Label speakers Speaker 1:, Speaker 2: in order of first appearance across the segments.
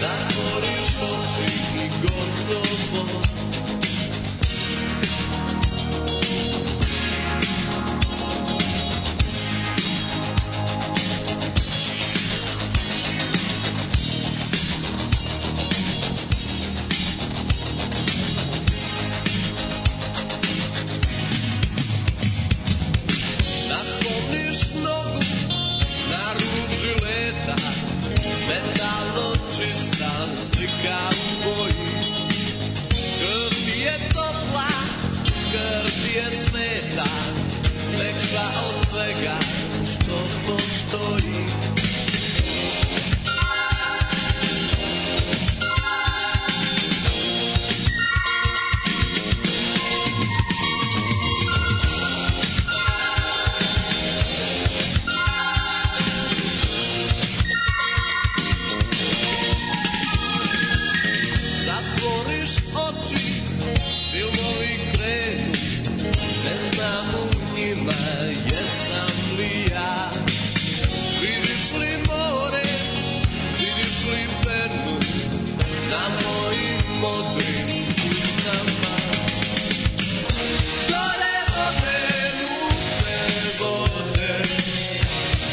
Speaker 1: zatvoriš oči i gotovo Nasloniš nogu na rub žileta Metalno čistan slika u boji Krv ti je topla, krv ti je sveta Lepša od svega što postoji Zatvoriš oči, filmovi krenu, ne znam u njima jesam li ja. Vidiš li more, vidiš li pernu, na mojim modrim usnama. Zore vode, lupe vode,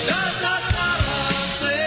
Speaker 1: da zatara se.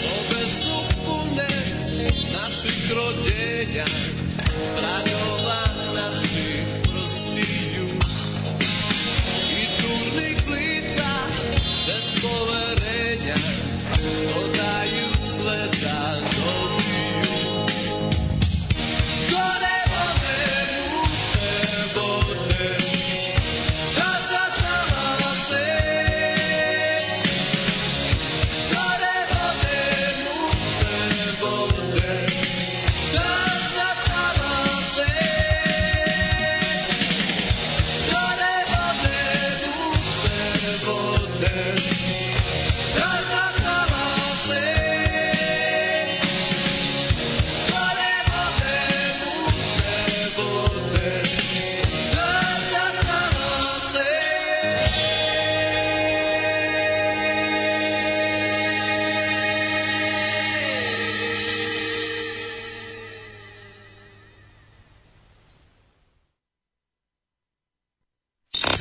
Speaker 1: Sobe su pune naših rođenja, tragova naših prostiju. I tužnih lica bez poverenja, što daju sve da dobiju. Zore vode, mute vode, da zatrava se. Zore vode, mute vode, da zatrava se. Zore vode, mute vode, da zatrava se. Zore vode, mute vode, da zatrava se.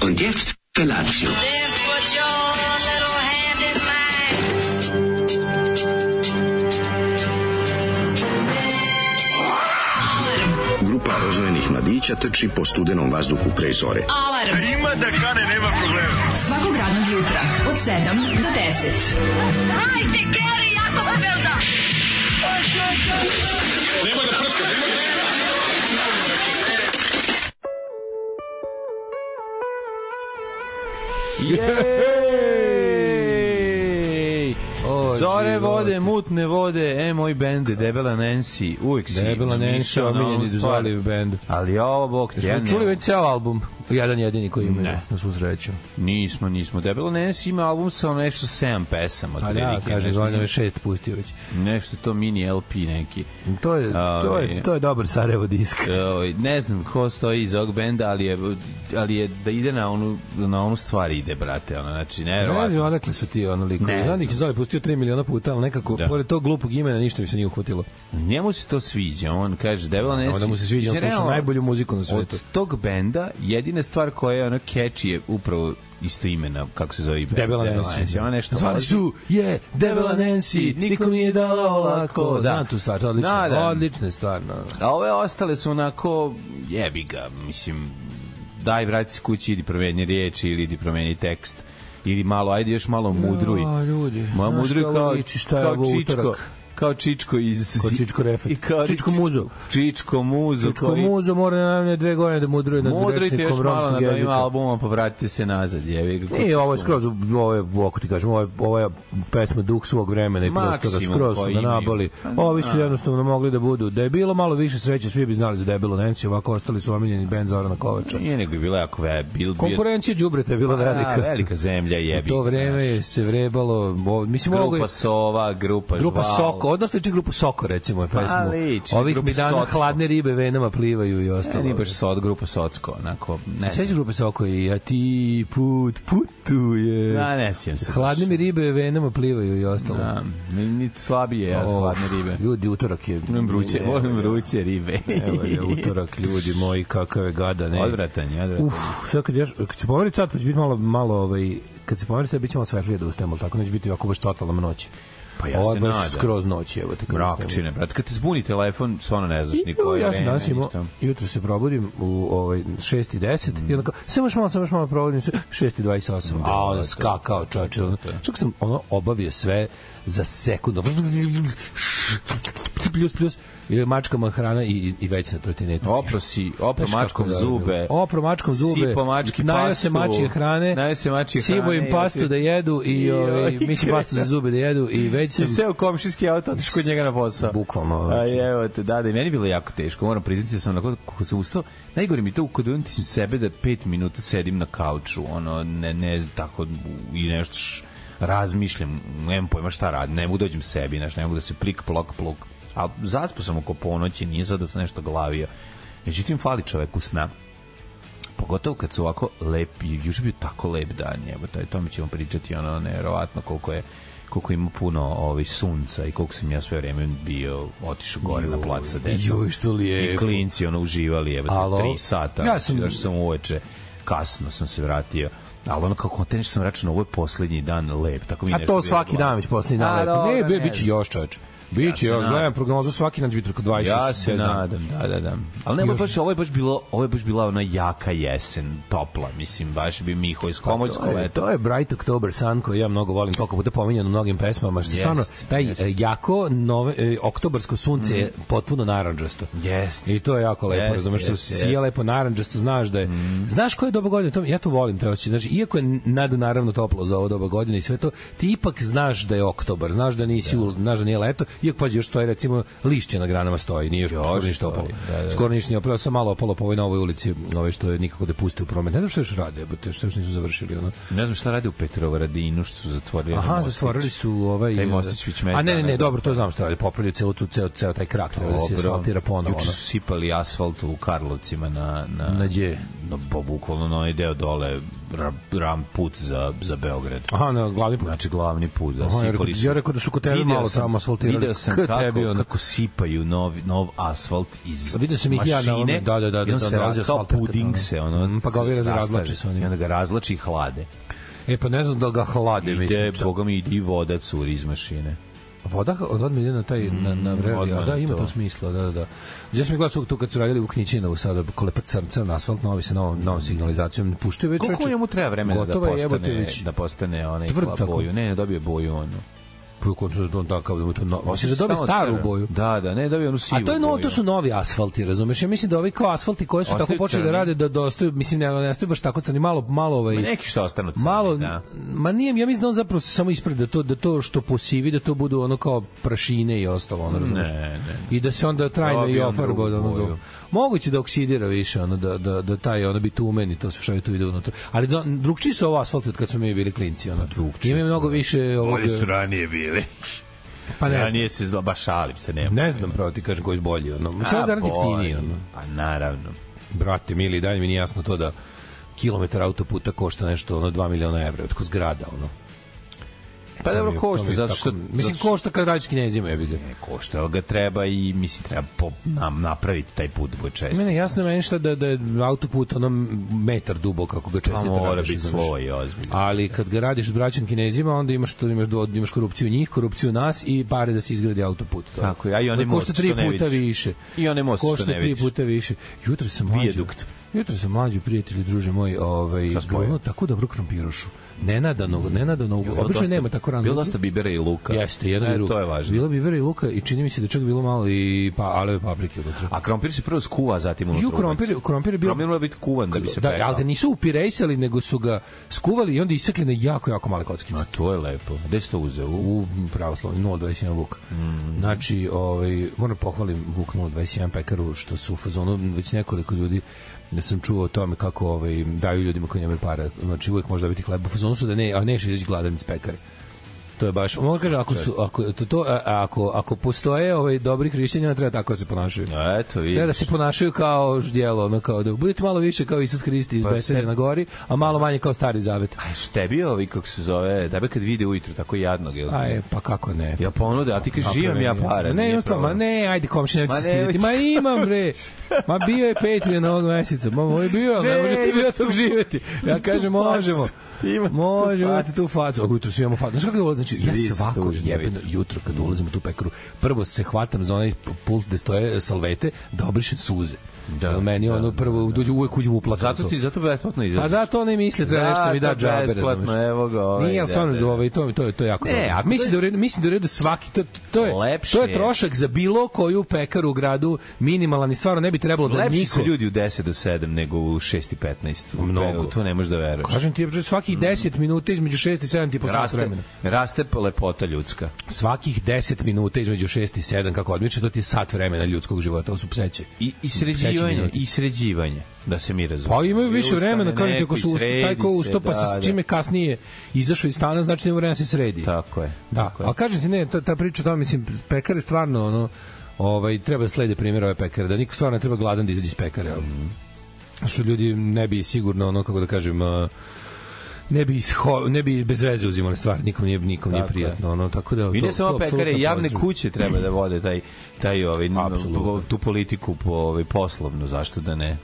Speaker 2: Und jetzt Felatio.
Speaker 3: Then put your little hand in mine.
Speaker 4: Grupa rozvojenih mladića trči po studenom vazduhu pre zore.
Speaker 5: Alarm. Ima da kane, nema problema. Svakog radnog jutra, od 7 do 10. Hajde, Geri, jako se velda.
Speaker 6: Jej!
Speaker 7: O,
Speaker 6: Zore
Speaker 7: živote.
Speaker 6: vode, mutne vode, e moj bende, debela Nancy, uvek si.
Speaker 7: Debela Nenša,
Speaker 6: mišao na ovu
Speaker 7: omiljeni
Speaker 6: stvar.
Speaker 7: Zoliv band.
Speaker 6: Ali ovo, bog ti,
Speaker 7: Jesmo čuli već ceo album? Jedan jedini koji imaju,
Speaker 6: Ne.
Speaker 7: na svu sreću.
Speaker 6: Nismo, nismo. Debela Nancy ima album sa nešto 7 pesama.
Speaker 7: A da,
Speaker 6: otprilike,
Speaker 7: kaže,
Speaker 6: nešto-
Speaker 7: Zvoljno je šest pustio već.
Speaker 6: Nešto to mini LP neki.
Speaker 7: To je, to je, to je dobar Sarajevo disk.
Speaker 6: Ovaj, ne znam ko stoji iz ovog benda, ali je, ali je da ide na onu, na onu stvar ide, brate. Ono, znači,
Speaker 7: Ne znam
Speaker 6: nevjerovatno.
Speaker 7: odakle su ti ono likovi.
Speaker 6: Ne
Speaker 7: Znam da ih
Speaker 6: znam.
Speaker 7: je Zoli pustio 3 miliona puta, ali nekako,
Speaker 6: Da.
Speaker 7: pored tog glupog imena, ništa mi se nije uhvatilo.
Speaker 6: Njemu se to sviđa. On kaže, Debela Nancy...
Speaker 7: Onda mu se sviđa, on
Speaker 6: Mislim,
Speaker 7: sluša
Speaker 6: realno,
Speaker 7: najbolju muziku na svetu.
Speaker 6: Od tog benda jedina stvar koja je ono catchy je upravo isto imena, kako se zove i bend.
Speaker 7: Debela Nancy.
Speaker 6: Ona nešto
Speaker 7: Zvali su je Debela Nancy, nikom nije dala olako.
Speaker 6: Da.
Speaker 7: Znam tu stvar, to je odlično.
Speaker 6: Da, da.
Speaker 7: Odlična je stvar. no.
Speaker 6: A ove ostale su onako jebi ga, mislim daj vrati se kući, idi promeni riječi ili idi promeni tekst Ili malo, ajde još malo mudruj.
Speaker 7: Ja, ljudi,
Speaker 6: Moja
Speaker 7: znaš
Speaker 6: mudruj
Speaker 7: šta ovo
Speaker 6: kao,
Speaker 7: liči, šta je
Speaker 6: kao
Speaker 7: ovo
Speaker 6: čičko.
Speaker 7: utorak?
Speaker 6: Kao čičko iz...
Speaker 7: Kao Čičko Refet.
Speaker 6: I kao
Speaker 7: Čičko Muzo.
Speaker 6: Čičko muzo.
Speaker 7: Čičko
Speaker 6: koji-
Speaker 7: muzo mora najmanje dve godine da mudruje nad
Speaker 6: Mudrujte još
Speaker 7: rečnikom
Speaker 6: malo na
Speaker 7: romskog
Speaker 6: dojima
Speaker 7: jezika.
Speaker 6: albuma, pa vratite se nazad. Jevi, ga.
Speaker 7: Nije, ovo je skroz, ovo je, ako ti kažem, ovo je, ovo je pesma duh svog vremena i
Speaker 6: Maksimum
Speaker 7: prostora, skroz su
Speaker 6: koji Pa,
Speaker 7: da
Speaker 6: imaju.
Speaker 7: naboli. Ovi su jednostavno mogli da budu. Da je bilo malo više sreće, svi bi znali za debelo Nenci, ovako ostali su omiljeni band Zorana Kovača.
Speaker 6: Nije nego je bila jako ve, bil, bio,
Speaker 7: Konkurencija đubreta je bila
Speaker 6: velika.
Speaker 7: velika.
Speaker 6: velika zemlja jebi.
Speaker 7: U to vreme je se vrebalo, ovo- mislim, ovo je
Speaker 6: Grupa Sova, grupa
Speaker 7: grupa
Speaker 6: Žval.
Speaker 7: Soko, odnosno liči grupu Soko, recimo, je pesmu.
Speaker 6: A, liči,
Speaker 7: Ovih
Speaker 6: grupi
Speaker 7: mi dana
Speaker 6: Socko.
Speaker 7: hladne ribe venama plivaju i
Speaker 6: Ne,
Speaker 7: ostalo.
Speaker 6: nije baš Sod, grupa Socko, onako, ne
Speaker 7: Sećaš
Speaker 6: znam.
Speaker 7: grupe Soko i a ti put putuje.
Speaker 6: Da, ne sjećam se.
Speaker 7: Hladne mi ribe venama plivaju i ostalo.
Speaker 6: Da, niti slabije, ja,
Speaker 7: O,
Speaker 6: hladne ribe.
Speaker 7: Ljudi, utorak je...
Speaker 6: Volim vruće,
Speaker 7: Oh, Evo
Speaker 6: volim
Speaker 7: ga.
Speaker 6: vruće ribe.
Speaker 7: Evo je utorak, ljudi moji, kakav je gada, ne?
Speaker 6: Odvratan je, odvratan.
Speaker 7: Uf, sad kad, još, kad se pomeri sad, pa će biti malo, malo ovaj, kad se pomeri sad, bit će malo svetlije da ustajemo, ali tako neće biti ovako baš totalno noć.
Speaker 6: Pa ja
Speaker 7: Ovo je
Speaker 6: se
Speaker 7: baš
Speaker 6: nadam.
Speaker 7: skroz noć, evo te kad ustajemo.
Speaker 6: Mrakčine, brate. Kad te zbuni telefon, stvarno ne znaš ni koje
Speaker 7: Ja sam
Speaker 6: vreme.
Speaker 7: danas imao,
Speaker 6: ništa. Mm.
Speaker 7: jutro se probudim u ovaj 6 i 10 i onda kao, samo još malo, samo još malo probudim se, 6 i 28,
Speaker 6: Da,
Speaker 7: a onda skakao čovječe. ono, Čak sam ono obavio sve za sekundu. Plus, plus, i mačkama hrana i, i već na trotinetu.
Speaker 6: Opro si, opro
Speaker 7: Znaš
Speaker 6: mačkom
Speaker 7: kako je
Speaker 6: zube.
Speaker 7: dobro. Opro mačkom zube.
Speaker 6: Sipo mački
Speaker 7: Najeo
Speaker 6: pastu.
Speaker 7: se mačije hrane.
Speaker 6: Najeo se mačije hrane.
Speaker 7: Sibo im
Speaker 6: i
Speaker 7: pastu
Speaker 6: opet-
Speaker 7: da jedu i,
Speaker 6: I,
Speaker 7: ovaj,
Speaker 6: oj,
Speaker 7: mislim pastu za zube da jedu i već sam...
Speaker 6: I seo komšijski auto, otiš kod njega na posao.
Speaker 7: Bukvalno,
Speaker 6: A
Speaker 7: znači.
Speaker 6: evo te, da, da, i meni je bilo jako teško. Moram priznati da sam onako, kako sam ustao, najgore mi je to kad unutim sebe da pet minuta sedim na kauču, ono, ne, ne, znam, tako, i nešto š, razmišljam, nemam pojma šta radim, ne mogu dođem sebi, znaš, ne mogu da se plik, plok, plok. A zaspo sam oko ponoći, nije sad da sam nešto glavio. Međutim, fali čoveku sna pogotovo kad su ovako lepi, juče je bio tako lep dan, evo, taj, tome ćemo pričati, ono, nevjerovatno koliko je koliko ima puno ovaj sunca i koliko sam ja sve vreme bio otišao gore na plac sa decom.
Speaker 7: Joj, što lijepo.
Speaker 6: I klinci ono uživali, evo,
Speaker 7: Alo?
Speaker 6: tri sata.
Speaker 7: Ja
Speaker 6: Ja
Speaker 7: sam-
Speaker 6: sam... Još sam uveče, kasno sam se vratio. Ali ono kako te nešto sam računao, ovo je poslednji dan lep. Tako mi je
Speaker 7: A
Speaker 6: nešto
Speaker 7: to
Speaker 6: bilo
Speaker 7: svaki
Speaker 6: u glavi.
Speaker 7: dan već poslednji dan.
Speaker 6: A,
Speaker 7: lepo.
Speaker 6: dobro,
Speaker 7: Ne, be,
Speaker 6: ne
Speaker 7: biće
Speaker 6: znam.
Speaker 7: još čoveč. Biće
Speaker 6: Ja se
Speaker 7: još,
Speaker 6: nadam.
Speaker 7: gledam prognozu, svaki dan će biti preko 26.
Speaker 6: Ja se
Speaker 7: 60 dana.
Speaker 6: nadam, da, da, da. Ali nemoj
Speaker 7: Još-
Speaker 6: baš, ovo je baš bilo, ovo je baš bila ona jaka jesen, topla, mislim, baš bi Miho iz Komoljsko
Speaker 7: Pa To je,
Speaker 6: leto.
Speaker 7: to je Bright October Sun koji ja mnogo volim, toliko puta pominjan u mnogim pesmama. Što
Speaker 6: Jest,
Speaker 7: stvarno, taj
Speaker 6: jest.
Speaker 7: e, jako nove, e, oktobarsko sunce je
Speaker 6: Mm.
Speaker 7: potpuno naranđasto.
Speaker 6: Jest.
Speaker 7: I to je jako lepo,
Speaker 6: Jest,
Speaker 7: razumeš, što
Speaker 6: jest,
Speaker 7: sija
Speaker 6: jest.
Speaker 7: lepo naranđasto, znaš da je. Znaš koje je doba godine, to, ja to volim, te osjećaj. Znači, iako je nad naravno toplo za ovo doba godine i sve to, ti ipak znaš da je oktobar, znaš da nisi, u, znaš da nije leto, iako pađe još stoji, recimo, lišće na granama stoji, da, nije još, skoro ništa opalo. Skoro ništa nije opalo, sam malo opalo po ovoj novoj ulici, ove što je nikako da puste u promet. Ne znam što još rade, jebote, što još nisu završili. Ono.
Speaker 6: Ne znam šta radi u Petrovaradinu, što su zatvorili.
Speaker 7: Aha,
Speaker 6: Mostić.
Speaker 7: zatvorili su ovaj...
Speaker 6: Taj Mostić već
Speaker 7: A ne, ne, ne,
Speaker 6: mesec dana,
Speaker 7: dobro, to znam što radi. Popravljaju celu tu, ceo, ceo taj krak, treba da se
Speaker 6: Dobro.
Speaker 7: asfaltira ponovo.
Speaker 6: Juče
Speaker 7: ono.
Speaker 6: su sipali asfalt u Karlovcima na... Na,
Speaker 7: Na gdje?
Speaker 6: Na, bo- bukvalno na onaj deo dole, ra, ram put za, za Beograd.
Speaker 7: Aha, na glavni put.
Speaker 6: Znači glavni put, da
Speaker 7: Aha, ja
Speaker 6: sipali
Speaker 7: rekao-
Speaker 6: su.
Speaker 7: ja rekao da su kod tebe
Speaker 6: Video
Speaker 7: malo
Speaker 6: sam-
Speaker 7: tamo asfaltirali.
Speaker 6: Video sam
Speaker 7: K
Speaker 6: kako,
Speaker 7: tebi, ono.
Speaker 6: kako sipaju nov, nov asfalt iz
Speaker 7: A video sam ih ja na
Speaker 6: mašine.
Speaker 7: onome, da, da, da,
Speaker 6: i on
Speaker 7: da, da,
Speaker 6: se ra-
Speaker 7: nalazi
Speaker 6: kao
Speaker 7: asfaltar kad
Speaker 6: puding
Speaker 7: ono.
Speaker 6: se, ono,
Speaker 7: Mhm, pa ga ovi
Speaker 6: rastave.
Speaker 7: razvlače se oni.
Speaker 6: I onda ga razlači i hlade.
Speaker 7: E, pa ne znam da li ga hlade,
Speaker 6: Ide,
Speaker 7: mislim. Sa-
Speaker 6: boga mi, ide i voda curi iz mašine.
Speaker 7: Voda od odmah ide na taj na na vrevi, a
Speaker 6: Mm, odmah
Speaker 7: da
Speaker 6: na
Speaker 7: ima
Speaker 6: to.
Speaker 7: to smisla, da da da. Gde smo glasog tu kad su radili u Knićinovu sada kole crnca na asfalt novi sa novom novom signalizacijom ne puštaju već.
Speaker 6: Koliko
Speaker 7: čoveče.
Speaker 6: njemu treba vremena da
Speaker 7: Gotovo je, jebote,
Speaker 6: postane,
Speaker 7: već.
Speaker 6: da postane onaj
Speaker 7: Tvrd
Speaker 6: tvrd
Speaker 7: tako.
Speaker 6: boju? Ne, ne dobije boju onu.
Speaker 7: Pa kontrol da on takav da mu to no. Hoće da
Speaker 6: Stalno
Speaker 7: dobije staru
Speaker 6: crna.
Speaker 7: boju.
Speaker 6: Da, da, ne dobije onu sivu
Speaker 7: A to je novo,
Speaker 6: boju.
Speaker 7: to su novi asfalti, razumeš? Ja mislim da ovi kao asfalti koji su tako
Speaker 6: Ostaju
Speaker 7: počeli da
Speaker 6: crni.
Speaker 7: rade da dostaju, mislim ne, ne ostaju baš tako crni, malo malo ovaj
Speaker 6: Ma neki što ostanu crni,
Speaker 7: malo
Speaker 6: da.
Speaker 7: ma nije ja mislim da on zapravo samo ispred da to da to što posivi da to budu ono kao prašine i ostalo ono razumeš
Speaker 6: Ne, ne, ne.
Speaker 7: i da se onda trajno
Speaker 6: Dobije
Speaker 7: i
Speaker 6: on
Speaker 7: ofarba
Speaker 6: drugu
Speaker 7: ono
Speaker 6: boju.
Speaker 7: do, moguće da oksidira više ono da da da taj ono bitumen i to sve što je tu ide unutra ali da, drugčiji su ovo asfalt od kad smo mi bili klinci ono drugčiji ima mnogo više ovog
Speaker 6: da. Bolji su ranije bili.
Speaker 7: pa ne znam
Speaker 6: Ranije se zla, baš šalim se, nema.
Speaker 7: ne znam pravo ti kažem koji je bolji ono
Speaker 6: A,
Speaker 7: sve garanti
Speaker 6: bolji.
Speaker 7: jeftiniji ono
Speaker 6: Pa naravno.
Speaker 7: brate mili dalje mi nije jasno to da kilometar autoputa košta nešto ono 2 miliona evra od zgrada ono
Speaker 6: Pa dobro,
Speaker 7: mi je- to
Speaker 6: košta,
Speaker 7: mi je
Speaker 6: zato
Speaker 7: tako-
Speaker 6: što...
Speaker 7: mislim
Speaker 6: zato što-
Speaker 7: košta kad radiš kinezima jebi ga.
Speaker 6: Ne, košta, ali ga treba i, mislim, treba po, nam, napraviti taj put da bude često.
Speaker 7: Mene jasno je meni šta da da je autoput ono metar dubok kako
Speaker 6: Pa
Speaker 7: ga često
Speaker 6: mora biti sloj, ozbiljno.
Speaker 7: Ali kad ga radiš s braćom kinezima, onda imaš to imaš dvo, imaš korupciju njih, korupciju nas i pare da se izgradi autoput. To je.
Speaker 6: Tako je, a i onaj
Speaker 7: Da košta
Speaker 6: most
Speaker 7: tri
Speaker 6: što ne
Speaker 7: puta
Speaker 6: vidiš.
Speaker 7: više.
Speaker 6: I onaj most
Speaker 7: košta
Speaker 6: što ne
Speaker 7: tri
Speaker 6: vidiš.
Speaker 7: puta više. Jutro sam mlađi.
Speaker 6: Vijadukt.
Speaker 7: Jutro sam mlađi prijatelji, druže moj, ovaj
Speaker 6: Šta si pojeo?
Speaker 7: grunu tako dobru krompirušu. nenadano, nenadano,
Speaker 6: Bilo
Speaker 7: obično
Speaker 6: dosta-
Speaker 7: nema tako rano.
Speaker 6: Bilo dosta bibera i luka.
Speaker 7: Jeste, jedno
Speaker 6: E,
Speaker 7: i drugo.
Speaker 6: To je važno.
Speaker 7: Bilo bibera i luka i čini mi se da je čak bilo malo i pa aleve paprike unutra.
Speaker 6: A krompir se prvo skuva, a zatim unutra.
Speaker 7: Ju
Speaker 6: ubaci.
Speaker 7: krompir, krompir je bio
Speaker 6: Krompir mora biti kuvan da bi se
Speaker 7: da,
Speaker 6: pekao.
Speaker 7: ali ga nisu upirejsali, nego su ga skuvali i onda isekli na jako, jako male kockice.
Speaker 6: A to je lepo. Gde si to uzeo? U,
Speaker 7: u pravoslavni 021 Vuk.
Speaker 6: Mm.
Speaker 7: Znači, ovaj, moram da pohvalim Vuk 021 pekaru što su u fazonu već nekoliko ljudi da sam čuo o tome kako ovaj, daju ljudima koji nemaju para. Znači, uvek može dobiti hleba. U fazonu su da ne, a neš izaći gladan iz pekare. To je baš, mogu kaže, ako, su, ako, to, to, a, a ako, ako postoje ovaj, dobri hrišćanja, treba tako da se ponašaju.
Speaker 6: Eto,
Speaker 7: Treba
Speaker 6: vidiš.
Speaker 7: da se ponašaju kao djelo, ono kao da budete malo više kao Isus Hristi iz
Speaker 6: Pa
Speaker 7: pa Besede
Speaker 6: ste-
Speaker 7: na gori, a malo manje kao Stari Zavet.
Speaker 6: A su tebi ovi, kako se zove, tebe kad vide ujutru tako jadnog, jel?
Speaker 7: Aj, pa kako ne?
Speaker 6: Ja ponude, a ti kažeš, imam
Speaker 7: Napravim
Speaker 6: ja para.
Speaker 7: Ne,
Speaker 6: nije
Speaker 7: imam stvarno, ma
Speaker 6: problem.
Speaker 7: ne, ajde komšina,
Speaker 6: Ma
Speaker 7: neću se
Speaker 6: ne,
Speaker 7: stiditi. Ma imam, bre. Ma bio je Patreon ovog meseca. Ma moj bio, ali ne
Speaker 6: Ne,
Speaker 7: možeš ti
Speaker 6: imaš
Speaker 7: bio tog živeti. Ja kažem, možemo.
Speaker 6: Ima tu
Speaker 7: Možemo,
Speaker 6: facu.
Speaker 7: imate tu facu. Ovo jutro svi imamo facu. Znaš kako je ovo? Znači, ja
Speaker 6: Svi su
Speaker 7: svako
Speaker 6: tužni,
Speaker 7: jebeno jutro kad ulazim u tu pekaru, prvo se hvatam za onaj pult gde stoje salvete da obrišem suze.
Speaker 6: Da,
Speaker 7: Da, meni ono prvo dođe uvek uđem u platu.
Speaker 6: Zato ti, zato besplatno izlazi.
Speaker 7: Pa zato oni misle da nešto mi da
Speaker 6: Zato
Speaker 7: džabe, razumeš.
Speaker 6: Besplatno, evo ga. ovaj,
Speaker 7: Nije, ali
Speaker 6: da,
Speaker 7: stvarno,
Speaker 6: da, da.
Speaker 7: ovaj, to, to, je- to je jako
Speaker 6: Ne,
Speaker 7: dobro.
Speaker 6: ako to je-
Speaker 7: mislim, da u redu, mislim da u redu svaki, to, to, je,
Speaker 6: Lepše
Speaker 7: to je
Speaker 6: je.
Speaker 7: trošak za bilo koju pekaru u gradu, minimalan i stvarno ne bi trebalo da
Speaker 6: Lepši
Speaker 7: niko...
Speaker 6: su ljudi u 10 do 7 nego u 6 i 15.
Speaker 7: Mnogo.
Speaker 6: To ne možeš da veruješ.
Speaker 7: Kažem ti, bre, svakih 10 minuta između 6 i 7 ti po sat
Speaker 6: Mm. Raste,
Speaker 7: vremena.
Speaker 6: raste lepota ljudska.
Speaker 7: Svakih 10 minuta između 6 i 7, kako odmiče, to ti je sat vremena ljudskog života, ovo su pseće.
Speaker 6: I, i
Speaker 7: Treći
Speaker 6: sređivanje,
Speaker 7: minut.
Speaker 6: i sređivanje, da se mi razumemo.
Speaker 7: Pa imaju
Speaker 6: I
Speaker 7: više
Speaker 6: ustane
Speaker 7: vremena, kažete,
Speaker 6: neko
Speaker 7: ako
Speaker 6: i
Speaker 7: su usta, taj
Speaker 6: sredi
Speaker 7: ko
Speaker 6: se,
Speaker 7: ustopa se
Speaker 6: da,
Speaker 7: s čime
Speaker 6: da.
Speaker 7: kasnije izašao iz stana, znači nema vremena da se sredi.
Speaker 6: Tako je.
Speaker 7: Da,
Speaker 6: tako je.
Speaker 7: a kažem ti, ne, ta, ta priča o tome, mislim, pekare stvarno, ono, ovaj, treba da slede primjer ove pekare, da niko stvarno ne treba gladan da izađe iz pekare,
Speaker 6: Mhm.
Speaker 7: mm. što ljudi ne bi sigurno, ono, kako da kažem, a, ne bi isho, ne bi bez veze uzimali stvari, nikom nije nikom nije
Speaker 6: Tako je.
Speaker 7: prijatno, ono tako da
Speaker 6: I
Speaker 7: to-
Speaker 6: ne
Speaker 7: to
Speaker 6: samo
Speaker 7: apsolutno
Speaker 6: pekare, javne
Speaker 7: pozdravljam.
Speaker 6: kuće treba da vode taj, taj ovaj,
Speaker 7: Apsolutno.
Speaker 6: tu politiku po, ovaj, poslovnu, zašto da ne?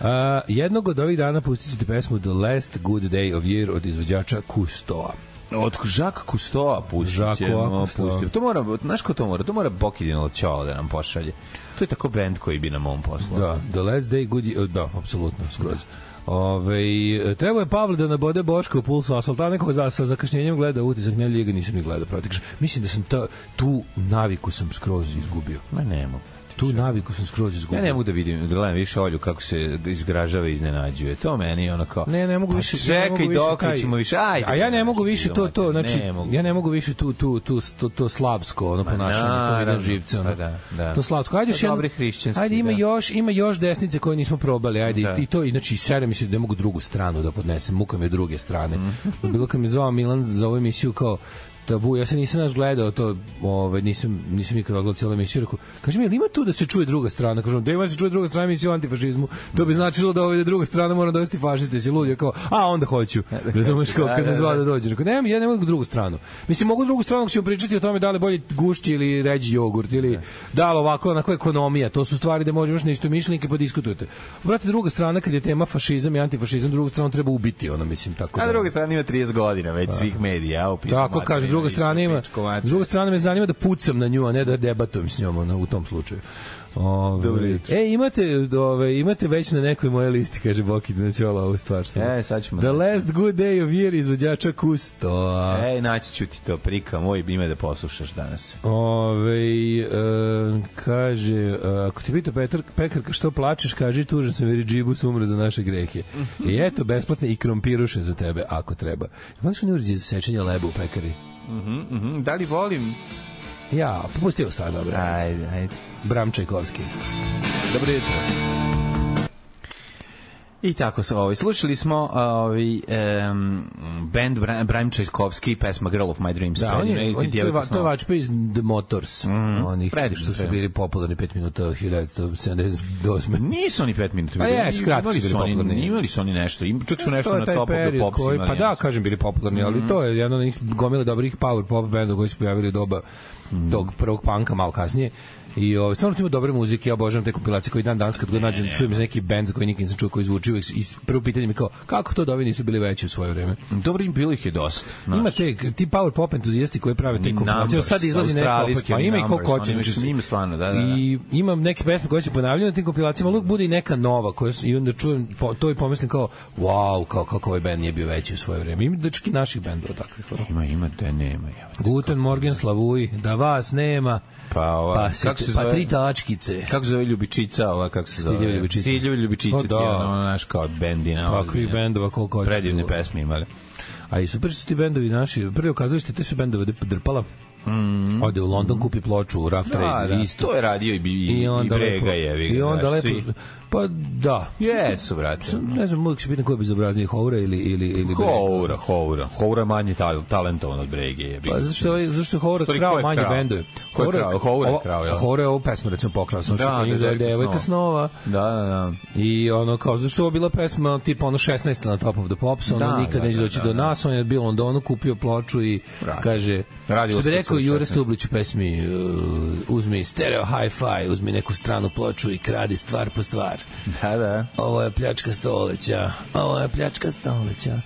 Speaker 7: A, jednog od ovih dana pustit ćete pesmu The Last Good Day of Year od izvođača Kustoa.
Speaker 6: Od Žaka Kustoa pustit
Speaker 7: Jacques
Speaker 6: ćemo.
Speaker 7: Cousteau.
Speaker 6: pustit ćemo. To mora, znaš ko to mora? To mora Bokidin Loćao da nam pošalje. To je tako bend koji bi nam on poslao.
Speaker 7: Da, The Last Day Good Year, da, apsolutno, skroz.
Speaker 6: Da.
Speaker 7: Ove, treba je Pavle da nabode Boška u pulsu asfalta, neko za, sa zakašnjenjem gleda utisak, ne liga nisam ni gledao praktično. Mislim da sam ta, tu naviku sam skroz izgubio.
Speaker 6: Ma ne mogu.
Speaker 7: Tu naviku sam skroz izgubio.
Speaker 6: Ja ne mogu da vidim, da gledam više Olju kako se izgražava i iznenađuje. To meni je ono kao...
Speaker 7: Ne, ne mogu
Speaker 6: Pa
Speaker 7: više. ja ne mogu
Speaker 6: Čekaj,
Speaker 7: više
Speaker 6: dok
Speaker 7: taj-
Speaker 6: ćemo više... Ajde,
Speaker 7: A ja ne mogu
Speaker 6: znaš,
Speaker 7: više
Speaker 6: ti,
Speaker 7: to
Speaker 6: ono,
Speaker 7: to, znači
Speaker 6: ne mogu.
Speaker 7: ja ne mogu više tu tu tu tu to slabsko ono ponašanje, to mi ide na
Speaker 6: naravno,
Speaker 7: živce ono.
Speaker 6: pa da, da.
Speaker 7: To slabsko. Ajde
Speaker 6: Pa
Speaker 7: još jedno-
Speaker 6: dobri hrišćanski,
Speaker 7: Ajde ima
Speaker 6: da.
Speaker 7: još, ima još desnice koje nismo probali. Ajde
Speaker 6: Da.
Speaker 7: i i to i znači sere mi se da ne mogu drugu stranu da podnesem, muka mi je druge strane. Bilo kad mi je zvao Milan za ovu emisiju kao tabu, ja se nisam naš gledao to, ovaj, nisam, nisam nikad odgledao cijelu emisiju, rekao, kaže mi, jel ima tu da se čuje druga strana? Kažem, da ima da se čuje druga strana emisija o antifašizmu, to bi značilo da ovaj druga strana mora dovesti fašiste, si lud, Ja kao, a onda hoću, razumeš kao, kad me zvao da dođe, rekao, ne, ja ne mogu drugu stranu. Mislim, mogu drugu stranu, ako ćemo pričati o tome da li bolje gušći ili ređi jogurt, ili da li ovako, onako ekonomija, to su stvari da možemo još nešto mišljenike pa diskutujete. Brate, druga strana, kad je tema fašizam i antifašizam, drugu stranu treba ubiti, ono, mislim, tako
Speaker 6: A
Speaker 7: da-
Speaker 6: druga strana ima 30 godina već svih medija. Opet,
Speaker 7: Tako kaže, druga strana ima, druga strana me zanima da pucam na nju, a ne da debatujem s njom ono, u tom slučaju.
Speaker 6: Dobro
Speaker 7: Ove,
Speaker 6: jutro.
Speaker 7: e, imate, ove, imate već na nekoj moje listi, kaže Boki, da neću ovo ovu stvar. Što...
Speaker 6: E, sad ćemo
Speaker 7: The
Speaker 6: naći.
Speaker 7: last good day of year izvođača Kusto. E.
Speaker 6: Ej, naći ću ti to prika, moj ime da poslušaš danas.
Speaker 7: Ove, e, kaže, e, ako ti pita Petar, Pekarka što plačeš, kaži tužan sam jer i džibus umre za naše grehe. I eto, besplatne i krompiruše za tebe, ako treba. Znaš što ne uređe za sečenje leba u pekari?
Speaker 6: Mhm, mhm, da li volim?
Speaker 7: Ja, popustio stvar, dobro.
Speaker 6: Ajde, ajde.
Speaker 7: Bram Čajkovski.
Speaker 6: Dobro jutro. I tako se ovaj slušali smo ovaj um, band Bra- Brian Čajkovski pesma Girl of My Dreams.
Speaker 7: Da, on je,
Speaker 6: Prenijeti
Speaker 7: on je, to je,
Speaker 6: djevojku
Speaker 7: va- to je
Speaker 6: snova.
Speaker 7: vačpa iz The Motors, mm, onih
Speaker 6: Mhm. predivno,
Speaker 7: što su
Speaker 6: predivno.
Speaker 7: bili popularni 5 minuta 1978.
Speaker 6: Nisu oni 5 minuta.
Speaker 7: Pa
Speaker 6: bili.
Speaker 7: jes, kratki
Speaker 6: imali
Speaker 7: su
Speaker 6: su
Speaker 7: bili popularni.
Speaker 6: oni, imali su oni nešto. Im, čak su nešto
Speaker 7: je
Speaker 6: na
Speaker 7: taj
Speaker 6: topu da
Speaker 7: period
Speaker 6: pop
Speaker 7: koji, pa da, kažem, bili popularni,
Speaker 6: Mhm.
Speaker 7: ali to je jedan od njih gomile dobrih power pop benda koji su pojavili u doba
Speaker 6: Mhm.
Speaker 7: tog prvog panka malo kasnije. I ovaj stvarno tu ima dobre muzike, ja obožavam te kompilacije koji dan danas kad god nađem, čujem iz neki bend za koji nikad nisam čuo koji zvuči uvek is- prvo pitanje mi je kao kako to da ovi nisu bili veći u svoje vreme.
Speaker 6: Dobro im bilo ih je dosta. znaš.
Speaker 7: Ima te ti power pop entuzijasti koji prave te
Speaker 6: Oni
Speaker 7: kompilacije.
Speaker 6: Numbers,
Speaker 7: Sad izlazi neko opet,
Speaker 6: australijski
Speaker 7: pa ima i
Speaker 6: Numbers,
Speaker 7: koliko hoćeš.
Speaker 6: oni već
Speaker 7: mislim.
Speaker 6: njima stvarno, da, da, da.
Speaker 7: I imam neke pesme koje se ponavljaju na tim kompilacijama, ali uvek bude i neka nova koja se- i onda čujem po, to i pomislim kao wow, kao kako ovaj bend nije bio veći u svoje vreme. Ima da čak i naših bendova takvih. ono.
Speaker 6: Ima, ima, da nema. Evo.
Speaker 7: Guten Morgen Slavuj, da vas nema.
Speaker 6: Pa ova,
Speaker 7: pa, se,
Speaker 6: kako se
Speaker 7: pa
Speaker 6: zove?
Speaker 7: tri tačkice.
Speaker 6: Kako se zove Ljubičica, ova, kako se zove?
Speaker 7: Stiljeva Ljubičica.
Speaker 6: Stiljeva Ljubičica,
Speaker 7: Pa
Speaker 6: ti
Speaker 7: da. Pa
Speaker 6: je ono, znaš, kao bendina.
Speaker 7: Takvih bendova koliko hoćeš.
Speaker 6: Predivne
Speaker 7: drugo.
Speaker 6: pesme imali.
Speaker 7: A i super su ti bendovi naši. Prvo kazalište, te su bendove drpala. Mm. Ode u London, kupi ploču u Rough
Speaker 6: Mm-hmm. Da,
Speaker 7: Trade,
Speaker 6: da,
Speaker 7: isto.
Speaker 6: to je radio i, i,
Speaker 7: I onda
Speaker 6: i Brega
Speaker 7: lepo,
Speaker 6: je.
Speaker 7: I onda lepo. Pa da.
Speaker 6: Jesu, brate.
Speaker 7: Ne znam, uvijek se pitan ko je bezobrazniji, Houra ili, ili, ili Brega.
Speaker 6: Houra, Houra. Houra je manje tal, talentovan od Brege je.
Speaker 7: Pa zato što, ovaj- zato što Houra
Speaker 6: Stvari, ko
Speaker 7: krao
Speaker 6: je
Speaker 7: manje
Speaker 6: krao?
Speaker 7: bendove.
Speaker 6: Ko je krao? Houra je
Speaker 7: ovo-
Speaker 6: krao, jel?
Speaker 7: Houra je ovu pesmu, recimo, pokrao sam. Da, da, da, devojka snova.
Speaker 6: Da, da, da.
Speaker 7: I ono kao zašto je ovo bila pesma tipa ono 16 na Top of the Pops, ono
Speaker 6: Da,
Speaker 7: nikad
Speaker 6: da,
Speaker 7: neće
Speaker 6: da,
Speaker 7: doći
Speaker 6: da,
Speaker 7: do
Speaker 6: da.
Speaker 7: nas, on je bio u Londonu, kupio ploču i
Speaker 6: Radi.
Speaker 7: kaže
Speaker 6: Radilo
Speaker 7: što
Speaker 6: se
Speaker 7: bi rekao
Speaker 6: sa
Speaker 7: Jure
Speaker 6: 16.
Speaker 7: Stublić u pesmi uh, uzmi stereo hi-fi, uzmi neku stranu ploču i kradi stvar po stvar.
Speaker 6: Da, da.
Speaker 7: Ovo je pljačka stoleća, ovo je pljačka stoleća.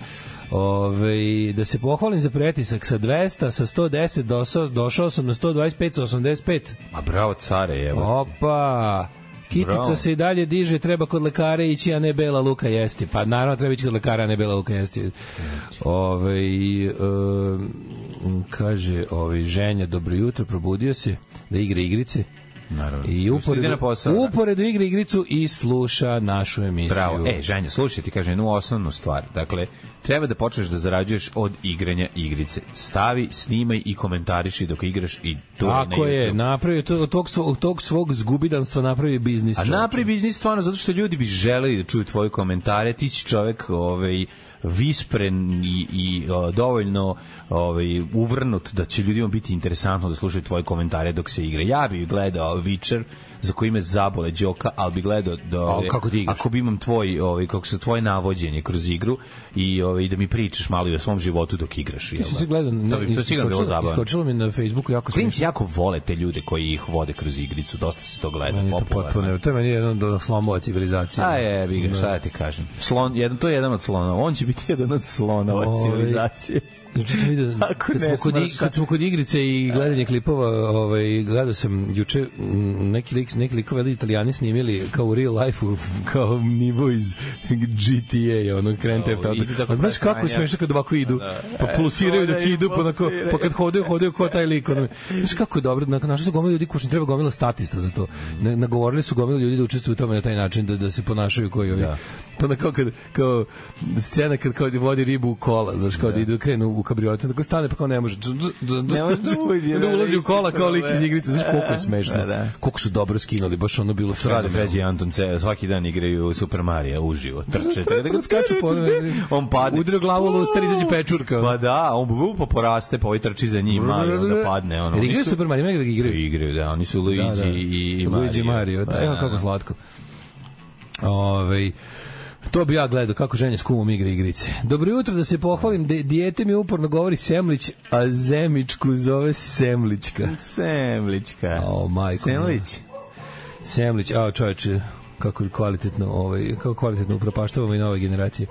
Speaker 7: Ove, da se pohvalim za pretisak sa 200, sa 110 došao, došao sam na 125 sa 85.
Speaker 6: Ma bravo, care, evo.
Speaker 7: Opa! Kitica
Speaker 6: Bravo.
Speaker 7: se i dalje diže, treba kod lekara ići, a ne bela luka jesti. Pa naravno treba ići kod lekara, a ne bela luka jesti. Ove, um, kaže, ove, ženja, dobro jutro, probudio se da igra igrice.
Speaker 6: Naravno.
Speaker 7: I uporedo,
Speaker 6: Ide na posao, da.
Speaker 7: uporedo igra igricu i sluša našu emisiju.
Speaker 6: Bravo. E, Ženja, slušaj, ti kažem jednu osnovnu stvar. Dakle, treba da počneš da zarađuješ od igranja igrice. Stavi, snimaj i komentariši dok igraš i to je
Speaker 7: Ako
Speaker 6: na
Speaker 7: je,
Speaker 6: YouTube.
Speaker 7: napravio to, od tog, svog, od tog svog zgubidanstva napravi biznis.
Speaker 6: A
Speaker 7: čoveče.
Speaker 6: napravi biznis stvarno zato što ljudi bi želeli da čuju tvoje komentare, ti si čovek ovaj, vispren i, i o, dovoljno ovaj, uvrnut da će ljudima biti interesantno da slušaju tvoje komentare dok se igra. Ja bi gledao Witcher za koji me zabole đoka, ali bi gledao da
Speaker 7: A kako ti igraš?
Speaker 6: ako bi imam tvoj ovaj kako se tvoje navođenje kroz igru i ovaj da mi pričaš malo i o svom životu dok igraš jel
Speaker 7: Ti si
Speaker 6: da?
Speaker 7: gledao,
Speaker 6: to bi to sigurno bilo
Speaker 7: iskočilo-
Speaker 6: zabavno
Speaker 7: Iskočilo mi na Facebooku jako smiješno.
Speaker 6: Klinci jako vole te ljude koji ih vode kroz igricu, dosta se to gleda.
Speaker 7: Meni je to
Speaker 6: popularno je.
Speaker 7: potpuno, to je meni jedan od slomova civilizacije.
Speaker 6: A je, bi ga, šta da ti kažem. Slon, jedan, to je jedan od slona. On će biti jedan od slona
Speaker 7: Ove.
Speaker 6: ove civilizacije.
Speaker 7: Znači sam vidio,
Speaker 6: Ako
Speaker 7: kad,
Speaker 6: ne
Speaker 7: smo kod,
Speaker 6: smrš,
Speaker 7: ig- kad smo kod igrice i gledanje klipova, ovaj, gledao sam juče m, neki, lik, neki likove ali italijani snimili kao u real life u, kao nivo iz GTA, ono Grand Theft
Speaker 6: idu tako
Speaker 7: Auto. A Znaš kako je
Speaker 6: presranja.
Speaker 7: smešno kad ovako idu, pa
Speaker 6: E,
Speaker 7: plusiraju
Speaker 6: hodaju,
Speaker 7: dok idu, pa, onako,
Speaker 6: plusiraju.
Speaker 7: pa kad hodaju, hodaju ko taj lik. Ono. Znaš kako je dobro, na- našli su gomila ljudi kućni, treba gomila statista za to. Na- Nagovorili su gomila ljudi da učestvuju u tome na taj način, da, da se ponašaju koji ovi. Pa onda kao, kad, kao scena kad kao da vodi ribu u kola, znaš, kao da idu krenu u kabrioletu, tako stane pa kao ne može.
Speaker 6: Ne može da uđe,
Speaker 7: Da
Speaker 6: da,
Speaker 7: ulazi u kola kao lik
Speaker 6: isto,
Speaker 7: iz
Speaker 6: da.
Speaker 7: igrice, znaš koliko je smešno.
Speaker 6: Da, da.
Speaker 7: Koliko su dobro skinuli, baš ono bilo
Speaker 6: Rade
Speaker 7: fenomenalno.
Speaker 6: Feđi i Anton C, svaki dan igraju Super Mario uživo, trče. Tako da
Speaker 7: Kad
Speaker 6: kad skaču po on padne.
Speaker 7: Udrio glavu u lustar, izađe pečurka.
Speaker 6: Pa da, on bu- bu- pa poraste, pa ovaj trči za njim, Mario, onda padne. Ono.
Speaker 7: Jer
Speaker 6: Oni
Speaker 7: igraju
Speaker 6: su-
Speaker 7: Super Mario, ima da ga igraju.
Speaker 6: Igraju, da, oni su Luigi i, i Mario. Pa
Speaker 7: Luigi Mario, da, evo kako slatko. Ove, to bi ja gledao kako ženje s kumom igra igrice. Dobro jutro da se pohvalim, de, dijete mi uporno govori Semlić, a Zemičku zove Semlićka.
Speaker 6: Semlićka.
Speaker 7: O, majko moja.
Speaker 6: Semlić.
Speaker 7: Semlić, a čoveče, kako je kvalitetno, ovaj, kako kvalitetno upropaštavamo i nove generacije.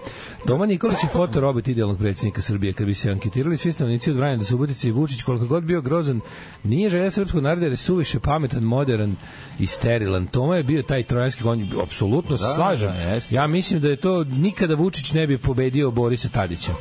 Speaker 7: Toma Nikolić je fotorobot idealnog predsjednika Srbije. Kad bi se anketirali svi stanovnici od Vranja do Subotice i Vučić, koliko god bio grozan, nije želja srpskog naroda jer je suviše pametan, modern i sterilan. Toma je bio taj trojanski konj, apsolutno se
Speaker 6: Da,
Speaker 7: slažem.
Speaker 6: da, jeste.
Speaker 7: Ja mislim da je to nikada Vučić ne bi pobedio Borisa Tadića.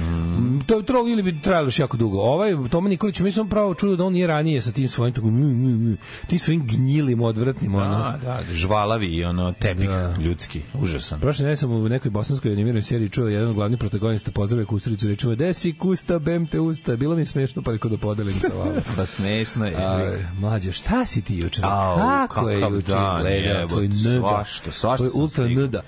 Speaker 7: Mm. To bi trebalo ili bi trajalo još jako dugo. Ovaj Toma Nikolić, mi smo pravo čudo da on nije ranije sa tim svojim tako, mm, mm, mm, tim svojim gnjilim odvratnim ono. Da.
Speaker 6: A, da, žvalavi, i ono, tepih, ljudski, užasan.
Speaker 7: Prošle nedelje sam u nekoj bosanskoj animiranoj seriji čuo jedan od glavnih protagonista pozdravlja Kusturicu rečima Desi kusta, bem te usta, bilo mi je smešno pa rekao da podelim sa vama.
Speaker 6: Pa smešno je.
Speaker 7: A, mlađe, šta si ti juče?
Speaker 6: Au,
Speaker 7: Kako je
Speaker 6: kakav
Speaker 7: juče
Speaker 6: dan,
Speaker 7: gledao?
Speaker 6: jebote,
Speaker 7: To je nda.
Speaker 6: svašta, svašta
Speaker 7: To je
Speaker 6: sam
Speaker 7: ultra
Speaker 6: stigao.
Speaker 7: nda.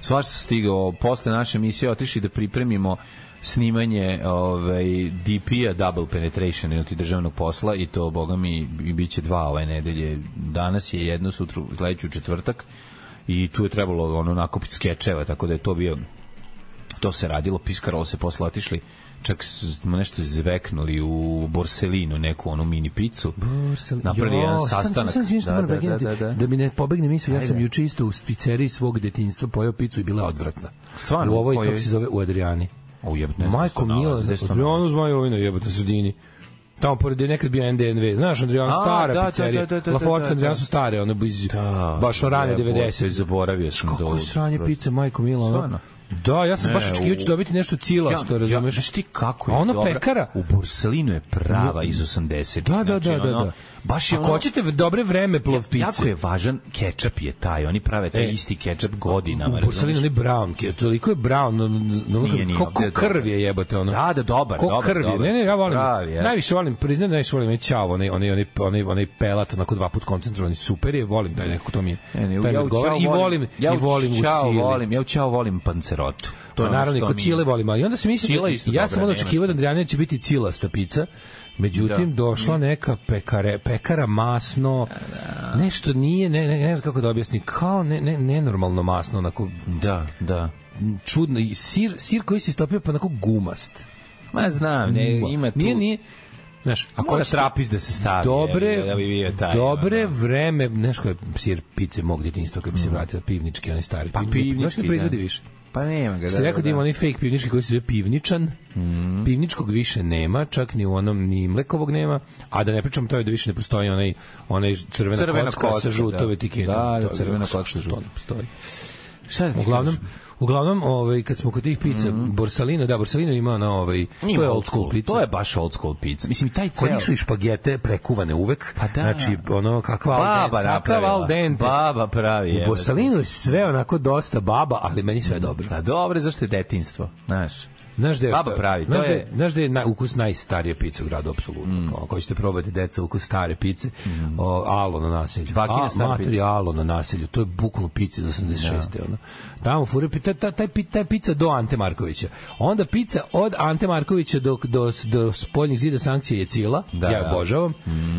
Speaker 6: Svašta se stigao, posle naše emisije otišli da pripremimo snimanje ovaj, DP-a Double Penetration ili državnog posla i to, boga mi, i bit će dva ove nedelje. Danas je jedno, sutra, sledeću četvrtak i tu je trebalo ono nakupiti skečeva, tako da je to bio to se radilo, piskaralo se posle otišli čak smo nešto zveknuli u Borselinu neku onu mini picu.
Speaker 7: Borsel,
Speaker 6: Napravili
Speaker 7: Jo,
Speaker 6: jedan
Speaker 7: šta mi-
Speaker 6: sastanak.
Speaker 7: Sam, sam, sam, da, da, da, da, da, mi ne pobegne misao, ja sam
Speaker 6: Ajde.
Speaker 7: juče isto u pizzeriji svog detinjstva pojeo picu i bila je odvratna.
Speaker 6: Stvarno?
Speaker 7: U ovoj,
Speaker 6: Kojoj?
Speaker 7: kako se zove, u Adriani.
Speaker 6: O, jebate, ne znam
Speaker 7: Majko
Speaker 6: što nalazi,
Speaker 7: Mila,
Speaker 6: gde se to
Speaker 7: Adriano uz Majovino jebate sredini. Tamo pored je nekad bio NDNV, znaš Adriano,
Speaker 6: A,
Speaker 7: stara
Speaker 6: da, da,
Speaker 7: pizzerija.
Speaker 6: da, da, da,
Speaker 7: La
Speaker 6: da,
Speaker 7: Forza
Speaker 6: da.
Speaker 7: Adriano su stare, ono iz,
Speaker 6: Da,
Speaker 7: baš ono rane
Speaker 6: jebote,
Speaker 7: 90.
Speaker 6: zaboravio sam da
Speaker 7: Kako
Speaker 6: ovo-
Speaker 7: sranje pice, majko Mila, ono.
Speaker 6: Stvarno?
Speaker 7: Da, ja sam
Speaker 6: Ne,
Speaker 7: baš očekio ću
Speaker 6: u-
Speaker 7: dobiti nešto cilasto, razumeš?
Speaker 6: znaš ti kako je
Speaker 7: A ono
Speaker 6: dobra.
Speaker 7: pekara?
Speaker 6: U Borselinu je prava iz 80.
Speaker 7: Da, da, da, da, da.
Speaker 6: Baš je
Speaker 7: Ako
Speaker 6: ono...
Speaker 7: hoćete dobre vreme plov pice.
Speaker 6: Jako je važan, kečap je taj, oni prave taj
Speaker 7: E.
Speaker 6: isti kečap godinama.
Speaker 7: U porcelinu
Speaker 6: razumeš?
Speaker 7: ne brown, ki je toliko je brown, no, no, no,
Speaker 6: Nije, nije,
Speaker 7: ko,
Speaker 6: ovde
Speaker 7: ko
Speaker 6: je
Speaker 7: krv
Speaker 6: dobar.
Speaker 7: je jebate ono.
Speaker 6: Da, da, dobar,
Speaker 7: ko
Speaker 6: dobar,
Speaker 7: krv je.
Speaker 6: dobar.
Speaker 7: Ne, ne, ja volim.
Speaker 6: Pravi, ja.
Speaker 7: najviše volim, priznajem da najviše volim onaj čavo, onaj onaj onaj onaj onaj pelat onako dva put koncentrovani, super je, volim taj nekako to mi je.
Speaker 6: Ne, E, ne,
Speaker 7: taj mi
Speaker 6: ja u
Speaker 7: odgovara.
Speaker 6: Ćao
Speaker 7: i volim
Speaker 6: ja
Speaker 7: i volim u
Speaker 6: Ćao
Speaker 7: cili.
Speaker 6: volim, ja u Ćao volim pancerotu.
Speaker 7: To
Speaker 6: je ono
Speaker 7: naravno i
Speaker 6: što
Speaker 7: kod
Speaker 6: mi-
Speaker 7: Cile volim, ali onda se mislim
Speaker 6: Cila
Speaker 7: da,
Speaker 6: isto
Speaker 7: ja
Speaker 6: dobra,
Speaker 7: sam onda
Speaker 6: nema
Speaker 7: očekivao da
Speaker 6: šta.
Speaker 7: Andrijana će biti cilasta pica. Međutim,
Speaker 6: Da.
Speaker 7: došla neka pekare, pekara masno, nešto nije, ne, ne, ne znam kako da objasnim, kao ne, ne, nenormalno masno, onako
Speaker 6: Da, da.
Speaker 7: čudno i sir, sir koji se istopio pa onako gumast.
Speaker 6: Ma znam, ne, E, ima tu...
Speaker 7: Nije, nije, znaš,
Speaker 6: A
Speaker 7: ako
Speaker 6: mora
Speaker 7: hoćete-
Speaker 6: trapiz da se stavi.
Speaker 7: dobre,
Speaker 6: je, da bi bio taj.
Speaker 7: dobre
Speaker 6: ono, da.
Speaker 7: vreme, znaš koje sir pice mog djetinjstva koji bi se vratila, pivnički, onaj stari.
Speaker 6: Pa
Speaker 7: Znaš
Speaker 6: pivnički,
Speaker 7: ne proizvodi više.
Speaker 6: Pa nema ga, da.
Speaker 7: Ste rekao da
Speaker 6: da. Mhm.
Speaker 7: ima onaj fake pivnički koji se zove pivničan, pivničkog više nema, čak ni u onom, ni mlekovog nema, a da ne pričam to je da više ne postoji onaj, onaj crvena,
Speaker 6: Crvena
Speaker 7: kocka, sa
Speaker 6: kocka,
Speaker 7: žutom
Speaker 6: da.
Speaker 7: etiketom.
Speaker 6: Da, da,
Speaker 7: To je
Speaker 6: crvena
Speaker 7: onako,
Speaker 6: kocka sa
Speaker 7: što
Speaker 6: žutom.
Speaker 7: ne postoji.
Speaker 6: Šta da ti
Speaker 7: Uglavnom,
Speaker 6: kažem? Mhm.
Speaker 7: uglavnom ovaj kad smo kod tih pica, Borsalino, da, Borsalino ima na ovaj,
Speaker 6: Ima
Speaker 7: to je old school pizza.
Speaker 6: To je baš old school pizza. Mislim, taj ceo...
Speaker 7: Kod njih su i špagete prekuvane uvek.
Speaker 6: Pa da.
Speaker 7: Znači, ono, kakva al
Speaker 6: Baba
Speaker 7: dente. Kakav
Speaker 6: napravila.
Speaker 7: al dente.
Speaker 6: Baba pravi.
Speaker 7: U
Speaker 6: jebe.
Speaker 7: Borsalinu je sve onako dosta baba, ali meni sve dobro.
Speaker 6: A Pa dobro, zašto je detinstvo, znaš?
Speaker 7: Znaš da je
Speaker 6: Baba
Speaker 7: šta-
Speaker 6: pravi, to
Speaker 7: znaš da
Speaker 6: je-
Speaker 7: znaš da je na, ukus najstarije pice u gradu apsolutno. Mm. Ako hoćete probati deca ukus stare pice,
Speaker 6: Mm.
Speaker 7: o, alo na naselju.
Speaker 6: Bakina
Speaker 7: A,
Speaker 6: stara
Speaker 7: mater
Speaker 6: pizza.
Speaker 7: je alo na naselju. To je bukvalno pica iz 86.
Speaker 6: Da.
Speaker 7: Ono. Tamo fure pita ta taj pita je pica do Ante Markovića. Onda pica od Ante Markovića do do do spoljnih zida sankcije je cila.
Speaker 6: Da,
Speaker 7: ja je
Speaker 6: da. Mm,
Speaker 7: obožavam.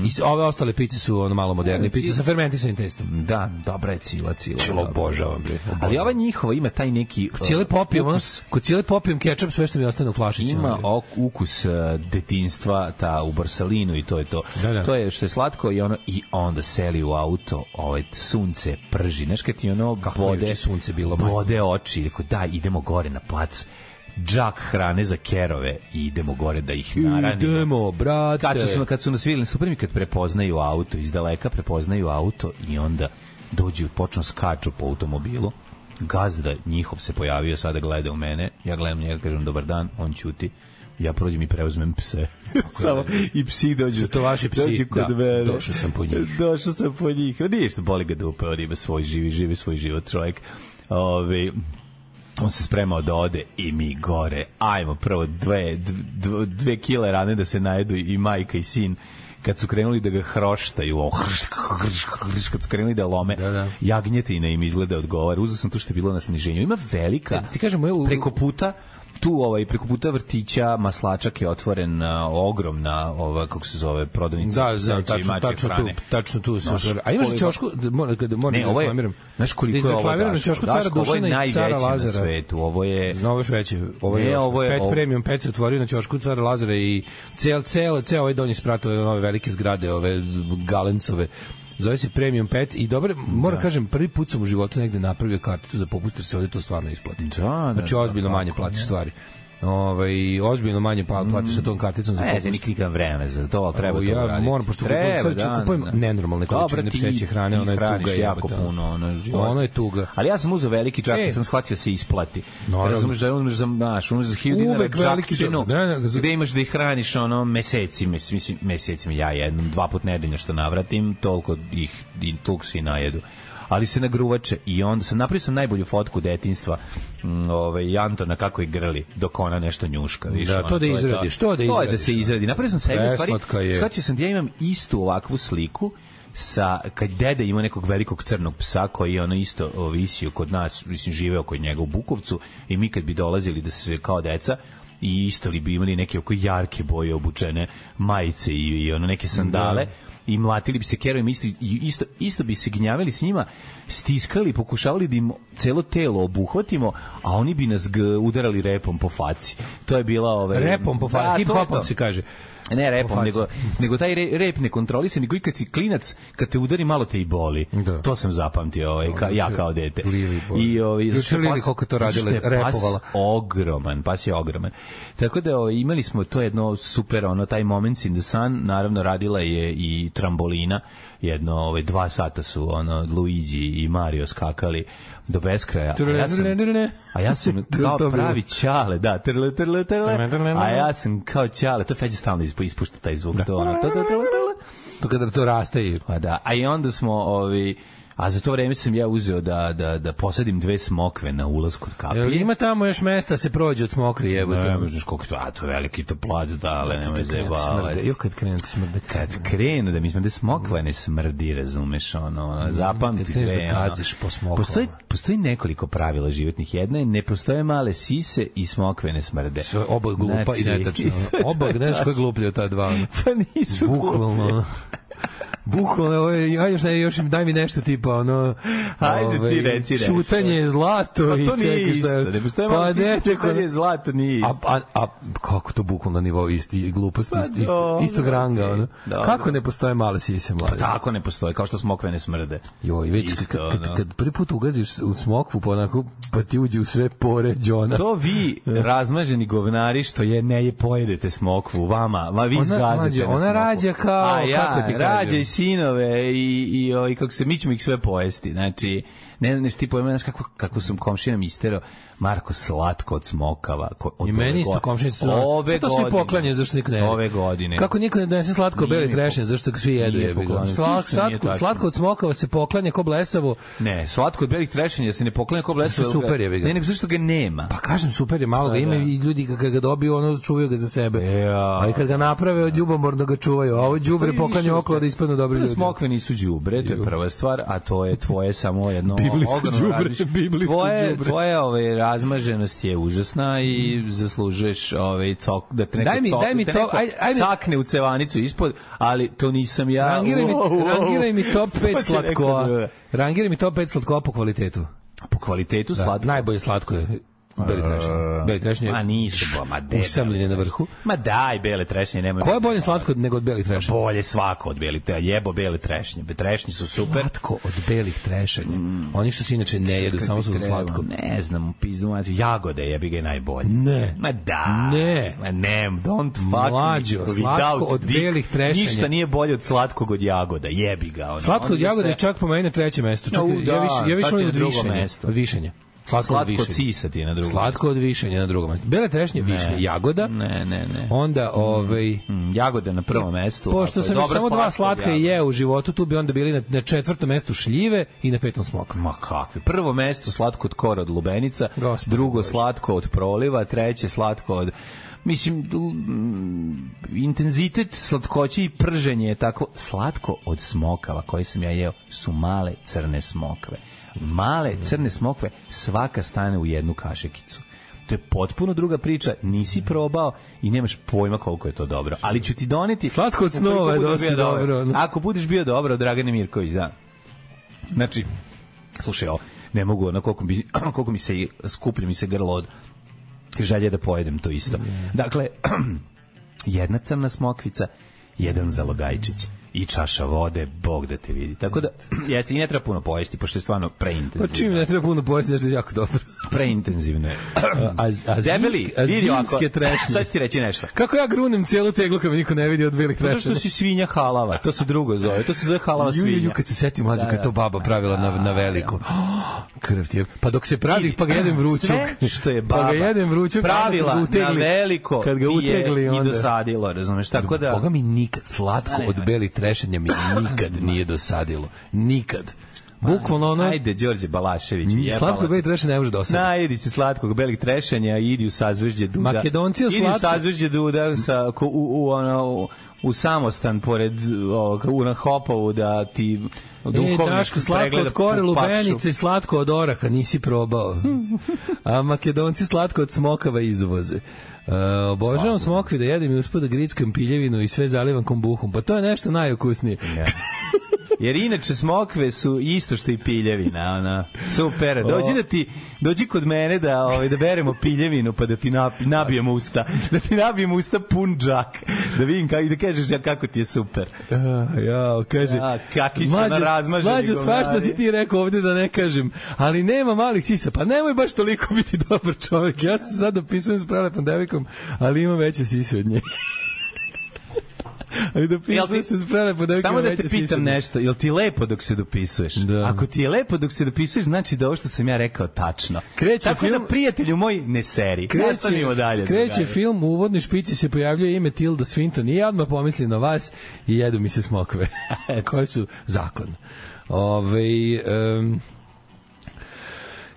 Speaker 7: I s- ove ostale pice su ono malo modernije pice
Speaker 6: Cila-
Speaker 7: sa fermentisanim testom.
Speaker 6: Da, dobra je cila, cila.
Speaker 7: Cila
Speaker 6: dobra.
Speaker 7: obožavam, bre, obožavam.
Speaker 6: Ali ova njihova ima taj neki... uh,
Speaker 7: Cile popijem, ono,
Speaker 6: ukus-
Speaker 7: kod cile popijem kečap sve što mi ostane u flašićima.
Speaker 6: Ima
Speaker 7: bre.
Speaker 6: ok, ukus uh, detinstva ta u Barsalinu i to je to.
Speaker 7: Da, da.
Speaker 6: To je što je slatko i ono i onda seli u auto, ovaj sunce prži, znaš kad ti ono
Speaker 7: Kako je juče sunce bilo, majko.
Speaker 6: bode oči, rekao da idemo gore na plac džak hrane za kerove i idemo gore da ih naranimo.
Speaker 7: Idemo, brate.
Speaker 6: kad su, smo- kad su nas videli, super mi kad prepoznaju auto, iz daleka prepoznaju auto i onda dođu i počnu da skaču po automobilu. Gazda njihov se pojavio, sada gleda u mene, ja gledam njega, kažem dobar dan, on ćuti, ja prođem i preuzmem pse. Samo i psi dođu.
Speaker 7: Su to vaši psi?
Speaker 6: Dođu kod
Speaker 7: Da,
Speaker 6: mene.
Speaker 7: došao sam po njih.
Speaker 6: Došao sam po njih. Ma Nije što boli ga dupe, on ima svoj živi, živi svoj život čovjek. Ovaj, Ove, on se spremao da ode i mi gore. Ajmo, prvo dve, dve, dve kile rane da se najedu i majka i sin kad su krenuli da ga hroštaju, o, hrš, hrš, hrš, kad su krenuli da lome,
Speaker 7: Da, da.
Speaker 6: jagnjetina im izgleda odgovara. Uzeo sam tu što je bilo na sniženju. Ima velika,
Speaker 7: Da ti kažem, moje u-
Speaker 6: preko puta tu ovaj preko puta vrtića maslačak je otvoren a, ogromna ova kako se zove prodavnica
Speaker 7: Da, da,
Speaker 6: zeća i
Speaker 7: tačno,
Speaker 6: mačje
Speaker 7: tačno tu,
Speaker 6: Znači, hrane.
Speaker 7: tačno tu se
Speaker 6: Znaš,
Speaker 7: otvara. A imaš
Speaker 6: koliko-
Speaker 7: čošku, da moram da moram
Speaker 6: Ne,
Speaker 7: da
Speaker 6: ovo je,
Speaker 7: reklamiram.
Speaker 6: znaš koliko je
Speaker 7: Da
Speaker 6: ovo
Speaker 7: izreklamiram na
Speaker 6: Daško.
Speaker 7: čošku cara
Speaker 6: Daško, ovo je
Speaker 7: Dušana i cara
Speaker 6: najveći na
Speaker 7: Lazara.
Speaker 6: svetu, ovo je...
Speaker 7: No, ovo još veće. Ovo je,
Speaker 6: Ne,
Speaker 7: još,
Speaker 6: ovo je-
Speaker 7: pet
Speaker 6: ovo-
Speaker 7: premium, pet se otvorio na ćošku Cara Lazara i cel, cel, cel ovaj donji sprat ove nove velike zgrade, ove galencove. Zove se Premium Pet i dobro, moram
Speaker 6: Da.
Speaker 7: kažem, prvi put sam u životu negde napravio karticu za popust, jer se ovde to stvarno isplati.
Speaker 6: Da, da,
Speaker 7: znači,
Speaker 6: da,
Speaker 7: ozbiljno
Speaker 6: kako Mm.
Speaker 7: manje platiš stvari. Ovaj, ozbiljno manje pa- platiš sa tom karticom za
Speaker 6: Ne
Speaker 7: popust.
Speaker 6: znam, nikad nikad vreme za to, ali treba
Speaker 7: Evo,
Speaker 6: to
Speaker 7: ja
Speaker 6: uraditi. da,
Speaker 7: moram, pošto kupujem- sad ću kupujem nenormalne količine
Speaker 6: Dobro, ti-
Speaker 7: pseće hrane,
Speaker 6: ti
Speaker 7: ona je tuga
Speaker 6: hraniš jako
Speaker 7: jebote.
Speaker 6: puno, ono je život.
Speaker 7: Ono je tuga.
Speaker 6: Ali ja sam uzeo veliki džak,
Speaker 7: E.
Speaker 6: e. sam shvatio se isplati.
Speaker 7: Naravno.
Speaker 6: No, Razumeš da uzmeš za, znaš, uzmeš za 1000 dinara
Speaker 7: Uvek
Speaker 6: džak
Speaker 7: veliki džak.
Speaker 6: činu,
Speaker 7: Ne, ne, za-
Speaker 6: gde imaš da ih hraniš ono meseci, mes- mislim, mesecima, ja jednom, dva put nedeljno što navratim, toliko ih, i toliko se i najedu ali se nagruvače i onda sam napravio sam najbolju fotku detinjstva mm, ovaj Antona kako je grli dok ona nešto njuška više
Speaker 7: Da,
Speaker 6: ono,
Speaker 7: to da izradiš, to da
Speaker 6: to je da
Speaker 7: izradiš,
Speaker 6: se
Speaker 7: ono.
Speaker 6: izradi napravio sam sebi u
Speaker 7: Preslatka
Speaker 6: stvari
Speaker 7: je.
Speaker 6: shvatio sam da ja imam istu ovakvu sliku sa kad dede ima nekog velikog crnog psa koji je ono isto o, visio kod nas, mislim živeo kod njega u Bukovcu i mi kad bi dolazili da se kao deca i isto li bi imali neke oko jarke boje obučene majice i, i ono neke sandale i mlatili bi se kerovima, isto, i isto, isto bi se gnjavili s njima, stiskali, pokušavali da im celo telo obuhvatimo, a oni bi nas g- udarali repom po faci. To je bila... Ove, Da,
Speaker 7: Repom po faci, hip
Speaker 6: to je
Speaker 7: hopom
Speaker 6: to.
Speaker 7: se kaže.
Speaker 6: Ne
Speaker 7: Po
Speaker 6: repom,
Speaker 7: faci.
Speaker 6: nego, nego taj re, rep ne kontrolise, nego i kad si klinac, kad te udari, malo te i boli.
Speaker 7: Da.
Speaker 6: To sam zapamtio, ovaj, ka, ja kao dete.
Speaker 7: Lili boli.
Speaker 6: I, ovaj,
Speaker 7: Juče
Speaker 6: zato što je
Speaker 7: Lili
Speaker 6: pas-
Speaker 7: koliko je to
Speaker 6: zato što
Speaker 7: radila,
Speaker 6: je pas
Speaker 7: repovala.
Speaker 6: ogroman, pas je ogroman. Tako da ovaj, imali smo to jedno super, ono, taj Moments in the Sun, naravno radila je i Trambolina, jedno, ovaj, dva sata su, ono, Luigi i Mario skakali do beskraja. A ja sam, a ja sam kao
Speaker 7: To je bilo.
Speaker 6: pravi ćale, da, trle, trle, trle,
Speaker 7: Trle,
Speaker 6: a ja sam kao ćale, to Feđa stalno ispu- ispušta taj zvuk, to ono, to, to, to,
Speaker 7: To kada to raste i
Speaker 6: pa da, a i onda smo, ovi, a za to vreme sam ja uzeo da, da, da posadim dve smokve na ulaz kod kaplje.
Speaker 7: Jel ima tamo još mesta da se prođe od smokri, jebote.
Speaker 6: Ne, možda znaš koliko je to, a to je veliki to plać, da, ali nemoj zajebavati.
Speaker 7: Smrde. Jel kad krene da smrde?
Speaker 6: Kad krenu da mi smrde smokva ne smrdi, razumeš, ono, ono zapamti
Speaker 7: Mm, kad kreneš
Speaker 6: dve,
Speaker 7: da
Speaker 6: ono.
Speaker 7: gaziš po smokvama.
Speaker 6: Postoji, postoji nekoliko pravila životnih. Jedna je, ne postoje male sise i smokve ne smrde.
Speaker 7: Sve oba glupa i
Speaker 6: Znači-
Speaker 7: netačno. Oba, znaš ko je gluplji od ta dva? ono?
Speaker 6: Pa nisu
Speaker 7: Bukvalno. ono. Bukvalno, ovo je, aj još, ne, još im daj mi nešto tipa, ono...
Speaker 6: Ajde ti
Speaker 7: ovaj,
Speaker 6: reci nešto.
Speaker 7: Šutanje je zlato
Speaker 6: Pa
Speaker 7: i
Speaker 6: to nije
Speaker 7: čekaj šta... Pa
Speaker 6: isto, ne postoje male sise,
Speaker 7: ne,
Speaker 6: to je zlato, nije
Speaker 7: A,
Speaker 6: isto. Pa da,
Speaker 7: a, a kako to bukvalno na nivou isti, gluposti, isti, isti,
Speaker 6: dobro,
Speaker 7: istog ranga,
Speaker 6: e,
Speaker 7: ono.
Speaker 6: dobro.
Speaker 7: Kako ne postoje male sise mlade?
Speaker 6: da, Pa Tako ne postoje, kao što smokve ne smrde.
Speaker 7: Joj, već
Speaker 6: Isto, da.
Speaker 7: kad, kad,
Speaker 6: ono.
Speaker 7: kad, kad prvi put ugaziš u smokvu, pa onako, pa ti uđe u sve pore Johna.
Speaker 6: To vi razmaženi govnari što je ne je pojedete smokvu vama, ma vi
Speaker 7: Ona
Speaker 6: zgazite
Speaker 7: mlađe,
Speaker 6: na
Speaker 7: ona
Speaker 6: smokvu.
Speaker 7: rađa kao,
Speaker 6: A ja,
Speaker 7: kako ti kažem?
Speaker 6: rađa i sinove i, i, o, i kako se, mi ćemo ih sve pojesti, znači ne znaš ti pojma, znaš kako, kako sam komšina misterao, Marko slatko od smokava. Ko, od
Speaker 7: I meni
Speaker 6: ove
Speaker 7: isto
Speaker 6: go-
Speaker 7: komšinica.
Speaker 6: Ove
Speaker 7: Pa to svi
Speaker 6: godine.
Speaker 7: poklanjaju zašto niko ne. jede.
Speaker 6: Ove godine.
Speaker 7: Kako niko ne donese slatko
Speaker 6: Nije
Speaker 7: beli
Speaker 6: mi
Speaker 7: trešnje zašto ga svi jedu
Speaker 6: Nije
Speaker 7: je.
Speaker 6: poklanjao.
Speaker 7: Slatko,
Speaker 6: Ništa nije
Speaker 7: slatko,
Speaker 6: tačno.
Speaker 7: slatko od smokava se poklanja ko blesavo.
Speaker 6: Ne, slatko od belih trešenja se ne poklanja ko blesava.
Speaker 7: Zašto super je, bi ga?
Speaker 6: Ne, nego zašto ga nema.
Speaker 7: Pa kažem super je,
Speaker 6: Da,
Speaker 7: malo ga ima i ljudi ga- kad ga dobiju ono čuvaju ga za sebe.
Speaker 6: Ja.
Speaker 7: A i kad ga naprave od ljubomorno ga čuvaju. A ovo đubre poklanja okolo da ispadnu dobri ljudi.
Speaker 6: Smokve nisu đubre, to je prva stvar, a to je tvoje samo jedno
Speaker 7: Biblijsko
Speaker 6: ogromno
Speaker 7: đubre,
Speaker 6: radiš-
Speaker 7: biblijsko
Speaker 6: tvoje,
Speaker 7: đubre.
Speaker 6: Tvoje ove, razmaženost je užasna i zaslužuješ ove, cok, da te neko,
Speaker 7: Daj mi-
Speaker 6: cok,
Speaker 7: daj mi
Speaker 6: da te
Speaker 7: to,
Speaker 6: neko
Speaker 7: aj- ajde.
Speaker 6: cakne u cevanicu ispod, ali to nisam ja.
Speaker 7: Rangiraj mi,
Speaker 6: Wow, wow.
Speaker 7: rangiraj mi top
Speaker 6: To da
Speaker 7: 5
Speaker 6: će neko
Speaker 7: slatkoa.
Speaker 6: drugo.
Speaker 7: Rangiraj mi top 5 slatkoa po kvalitetu.
Speaker 6: Po kvalitetu da. slatko.
Speaker 7: Najbolje slatko je. Beli trešnje. Beli trešnje.
Speaker 6: Ma pa nisu, bo, ma debeli.
Speaker 7: Usamljen je na vrhu.
Speaker 6: Ma daj, bele trešnje, nemoj.
Speaker 7: Ko je bolje slatko nego od belih trešnja?
Speaker 6: Bolje svako od belih, te- jebo bele trešnje. Be- Trešnje su super.
Speaker 7: Slatko od belih trešanja. Oni što se inače ne jedu, samo su za
Speaker 6: Treba,
Speaker 7: slatko.
Speaker 6: Ne znam, u pizdu mati. Jagode jebi ga je najbolje.
Speaker 7: Ne.
Speaker 6: Ma da.
Speaker 7: Ne.
Speaker 6: Ma ne, don't fuck
Speaker 7: Mlađo,
Speaker 6: me
Speaker 7: slatko
Speaker 6: without
Speaker 7: od
Speaker 6: dick.
Speaker 7: belih trešanja.
Speaker 6: Ništa nije bolje od slatkog od jagoda, jebi ga. Ono.
Speaker 7: Slatko od
Speaker 6: Onda
Speaker 7: jagode
Speaker 6: se-
Speaker 7: čak po meni na trećem mestu. Čak,
Speaker 6: Au,
Speaker 7: ja
Speaker 6: da,
Speaker 7: više, ja više
Speaker 6: sad
Speaker 7: volim
Speaker 6: je
Speaker 7: od
Speaker 6: na drugo
Speaker 7: višenja.
Speaker 6: mesto.
Speaker 7: Od višenja. Slatko, od
Speaker 6: Slatko od
Speaker 7: višenja.
Speaker 6: sisa ti je na drugom.
Speaker 7: Slatko od višenja na drugom mestu. Bele trešnje, višnje, jagoda.
Speaker 6: Ne, ne, ne.
Speaker 7: Onda, ovaj...
Speaker 6: Mm, Jagode na prvom mestu. ako
Speaker 7: Pošto
Speaker 6: je
Speaker 7: sam još
Speaker 6: dobra
Speaker 7: samo dva slatka i
Speaker 6: jagoda.
Speaker 7: jeo u životu, tu bi onda bili na, na četvrtom mestu šljive i na petom smoka.
Speaker 6: Ma kakvi. Prvo mesto slatko od kora od lubenica,
Speaker 7: Gospod
Speaker 6: drugo slatko od proliva, treće slatko od Mislim, l- m, intenzitet slatkoće i prženje je tako slatko od smokava koje sam ja jeo su male crne smokve. Male
Speaker 7: Da.
Speaker 6: crne smokve svaka stane u jednu kašekicu. To je potpuno druga priča, nisi
Speaker 7: Da.
Speaker 6: probao i nemaš pojma koliko je to dobro. Ali ću ti doneti...
Speaker 7: Slatko od snova
Speaker 6: ukoliko
Speaker 7: je
Speaker 6: budeš
Speaker 7: dosta
Speaker 6: bio
Speaker 7: dobro.
Speaker 6: Ako budeš bio dobro, Dragane Mirković, da. Znači, slušaj, ovo, ne mogu, ono, koliko mi, koliko mi se, skuplje mi se grlo od želje da pojedem to isto. Dakle, jedna crna smokvica, jedan zalogajčić i čaša vode, bog da te vidi. Tako da, jeste, i ne treba puno pojesti, pošto je stvarno
Speaker 7: Pa
Speaker 6: preintenzivno.
Speaker 7: čim ne treba puno pojesti, znaš da je jako dobro.
Speaker 6: Preintenzivno je.
Speaker 7: A, a
Speaker 6: Debeli,
Speaker 7: zimske, a
Speaker 6: vidi ovako,
Speaker 7: zimske trešnje.
Speaker 6: sad ću ti reći nešto.
Speaker 7: Kako ja grunem cijelu teglu kad me niko ne vidi od belih
Speaker 6: Zato
Speaker 7: trešnja?
Speaker 6: što si svinja halava, to se drugo zove, to se zove halava
Speaker 7: Ju, ju,
Speaker 6: svinja. Da,
Speaker 7: ju, kad se setim mlađe, kad to baba pravila na, na veliko. Krv ti je. Pa dok se pravi, pa ga jedem vrućog.
Speaker 6: Sve što je baba
Speaker 7: Pa ga jedem vrućog.
Speaker 6: pravila
Speaker 7: onda kad ga utegli-
Speaker 6: na veliko
Speaker 7: Kad ga
Speaker 6: ti je
Speaker 7: utegli
Speaker 6: i
Speaker 7: onda.
Speaker 6: dosadilo, razumeš? Tako da...
Speaker 7: Boga mi nikad, slatko od belih trešanja mi nikad nije dosadilo. Nikad. Bukvalno ono...
Speaker 6: Ajde, Đorđe Balašević.
Speaker 7: Mm,
Speaker 6: jebala
Speaker 7: Slavko
Speaker 6: te.
Speaker 7: Bej treše ne može dosadno.
Speaker 6: Najedi se slatkog belih trešanja i idi u sazvežđe Duda.
Speaker 7: Makedonci u
Speaker 6: Idi u
Speaker 7: slatko-
Speaker 6: sazvežđe Duda sa, ko- u, u, ono, u, u samostan pored ovog, u na Hopovu da ti duhovnik
Speaker 7: e, Daško, slatko
Speaker 6: pregleda
Speaker 7: od kore
Speaker 6: pu- pakšu.
Speaker 7: lubenice i slatko od oraha, nisi probao. A makedonci slatko od smokava izvoze. E, obožavam smokvi da jedem i uspud da grickam piljevinu i sve zalivam kombuhom. Pa to je nešto najukusnije.
Speaker 6: Jer inače smokve su isto što i piljevina, ona. Super. Dođi da ti dođi kod mene da ovaj da beremo piljevinu pa da ti nap- nabijemo usta, da ti nabijemo usta pun džak. Da vidim kako da kažeš ja kako ti je super.
Speaker 7: Ja, ja, kaže.
Speaker 6: Ja, kakvi ste
Speaker 7: Mlađo,
Speaker 6: narazmaženi
Speaker 7: Mlađo, svašta
Speaker 6: govnari.
Speaker 7: si ti rekao ovde da ne kažem, ali nema malih sisa. Pa nemoj baš toliko biti dobar čovjek. Ja se sad opisujem s prelepom devikom, ali imam veće sise od nje. ali
Speaker 6: Jel
Speaker 7: dopisujem
Speaker 6: ti-
Speaker 7: se s prelepom devikom,
Speaker 6: Samo
Speaker 7: imam
Speaker 6: da te
Speaker 7: veće sise od
Speaker 6: pitam
Speaker 7: nje.
Speaker 6: nešto, jel ti lepo dok se dopisuješ?
Speaker 7: Da.
Speaker 6: Ako ti je lepo dok se dopisuješ, znači da ovo što sam ja rekao tačno.
Speaker 7: Kreće
Speaker 6: Tako da,
Speaker 7: film-
Speaker 6: prijatelju moj, ne seri. Nastavimo dalje.
Speaker 7: kreće
Speaker 6: drugari.
Speaker 7: film, u uvodnoj špici se pojavljuje ime Tilda Swinton i ja odmah pomislim na vas i jedu mi se smokve. Koji su zakon. Ove, um,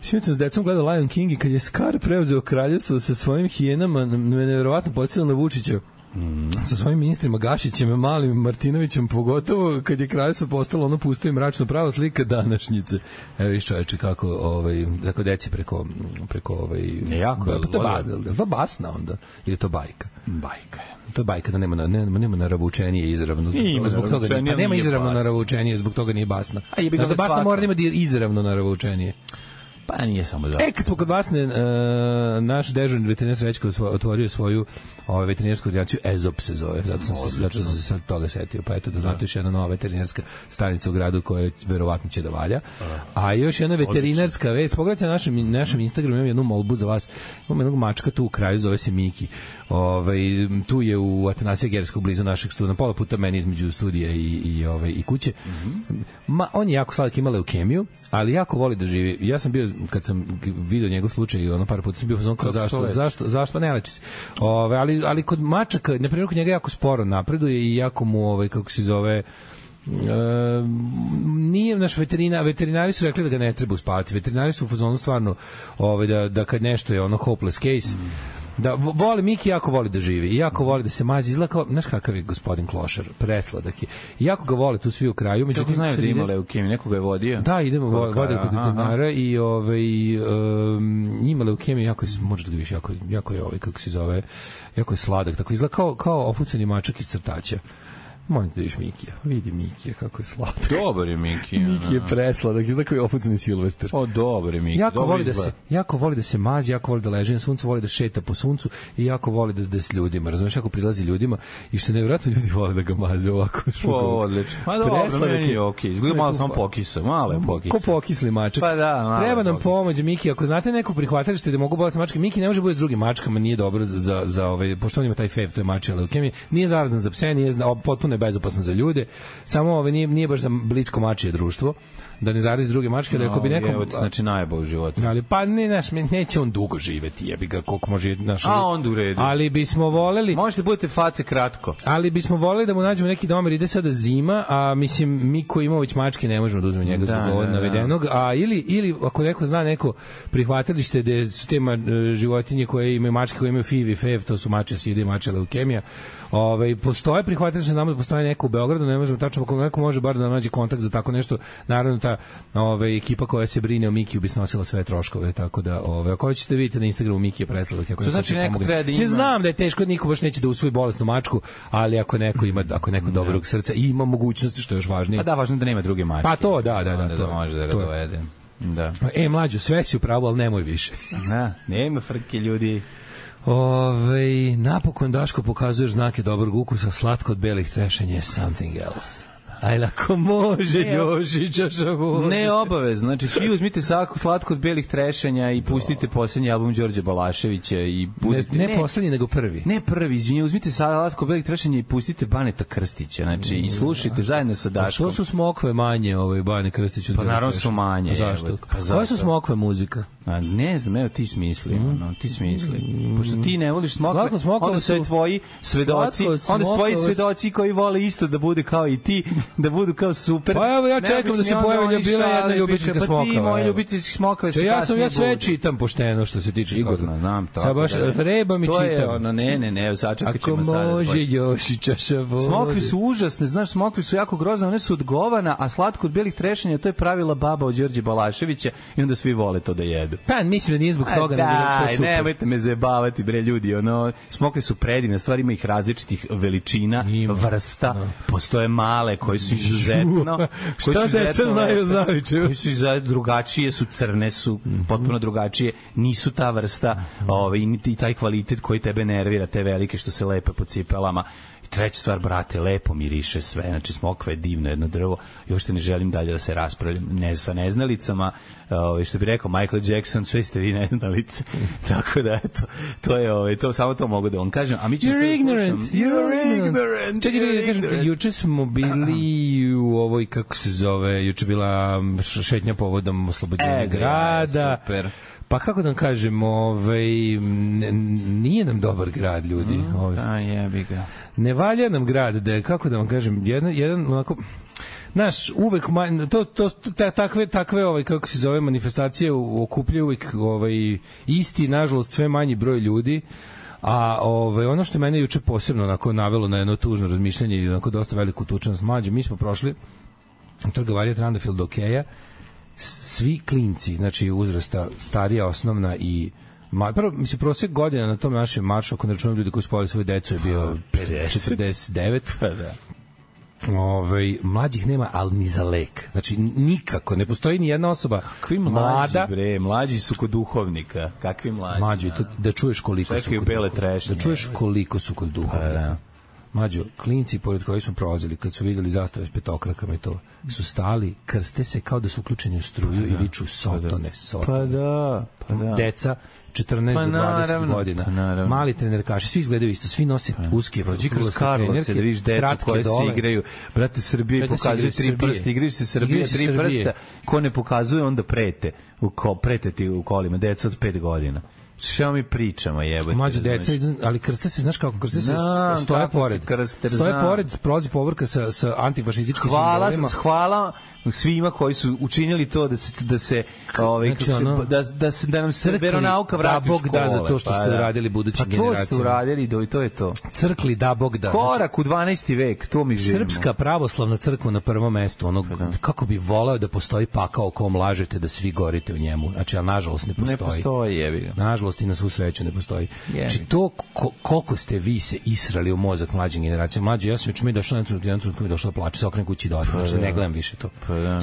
Speaker 7: Sinoć sam s decom gledao Lion King i kad je Scar preuzeo kraljevstvo sa svojim hijenama, n- me nevjerovatno podsjetilo na Vučića. Sa svojim ministrima Gašićem, Malim Martinovićem, pogotovo kad je kraljevstvo postalo ono pusto i mračno pravo slika današnjice. Evo viš čoveče kako, ovaj, kako deci preko, preko ovaj,
Speaker 6: Jako je
Speaker 7: pa to, ba,
Speaker 6: lodo.
Speaker 7: je li to basna onda? Ili je to bajka?
Speaker 6: Bajka je.
Speaker 7: To je bajka da nema, na- nema, nema naravučenije izravno. Zbog
Speaker 6: Ima
Speaker 7: toga, zbog toga
Speaker 6: naravučenije,
Speaker 7: nije, pa
Speaker 6: ali
Speaker 7: nema
Speaker 6: nije
Speaker 7: izravno
Speaker 6: basna.
Speaker 7: naravučenije, zbog toga nije basna.
Speaker 6: A jebi ga,
Speaker 7: Znaš da
Speaker 6: to je
Speaker 7: basna mora da
Speaker 6: svaka.
Speaker 7: ima di- izravno naravučenije.
Speaker 6: Pa nije samo za...
Speaker 7: E, kad smo kod basne, e, naš dežurni veterinar Srećko osvo- otvorio svoju ovaj, veterinarsku ordinaciju, Ezop se zove, zato sam, se, zato sam se sad toga setio, pa eto da znate još jedna nova veterinarska stanica u gradu koja verovatno će da valja. A još jedna veterinarska vest, pogledajte na našem, našem Instagramu, imam jednu molbu za vas, imam jednog mačka tu u kraju, zove se Miki. Ovaj, tu je u Atanasija Gerskog, blizu našeg studija, na pola puta meni između studija i, i, ovaj, i kuće. Ma, on je jako sladak, ima leukemiju, ali jako voli da živi. Ja sam bio, kad sam g- video njegov slučaj, ono par puta sam bio, znam kao zašto, zašto, zašto, ne leči se. Ove, ali, ali kod mačaka, na primjer, kod njega jako sporo napreduje i jako mu, ovaj, kako se zove, E, nije naš veterina, veterinari su rekli da ga ne treba uspavati. Veterinari su u fazonu stvarno ovaj, da, da kad nešto je ono hopeless case, Da, vo- voli, Miki jako voli da živi i jako voli da se mazi, izgleda kao, znaš kakav je gospodin Klošar, presladak je. I jako ga vole tu svi u kraju.
Speaker 6: Kako
Speaker 7: Međutim,
Speaker 6: znaju
Speaker 7: sad
Speaker 6: da ima
Speaker 7: ide-
Speaker 6: leukemiju? Nekoga je vodio?
Speaker 7: Da, idemo
Speaker 6: Kod
Speaker 7: vo- vode kod
Speaker 6: lekara, aha, aha.
Speaker 7: veterinara i ovaj um, ima leukemiju jako je, možda ga više jako jako je ovaj kako se zove, jako je sladak, tako izgleda kao kao ofucani mačak iz crtaća. Molim te da vidiš Mikija. Vidi Mikija kako je sladak.
Speaker 6: Dobar je Miki.
Speaker 7: Miki je
Speaker 6: ono.
Speaker 7: presladak, izgleda kao je ofucani Silvester.
Speaker 6: O, dobar je Pa, Miki.
Speaker 7: Jako
Speaker 6: dobro
Speaker 7: voli da se
Speaker 6: izgleda.
Speaker 7: jako voli da se mazi, jako voli da leži na suncu, voli da šeta po suncu i jako voli da da s ljudima, razumeš, ako prilazi ljudima i što je nevjerojatno ljudi vole da ga maze ovako.
Speaker 6: O, Pa, odlično. Ma dobro,
Speaker 7: Presladak
Speaker 6: meni
Speaker 7: je.
Speaker 6: je okej. Izgleda malo samo pokisa. Malo je pokisa.
Speaker 7: Ko pokisli mačak.
Speaker 6: Pa da, malo
Speaker 7: Treba
Speaker 6: je
Speaker 7: nam
Speaker 6: pokis.
Speaker 7: pomoć, Miki. Ako znate neko prihvatilište da mogu bolesti mačke, Miki ne može bude s drugim mačkama, nije dobro za, za, za ovaj, pošto on ima taj fev, to je mačja leukemija. Nije zarazan za pse, nije zna- potpuno je bezopasan za ljude. Samo ovaj, nije, nije baš za blisko mačije društvo, da ne zarazi druge mačke. Rekao bi
Speaker 6: Evo
Speaker 7: nekom,
Speaker 6: ti, znači najbolj u životu.
Speaker 7: Ali pa ne, naš, neće on dugo živeti, jebi ga, koliko može naš...
Speaker 6: A, onda u redu.
Speaker 7: Ali bismo voleli...
Speaker 6: Možete da budete face kratko.
Speaker 7: Ali bismo voleli da mu nađemo neki domer, ide sada zima, a mislim mi koji imamo već mačke ne možemo da uzmemo njega
Speaker 6: Da,
Speaker 7: zbog ovog
Speaker 6: da, da.
Speaker 7: navedenog, a ili ili ako neko zna neko prihvatilište gde su te ma, e, životinje koje imaju mačke koje imaju FIV i FEV, to su mače sida i mače leukemija. Ovaj postoje prihvatilište, znamo da postoje neko u Beogradu, ne možemo tačno ako neko može bar da nađe kontakt za tako nešto. Naravno ta ovaj ekipa koja se brine o Mikiju bi snosila sve troškove, tako da ovaj ako hoćete vidite na Instagramu Mikije presladak ako
Speaker 6: To znači
Speaker 7: hoće
Speaker 6: neko
Speaker 7: pomogne.
Speaker 6: treba da
Speaker 7: Mislim,
Speaker 6: ima-
Speaker 7: znam znam da je teško, niko baš neće da usvoji bolesnu mačku, ali ako neko ima, ako neko dobrog srca i ima mogućnosti što je još važnije.
Speaker 6: Pa da, važno je da nema druge mačke.
Speaker 7: Pa to, da, da, da,
Speaker 6: Onda
Speaker 7: to
Speaker 6: da
Speaker 7: je,
Speaker 6: može da ga
Speaker 7: to je.
Speaker 6: dovede. Da.
Speaker 7: E, mlađo, sve si u pravu, ali nemoj više.
Speaker 6: Da, nema frke ljudi.
Speaker 7: Ove, napokon Daško pokazuješ znake dobrog ukusa, slatko od belih trešenja je something else. Ajde, ako može, Jožića šavur.
Speaker 6: Ne obavezno, znači svi uzmite sako slatko od belih trešanja i pustite poslednji album Đorđe Balaševića i
Speaker 7: Da. ne,
Speaker 6: budete
Speaker 7: ne poslednji, nego prvi.
Speaker 6: Ne prvi, izvinite, uzmite slatko od belih trešanja i pustite Baneta Krstića, znači i slušajte zajedno sa
Speaker 7: A što
Speaker 6: Daškom.
Speaker 7: su smokve manje, ovaj, Bane Krstić? od
Speaker 6: Pa
Speaker 7: Belih
Speaker 6: naravno su
Speaker 7: Trešenja?
Speaker 6: manje,
Speaker 7: A Zašto?
Speaker 6: jebote, pa
Speaker 7: Koja su
Speaker 6: zato.
Speaker 7: smokve muzika?
Speaker 6: A ne znam, evo ti smisli,
Speaker 7: Mhm.
Speaker 6: mm. ono, ti smisli. Pošto ti ne voliš smokve,
Speaker 7: Slatko smokava
Speaker 6: onda su
Speaker 7: Mhm. su-
Speaker 6: tvoji svedoci,
Speaker 7: Slatko
Speaker 6: onda su tvoji
Speaker 7: smokava su-
Speaker 6: svedoci koji vole isto da bude kao i ti, da budu kao super.
Speaker 7: Pa evo, ja
Speaker 6: Neobični,
Speaker 7: čekam da se
Speaker 6: onda
Speaker 7: pojavi
Speaker 6: oni
Speaker 7: ljubila jedna
Speaker 6: šale piše,
Speaker 7: ljubiteljka
Speaker 6: Pa ti
Speaker 7: smokava,
Speaker 6: moji
Speaker 7: evo.
Speaker 6: ljubiteljski smokave
Speaker 7: Če,
Speaker 6: se
Speaker 7: ja sam ja sve
Speaker 6: kasnije budu.
Speaker 7: čitam pošteno što se tiče
Speaker 6: Sigurno,
Speaker 7: toga.
Speaker 6: znam to. Da,
Speaker 7: Sad baš rebam i
Speaker 6: to Je,
Speaker 7: čitam.
Speaker 6: ono, ne, ne, ne, evo, sačekat
Speaker 7: Ako
Speaker 6: ćemo sada.
Speaker 7: može još i čaša vode.
Speaker 6: Smokvi su užasne, znaš, smokvi su jako grozne, one su od govana, a slatko od belih trešanja, to je pravila baba od Đorđe Balaševića i onda svi vole to da jedu.
Speaker 7: Pa, mislim da nije zbog toga. nego zato što je
Speaker 6: Daj,
Speaker 7: super.
Speaker 6: nemojte me zajebavati, bre, ljudi, ono, smokve su predivne, stvari ima ih različitih veličina,
Speaker 7: Ima. da.
Speaker 6: vrsta, postoje male koje su izuzetno... koje su
Speaker 7: Šta deca
Speaker 6: izuzetno lepe.
Speaker 7: znaju, znaju će.
Speaker 6: Koji su iza drugačije, su crne, su
Speaker 7: Mhm.
Speaker 6: potpuno drugačije, nisu ta vrsta ovaj, i niti taj kvalitet koji tebe nervira, te velike što se lepe po cipelama. I treća stvar, brate, lepo miriše sve, znači smokva je divno jedno drvo i uopšte ne želim dalje da se raspravljam ne, sa neznalicama, ovaj, što bi rekao Michael Jackson, sve ste vi neznalice, tako da, eto, to je, ovaj, to, samo to mogu da vam kažem, a mi ćemo sad
Speaker 7: You're
Speaker 6: da slušamo-
Speaker 7: ignorant.
Speaker 6: You're ignorant.
Speaker 7: Čekaj, čekaj,
Speaker 6: you're
Speaker 7: da kažem,
Speaker 6: ignorant.
Speaker 7: juče smo bili u ovoj, kako se zove, juče je bila um, š- šetnja povodom oslobođenja
Speaker 6: E,
Speaker 7: grada.
Speaker 6: super.
Speaker 7: Pa kako da vam kažem, ovaj, n- n- nije nam dobar grad, ljudi. Ovaj,
Speaker 6: A jebi ga.
Speaker 7: ne valja nam grad da je, kako da vam kažem jedan jedan onako Naš uvek ma- to to to- ta, takve takve ovaj kako se zove manifestacije u- okupljaju uvek ovaj isti nažalost sve manji broj ljudi. A ovaj ono što je mene juče posebno onako navelo na jedno tužno razmišljanje i onako dosta veliku tučnost mlađe, mi smo prošli trgovarija Trandafield Okeja svi klinci, znači uzrasta starija, osnovna i Ma, prvo, mislim, prosek godina na tom našem maršu, ako ne računam ljudi koji su poveli svoje decu, je bio
Speaker 6: 50.
Speaker 7: 49.
Speaker 6: Pa da.
Speaker 7: Ove, Ovaj, mlađih nema, ali ni za lek. Znači, n- nikako. Ne postoji ni jedna osoba
Speaker 6: Kakvi mlađi,
Speaker 7: mlada,
Speaker 6: bre, mlađi su kod duhovnika. Kakvi mlađi?
Speaker 7: mlađi, to, da čuješ koliko su
Speaker 6: Čekaju
Speaker 7: kod
Speaker 6: bele
Speaker 7: duhovnika.
Speaker 6: trešnje. Da,
Speaker 7: Da čuješ koliko su kod duhovnika. Mađo, klinci pored koji su prolazili, kad su videli zastave s petokrakama i to, su stali, krste se kao da su uključeni u struju i viču sotone, sotone.
Speaker 6: Pa da, pa da.
Speaker 7: deca 14
Speaker 6: Pa
Speaker 7: do 20
Speaker 6: naravno,
Speaker 7: godina.
Speaker 6: pa naravno.
Speaker 7: Mali trenerkaši, svi izgledaju isto, svi nose uske
Speaker 6: Prođi kroz
Speaker 7: fudbalske
Speaker 6: Karlovce
Speaker 7: trenerke,
Speaker 6: da vidiš decu
Speaker 7: kratke
Speaker 6: koje se
Speaker 7: dole.
Speaker 6: igraju. Brate, Srbije
Speaker 7: Čekaj, da se
Speaker 6: pokazuju
Speaker 7: igraju
Speaker 6: tri
Speaker 7: Srbije.
Speaker 6: prsta. Igraju se Srbije
Speaker 7: Igraju se
Speaker 6: tri
Speaker 7: Srbije.
Speaker 6: prsta. Ko ne pokazuje, onda prete. U ko, prete ti u kolima. Deca od pet godina. Šta mi pričamo, jebote? Znači,
Speaker 7: Mlađe deca,
Speaker 6: razumeš?
Speaker 7: idu, ali krste se, znaš kako, krste se,
Speaker 6: Znam
Speaker 7: stoje
Speaker 6: kako se
Speaker 7: pored.
Speaker 6: krste,
Speaker 7: stoje
Speaker 6: znam.
Speaker 7: pored, prolazi povorka sa, sa antifašističkim
Speaker 6: hvala
Speaker 7: simbolima.
Speaker 6: hvala svima koji su učinili to da se da se ovaj
Speaker 7: Znači,
Speaker 6: znači, se,
Speaker 7: ono,
Speaker 6: da da se da nam se
Speaker 7: crkli
Speaker 6: veronauka vrati
Speaker 7: da
Speaker 6: u
Speaker 7: Bog da
Speaker 6: škole.
Speaker 7: za to što ste uradili budućim
Speaker 6: Pa to ste
Speaker 7: generacijama.
Speaker 6: uradili do i to je to.
Speaker 7: Crkli da Bog da. Znači,
Speaker 6: Korak u 12. vek, to mi živimo.
Speaker 7: Srpska Pa pravoslavna crkva na prvom mestu, ono, kako bi voleo da postoji pakao o kom lažete da svi gorite u njemu. Znači, a nažalost ne
Speaker 6: ne
Speaker 7: postoji.
Speaker 6: postoji, jebi ga.
Speaker 7: Nažalost i na svu sreću ne postoji.
Speaker 6: Jebi.
Speaker 7: Znači to ko, koliko ste vi se israli u mozak mlađim generacijama. Mlađi, ja sam juče mi došao na trenutku, jedan trenutku mi došao da plače, se okrenem kući i dođem. Znači ne gledam više to.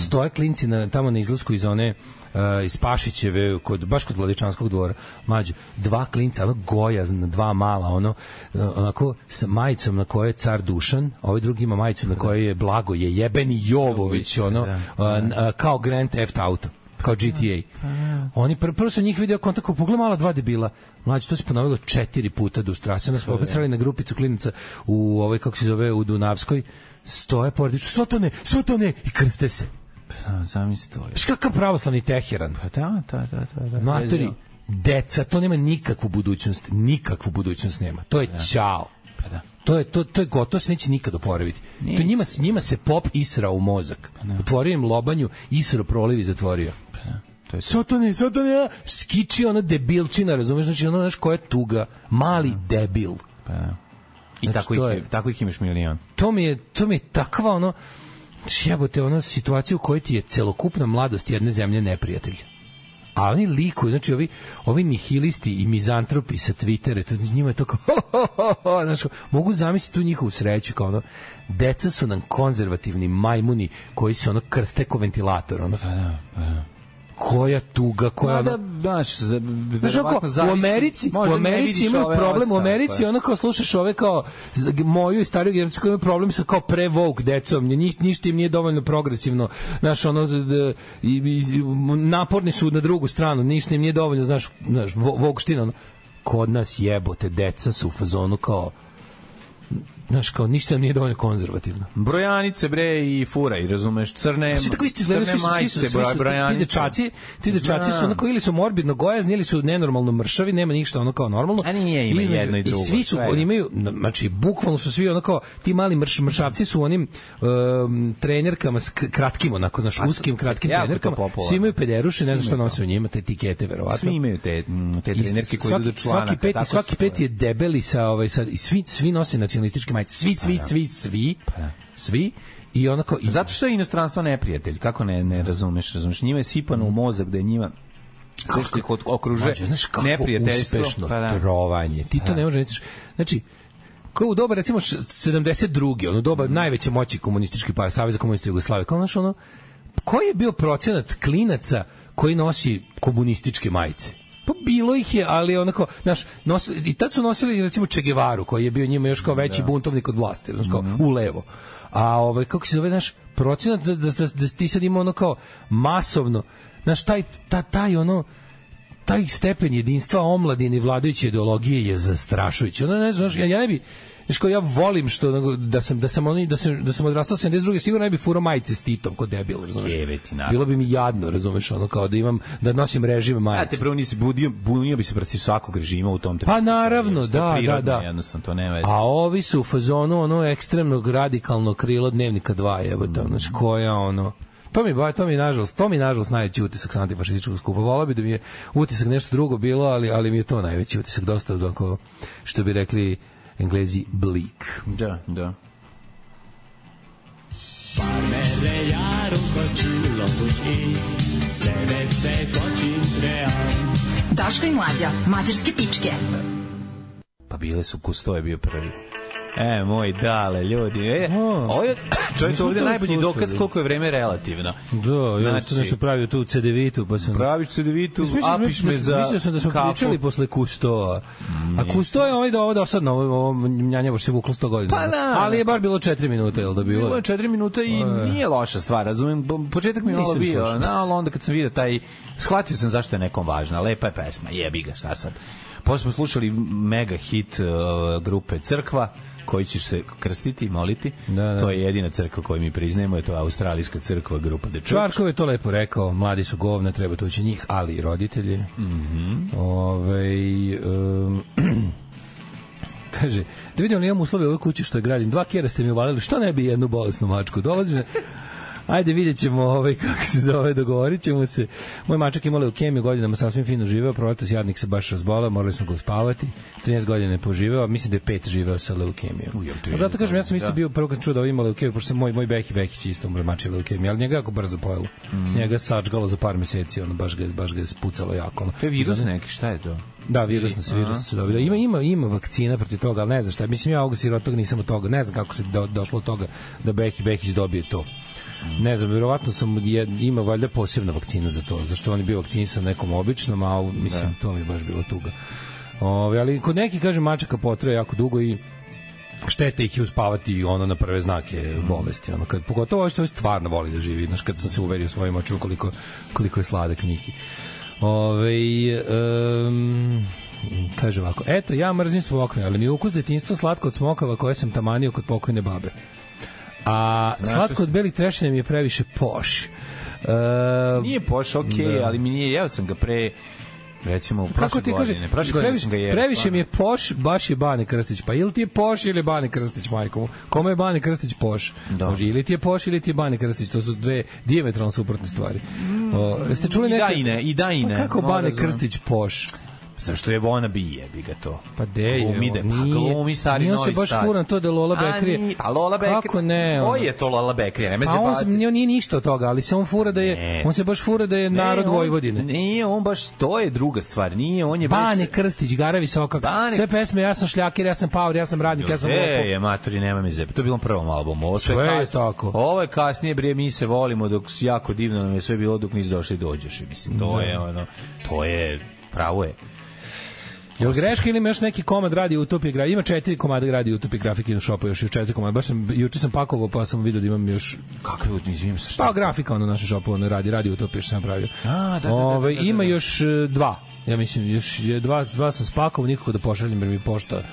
Speaker 7: Stoje klinci na, tamo na izlasku iz one uh, iz Pašićeve, kod, baš kod Vladičanskog dvora, mlađi, dva klinca, ono gojazna, dva mala, ono, uh, onako sa majicom na kojoj je car Dušan, a ovaj drugi ima majicu na kojoj je Blago, je jebeni Jovović, ono, uh, n- uh, kao Grand Theft Auto kao GTA. Oni pr prvo su njih video kontakt, kao pogledaj mala dva debila. Mlađi, to se ponovilo četiri puta duž trase. Onda smo opet sreli na grupicu klinica u ovoj, kako se zove, u Dunavskoj. Stoje pored, viču, sotone, sotone, i krste se.
Speaker 6: Da, zamisli to. je.
Speaker 7: Znaš kakav pravoslavni Teheran?
Speaker 6: Pa da, da, da, da. da.
Speaker 7: Matori, deca, to nema nikakvu budućnost, nikakvu budućnost nema. To je ćao.
Speaker 6: Pa da.
Speaker 7: To je to to je gotovo se neće nikad oporaviti. To njima njima se pop isra u mozak.
Speaker 6: Pa da.
Speaker 7: Otvorio im lobanju, isro proliv i zatvorio.
Speaker 6: To je to.
Speaker 7: Sotone, sotone, a, skiči ona debilčina, razumeš, znači ono, znaš, koja je tuga, mali debil.
Speaker 6: Da. Pa I
Speaker 7: Znači,
Speaker 6: tako,
Speaker 7: to
Speaker 6: ih, je,
Speaker 7: je-
Speaker 6: tako ih imaš milion.
Speaker 7: To mi je, to mi je takva, ono, jebote, ono, situacija u kojoj ti je celokupna mladost jedne zemlje neprijatelj. A oni likuju, znači ovi, ovi nihilisti i mizantropi sa Twittera, to, njima je to kao, ho, ho, ho, ho, znaš, kao, mogu zamisliti tu njihovu sreću, kao ono, deca su nam konzervativni majmuni koji se ono krste ko ventilator, ono. Koja tuga, koja... ono-
Speaker 6: da, znaš, za,
Speaker 7: Znaš,
Speaker 6: da verovatno
Speaker 7: ako, u
Speaker 6: zavisi.
Speaker 7: Americi, u
Speaker 6: Možda ne
Speaker 7: Americi
Speaker 6: vidiš
Speaker 7: imaju
Speaker 6: ove
Speaker 7: problem, u
Speaker 6: ostale,
Speaker 7: Americi
Speaker 6: pa.
Speaker 7: ono kao slušaš ove kao z- g- moju i stariju generaciju koji imaju problem sa kao pre-woke decom, nje- njih, ništa im nije dovoljno progresivno, znaš, ono, d- d- i, i, naporni su na drugu stranu, ništa im nije dovoljno, znaš, znaš, vo- vokština, ono, kod nas jebote, deca su u fazonu kao znaš, kao ništa nam nije dovoljno konzervativno.
Speaker 6: Brojanice bre i fura i razumeš crne.
Speaker 7: Svi tako isto izgledaju, svi
Speaker 6: crne
Speaker 7: su, svi su,
Speaker 6: majice,
Speaker 7: svi su,
Speaker 6: bro-
Speaker 7: ti
Speaker 6: brojanice.
Speaker 7: dečaci, ti dečaci su
Speaker 6: Znam.
Speaker 7: onako ili su morbidno gojazni ili su nenormalno mršavi, nema ništa ono kao normalno.
Speaker 6: A nije, ima
Speaker 7: Između-
Speaker 6: jedno i drugo,
Speaker 7: I svi su,
Speaker 6: sve je.
Speaker 7: oni imaju, znači, bukvalno su svi onako, ti mali mrš, mršavci su u onim um, trenerkama s k- kratkim, onako, znaš, uskim, kratkim
Speaker 6: jako to
Speaker 7: trenerkama.
Speaker 6: popularno.
Speaker 7: Svi imaju pederuše, ne znam šta nose u njima, te tikete,
Speaker 6: Pa
Speaker 7: verovatno.
Speaker 6: Svi imaju te, mm, te
Speaker 7: Isto,
Speaker 6: trenerke koje idu do članaka.
Speaker 7: Svaki peti,
Speaker 6: tako
Speaker 7: svaki
Speaker 6: se
Speaker 7: peti
Speaker 6: zove.
Speaker 7: je debeli sa ovaj sad i svi svi nose nacionalističke majice. Svi svi
Speaker 6: Pa
Speaker 7: svi svi. Svi i onako i
Speaker 6: da. Zato što je inostranstvo neprijatelj, kako ne, ne razumeš, razumeš. Njima je sipano u mozak da je njima sve što ih ot- okruže
Speaker 7: Mlađe, znaš kako
Speaker 6: neprijateljstvo.
Speaker 7: uspešno
Speaker 6: Pa da.
Speaker 7: trovanje. Ti to ne možeš, misliš. Znači, kao u doba, recimo, š- 72. ono doba
Speaker 6: Mm.
Speaker 7: najveće moći komunistički par, Saveza komunista Jugoslavije, kao znaš, ono, koji je bio procenat klinaca koji nosi komunističke majice? Pa bilo ih je, ali onako, znaš, nos, i tad su nosili recimo Che Guevaru, koji je bio njima još kao
Speaker 6: Da.
Speaker 7: veći buntovnik od vlasti, znaš, kao,
Speaker 6: Mhm.
Speaker 7: u levo. A ovaj, kako se zove, znaš, procenat da, da, da, da ti sad ima ono kao masovno, znaš, taj, ta, taj ono, taj stepen jedinstva omladine i vladajuće ideologije je zastrašujući. Ono ne znam, znaš, ja, ja ne bi Znaš kao ja volim što ono, da sam da sam oni da sam da sam odrastao 72 sigurno ne bi furo majice s Titom kod debil, razumeš?
Speaker 6: Jebe ti, naravno.
Speaker 7: Bilo bi mi jadno, razumeš, ono kao da imam da nosim režim
Speaker 6: Ja
Speaker 7: majice.
Speaker 6: Pa
Speaker 7: Pa
Speaker 6: te prvo nisi budio, bunio bi se protiv svakog režima u tom trenutku. To je
Speaker 7: naravno, da, da,
Speaker 6: prirodno,
Speaker 7: da.
Speaker 6: Jednostavno, to nema veze.
Speaker 7: A ovi su u fazonu ono ekstremnog radikalnog krila dnevnika 2 jebote, mm. znači koja ono To mi ba, to mi je, nažalost, to mi je, nažalost najveći utisak sa antifašističkog skupa. Volao bi da mi je utisak nešto drugo bilo, ali ali mi je to najveći utisak dosta onako što bi rekli Englezi bleak.
Speaker 6: Da, da.
Speaker 5: Daško i mlađa, mađarske pičke.
Speaker 6: Pa bile su kustoje bio prvi. E, moj dale, ljudi. E,
Speaker 7: O,
Speaker 6: ovo je, čovječ,
Speaker 7: nismo
Speaker 6: ovdje
Speaker 7: Da. to
Speaker 6: najbolji
Speaker 7: slušali.
Speaker 6: dokaz koliko je vreme relativno.
Speaker 7: Da, ja
Speaker 6: Znači-
Speaker 7: sam nešto pravio tu CD-vitu, pa sam...
Speaker 6: Praviš se da vi tu,
Speaker 7: Mislim,
Speaker 6: apiš me za
Speaker 7: Mislio sam da smo
Speaker 6: kafu.
Speaker 7: pričali posle Kustoa. A Kusto je ovaj do ovo dosadno, ovo, ovo njanjavo se vuklo 100 godina.
Speaker 6: Pa da.
Speaker 7: Ali je bar bilo 4 minuta, jel da
Speaker 6: Bilo je 4 minuta i nije loša stvar, razumem, bo- početak mi je malo
Speaker 7: Pa Nisam
Speaker 6: bio,
Speaker 7: slušao.
Speaker 6: na, ali onda kad sam vidio taj, shvatio sam zašto je nekom važna, lepa je pesma, jebi ga, šta sad. Posle smo slušali mega hit uh, grupe Crkva, koji ćeš se krstiti i moliti.
Speaker 7: Da, da.
Speaker 6: To je jedina crkva koju mi priznajemo, je to australijska crkva grupa The Church.
Speaker 7: Čvarkov je to lepo rekao, mladi su govna, treba tući njih, ali i roditelji. Mm -hmm. kaže, da vidim li imam uslove u ovoj kući što je gradim. Dva kjera ste mi uvalili, što ne bi jednu bolesnu mačku? Dolazim, ajde vidjet ćemo ovaj, kako se zove, dogovorit ćemo se. Moj mačak ima leukemiju, godinama sasvim fino živeo, proletas jadnik se baš razbola, morali smo ga uspavati. 13 godina je poživeo, a mislim da je pet živeo sa leukemijom. A zato kažem, ja sam isto bio prvo kad sam čuo da ovo ima leukemiju, pošto sam moj, moj Behi Behić je isto umre mači leukemija, ali njega je jako brzo pojelo. Njega je sačgalo za par meseci, ono, baš ga, je- baš ga je spucalo jako. Ono.
Speaker 6: To je virus neki, šta je to?
Speaker 7: Da, virusno se, virusno se dobio. Ima, ima, ima vakcina protiv toga, ali ne znam šta. Mislim, ja ovog sirotog nisam od toga. Ne znam kako se do, došlo od toga da Behi Behić dobije to. Ne znam, verovatno sam, je, ima valjda posebna vakcina za to, zašto on je bio vakcinisan nekom običnom, a ovo, mislim, to mi je baš bilo tuga. Ove, ali kod neki, kažem, mačaka potraje jako dugo i štete ih je uspavati ono na prve znake bolesti ono kad pogotovo ovo što stvarno voli da živi znaš kad sam se uverio svojim očima koliko koliko je sladak Niki Ove, um, kaže ovako, eto, ja mrzim smokve, ali mi je ukus detinjstva slatko od smokava koje sam tamanio kod pokojne babe. A slatko od belih trešina mi je previše poš. Uh,
Speaker 6: Nije poš, okej, ali mi nije, jeo sam ga pre recimo u
Speaker 7: Kako
Speaker 6: prošle
Speaker 7: ti
Speaker 6: godine.
Speaker 7: kaže,
Speaker 6: prošle godine
Speaker 7: previše,
Speaker 6: sam ga jeo.
Speaker 7: previše
Speaker 6: stvarno.
Speaker 7: mi je poš, baš je Bane Krstić. Pa ili ti je poš ili je Bane Krstić, majko? Kome je Bane Krstić poš?
Speaker 6: Da.
Speaker 7: Može, ili ti je poš ili ti je Bane Krstić. To su dve diametralno suprotne stvari. O, jeste čuli
Speaker 6: I da
Speaker 7: neke...
Speaker 6: i ne, i da i
Speaker 7: Pa
Speaker 6: ne.
Speaker 7: Kako
Speaker 6: No,
Speaker 7: Bane
Speaker 6: razumem.
Speaker 7: Krstić poš?
Speaker 6: Zašto je Vona bi jebi ga to?
Speaker 7: Pa de je.
Speaker 6: Glumi da,
Speaker 7: on,
Speaker 6: pa glumi stari
Speaker 7: nije on
Speaker 6: novi
Speaker 7: se baš
Speaker 6: stari.
Speaker 7: furan to da Lola
Speaker 6: A,
Speaker 7: Bekrije.
Speaker 6: nije, Pa Lola Bekrije.
Speaker 7: Kako ne? ono?
Speaker 6: Ko je to Lola Bekrije? Ne me
Speaker 7: Pa on, se,
Speaker 6: zebati.
Speaker 7: nije- on nije ništa od toga, ali se on fura da je,
Speaker 6: Ne.
Speaker 7: on se baš fura da je narod
Speaker 6: Ne, on-
Speaker 7: Vojvodine.
Speaker 6: Nije, on baš, to je druga stvar. Nije, on je
Speaker 7: Bane Krstić, Gara Visoka,
Speaker 6: Bane-
Speaker 7: sve pesme, ja sam šljakir, ja sam paur, ja sam radnik, ja sam lopov.
Speaker 6: E, je, maturi, nema mi zepe. To je bilo prvom albumu. Ovo sve,
Speaker 7: Sve je
Speaker 6: kasnije-
Speaker 7: tako.
Speaker 6: Ovo je kasnije, brije, mi se volimo dok s- jako divno nam je sve bilo dok nisi došli dođeš. I Mislim,
Speaker 7: Da.
Speaker 6: to je ono, to je, pravo je.
Speaker 7: Jel greška ili ima još neki komad radi utopije gra? Ima četiri komada radi utopije grafike na shopu, još još četiri komada. Baš sam juče sam pakovao pa sam video da imam još
Speaker 6: Kako je, izvinim se, šta?
Speaker 7: pa grafika ono na našem shopu ono radi radi utopije što sam pravio.
Speaker 6: A, da, da, da,
Speaker 7: Ovaj,
Speaker 6: da, da, da.
Speaker 7: ima još e, dva. Ja mislim još je dva dva sam spakovao nikako da pošaljem jer mi pošta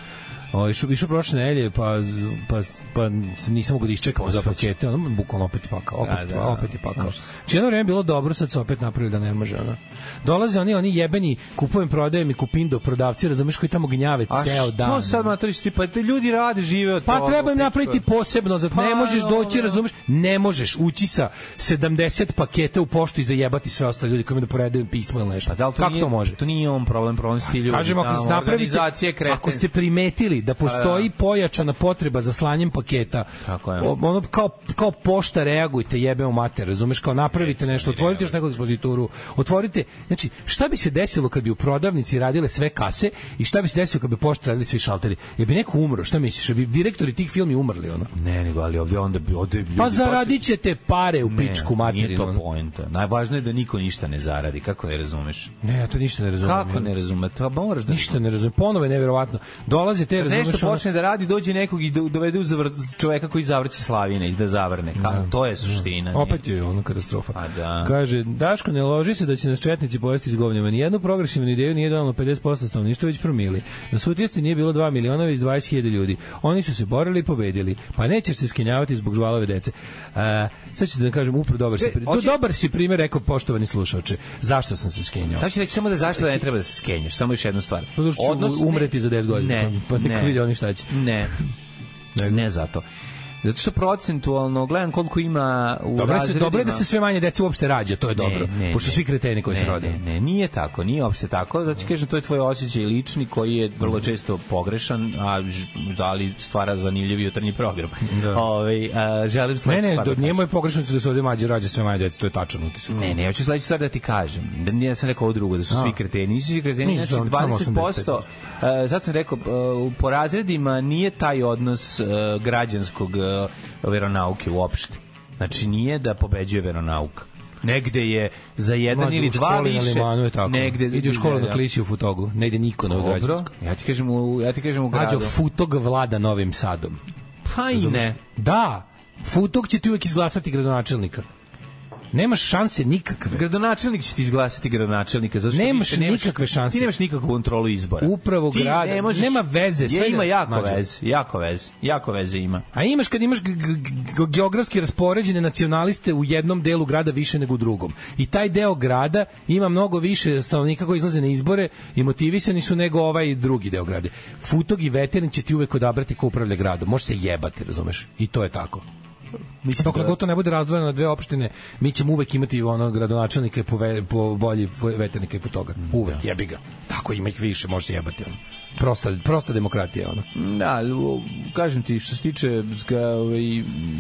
Speaker 7: O, išao, išao prošle nedelje, pa, pa, pa se nisam mogu da iščekam za pakete, ono, bukvalno opet je pakao, opet,
Speaker 6: Da,
Speaker 7: da,
Speaker 6: da,
Speaker 7: da,
Speaker 6: da.
Speaker 7: opet je pakao. Či jedno vreme bilo dobro, sad se opet napravili da ne može, ono. Dolaze oni, oni jebeni, kupujem, prodajem i kupindo prodavci, razumeš, koji tamo gnjave
Speaker 6: A
Speaker 7: ceo dan.
Speaker 6: što sad matriš ti, pa te ljudi rade, žive od
Speaker 7: Pa
Speaker 6: toga,
Speaker 7: treba im
Speaker 6: teško je.
Speaker 7: napraviti posebno, za
Speaker 6: Pa,
Speaker 7: ne možeš doći,
Speaker 6: dobro.
Speaker 7: razumeš, ne možeš ući sa 70 paketa u poštu i zajebati sve ostale ljudi koji imaju da poredaju pismo ili nešto.
Speaker 6: Pa da li to
Speaker 7: Kako
Speaker 6: nije,
Speaker 7: to može?
Speaker 6: To nije on problem, problem su ti ljudi.
Speaker 7: Kažem, ako,
Speaker 6: tamo,
Speaker 7: ste
Speaker 6: organizacije
Speaker 7: napravite,
Speaker 6: kreten.
Speaker 7: ako ste primetili da postoji pojačana potreba za slanjem paketa,
Speaker 6: Tako je.
Speaker 7: o- ono kao, kao pošta reagujte jebe u mater, razumeš, kao napravite nešto, otvorite još neku ekspozituru, otvorite, znači, šta bi se desilo kad bi u prodavnici radile sve kase i šta bi se desilo kad bi pošta radili svi šalteri? Je bi neko umro, šta misliš, je bi direktori tih filmi umrli, ono?
Speaker 6: Ne, nego, ali ovdje onda bi... Ovdje ljudi,
Speaker 7: Pa
Speaker 6: baš-
Speaker 7: zaradit ćete pare u
Speaker 6: Ne,
Speaker 7: pičku
Speaker 6: Nije
Speaker 7: materinu.
Speaker 6: to
Speaker 7: ono.
Speaker 6: poenta. Najvažno je da niko ništa ne zaradi. Kako ne razumeš?
Speaker 7: Ne, ja to ništa Da, ne razumem.
Speaker 6: Kako ne razumeš? Pa moraš da...
Speaker 7: Ništa ne razumem. Ponovo je nevjerovatno. Dolaze te,
Speaker 6: Kad
Speaker 7: razumeš,
Speaker 6: nešto
Speaker 7: ono-
Speaker 6: počne da radi, dođe nekog i do- dovede u zavr... čoveka koji zavrće slavine i da zavrne. Ka, To je suština. nije.
Speaker 7: Da. Opet je ono katastrofa.
Speaker 6: A da.
Speaker 7: Kaže, Daško, ne loži se da će nas četnici pojesti s govnjama. Nijednu progresivnu ideju nije donalo 50% stanovništva, već promili. Na sutjesci nije bilo 2 miliona, već 20.000 ljudi. Oni su se borili i pobedili. Pa nećeš se skenjavati zbog žvalove dece. Uh, sad ću da vam kažem, upro dobar si,
Speaker 6: E,
Speaker 7: pri...
Speaker 6: hoće-
Speaker 7: dobar si primjer, rekao poštovani slušalče. Zašto sam se skenjao?
Speaker 6: Sad ću reći samo da zašto da ne treba da se skenješ, samo još jednu stvar.
Speaker 7: Pa zato što ću umreti za 10 godina,
Speaker 6: Ne,
Speaker 7: pa- pa nek
Speaker 6: ne.
Speaker 7: vide oni šta će.
Speaker 6: Ne, ne zato. Zato što procentualno, gledam koliko ima u
Speaker 7: Dobro, je se,
Speaker 6: razredima...
Speaker 7: dobro je da se sve manje dece uopšte rađa, to je dobro.
Speaker 6: Ne, ne,
Speaker 7: pošto
Speaker 6: ne.
Speaker 7: svi kreteni koji
Speaker 6: ne,
Speaker 7: se rode.
Speaker 6: Ne, ne, nije tako, nije uopšte tako. Zato ti kažem, to je tvoj osjećaj lični koji je
Speaker 7: Mhm.
Speaker 6: vrlo često pogrešan, a ž- ali stvara zanimljiv jutarnji program. Da. Ove, a, želim
Speaker 7: Ne,
Speaker 6: sledeću
Speaker 7: ne,
Speaker 6: stvar
Speaker 7: do,
Speaker 6: da
Speaker 7: nije
Speaker 6: kažem.
Speaker 7: moje pogrešnice da se ovde mađe rađa sve manje dece, to je tačan utisak.
Speaker 6: Ne, ne, hoću sledeću stvar da ti kažem. Da nije sam rekao ovo drugo, da su
Speaker 7: A.
Speaker 6: svi kreteni. Nisu svi kreteni,
Speaker 7: Nisu,
Speaker 6: znači
Speaker 7: samo- da samo
Speaker 6: 20%. e, sad sam rekao, e, u- po razredima nije taj odnos e, građanskog e, veronauke uopšte. Znači nije da pobeđuje veronauka. Negde je za jedan
Speaker 7: Mlađe,
Speaker 6: ili
Speaker 7: u
Speaker 6: dva
Speaker 7: školi na
Speaker 6: više.
Speaker 7: Limanu je tako.
Speaker 6: Negde,
Speaker 7: Ide u školu na da
Speaker 6: da.
Speaker 7: Klisi u Futogu, ne ide niko na
Speaker 6: Dobro,
Speaker 7: Građansku.
Speaker 6: ja ti kažem u, ja ti kažem u gradu.
Speaker 7: Mađo, Futog vlada Novim Sadom.
Speaker 6: pa i ne.
Speaker 7: Da, Futog će ti uvek izglasati gradonačelnika. Nemaš šanse nikakve.
Speaker 6: Gradonačelnik će ti izglasati gradonačelnika zato što
Speaker 7: Nemaš
Speaker 6: više
Speaker 7: nikakve šanse.
Speaker 6: Ti nemaš nikakvu kontrolu izbora.
Speaker 7: Upravo
Speaker 6: ti
Speaker 7: grad-
Speaker 6: ne možeš-
Speaker 7: nema veze,
Speaker 6: Ja,
Speaker 7: sve
Speaker 6: ima
Speaker 7: je-
Speaker 6: jako
Speaker 7: Mađo.
Speaker 6: veze, jako veze, jako veze ima.
Speaker 7: A imaš kad imaš g- g- g- geografski raspoređene nacionaliste u jednom delu grada više nego u drugom. I taj deo grada ima mnogo više stanovnika koji izlaze na izbore i motivisani su nego ovaj drugi deo grada. Futog i veterin će ti uvek odabrati ko upravlja gradom. Može se jebati, razumeš? I to je tako. Mislim da- Dokle god to ne bude razdvojeno na dve opštine, mi ćemo uvek imati ono gradonačelnika i po, ve, po bolji fu- veternika i fotoga. Uvek, jebi ga. Tako ima ih više, može se jebati. Ono. Prosta, prosta demokratija, ono.
Speaker 6: Da, ali, u- kažem ti što se tiče zga, ovaj,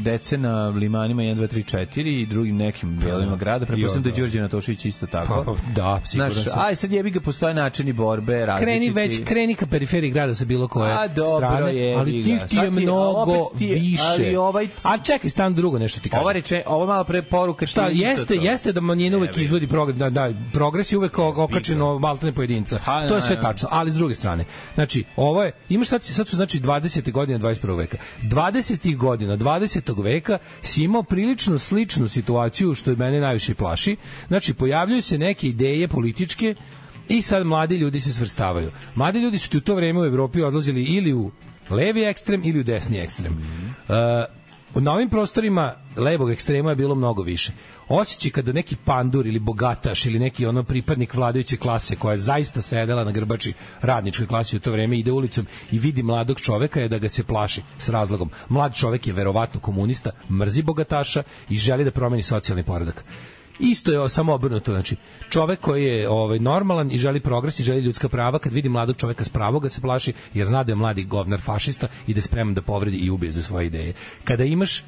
Speaker 6: dece na limanima 1, 2, 3, 4 i drugim nekim delovima grada, prepostavljam da je
Speaker 7: Pa da.
Speaker 6: Đorđe Natošić isto tako.
Speaker 7: Pa, pa, da, siguran
Speaker 6: Znaš,
Speaker 7: sam.
Speaker 6: aj sad jebi ga, postoje načini borbe, različiti.
Speaker 7: kreni već kreni ka periferiji grada sa bilo koje
Speaker 6: A, dobro,
Speaker 7: strane,
Speaker 6: jebi
Speaker 7: ali
Speaker 6: ga.
Speaker 7: tih ti
Speaker 6: Sad
Speaker 7: je
Speaker 6: ti- a
Speaker 7: mnogo
Speaker 6: opet ti Ovaj je-
Speaker 7: više.
Speaker 6: ali ovaj-
Speaker 7: A čekaj, stan drugo nešto ti kažem.
Speaker 6: Ova reče, ovo malo pre poruka
Speaker 7: Šta,
Speaker 6: ti je isto
Speaker 7: jeste,
Speaker 6: to.
Speaker 7: jeste da manjina uvek izvodi progres, da, da, progres je uvek o- okačeno maltene pojedinca.
Speaker 6: Ha,
Speaker 7: to
Speaker 6: da,
Speaker 7: je sve
Speaker 6: da.
Speaker 7: tačno, ali s druge strane. Znači, ovo je, imaš sad, sad su znači 20. godine 21. veka. 20. godina 20. veka si imao prilično sličnu situaciju što je mene najviše plaši. Znači, pojavljuju se neke ideje političke i sad mladi ljudi se svrstavaju. Mladi ljudi su ti u to vreme u Evropi odlazili ili u levi ekstrem ili u desni ekstrem.
Speaker 6: Mhm.
Speaker 7: E, Na ovim prostorima levog ekstrema je bilo mnogo više. Osjećaj kada neki pandur ili bogataš ili neki ono pripadnik vladajuće klase koja je zaista sedela na grbači radničke klase u to vreme ide ulicom i vidi mladog čoveka je da ga se plaši s razlogom. Mlad čovek je verovatno komunista, mrzi bogataša i želi da promeni socijalni poredak. Isto je o- samo obrnuto, znači čovek koji je ovaj normalan i želi progres i želi ljudska prava, kad vidi mladog čoveka s pravoga se plaši jer zna da je mladi govnar fašista i da je spreman da povredi i ubije za svoje ideje. Kada imaš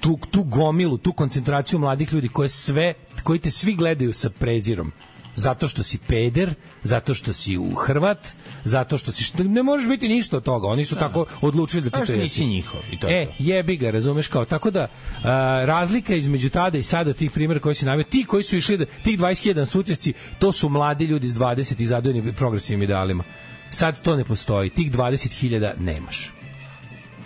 Speaker 7: tu, tu gomilu, tu koncentraciju mladih ljudi koje sve, koji te svi gledaju sa prezirom zato što si peder, zato što si u Hrvat, zato što si šta- ne možeš biti ništa od toga. Oni su tako odlučili da ti
Speaker 6: Znaš,
Speaker 7: to
Speaker 6: nisi
Speaker 7: jesi.
Speaker 6: njihov i to je
Speaker 7: E,
Speaker 6: to.
Speaker 7: jebi ga, razumeš kao. Tako da, a, razlika između tada i sada tih primjera koji si navio, ti koji su išli, da, tih 21 sutjesci, to su mladi ljudi iz 20 i zadojeni progresivnim idealima. Sad to ne postoji. Tih 20.000 nemaš.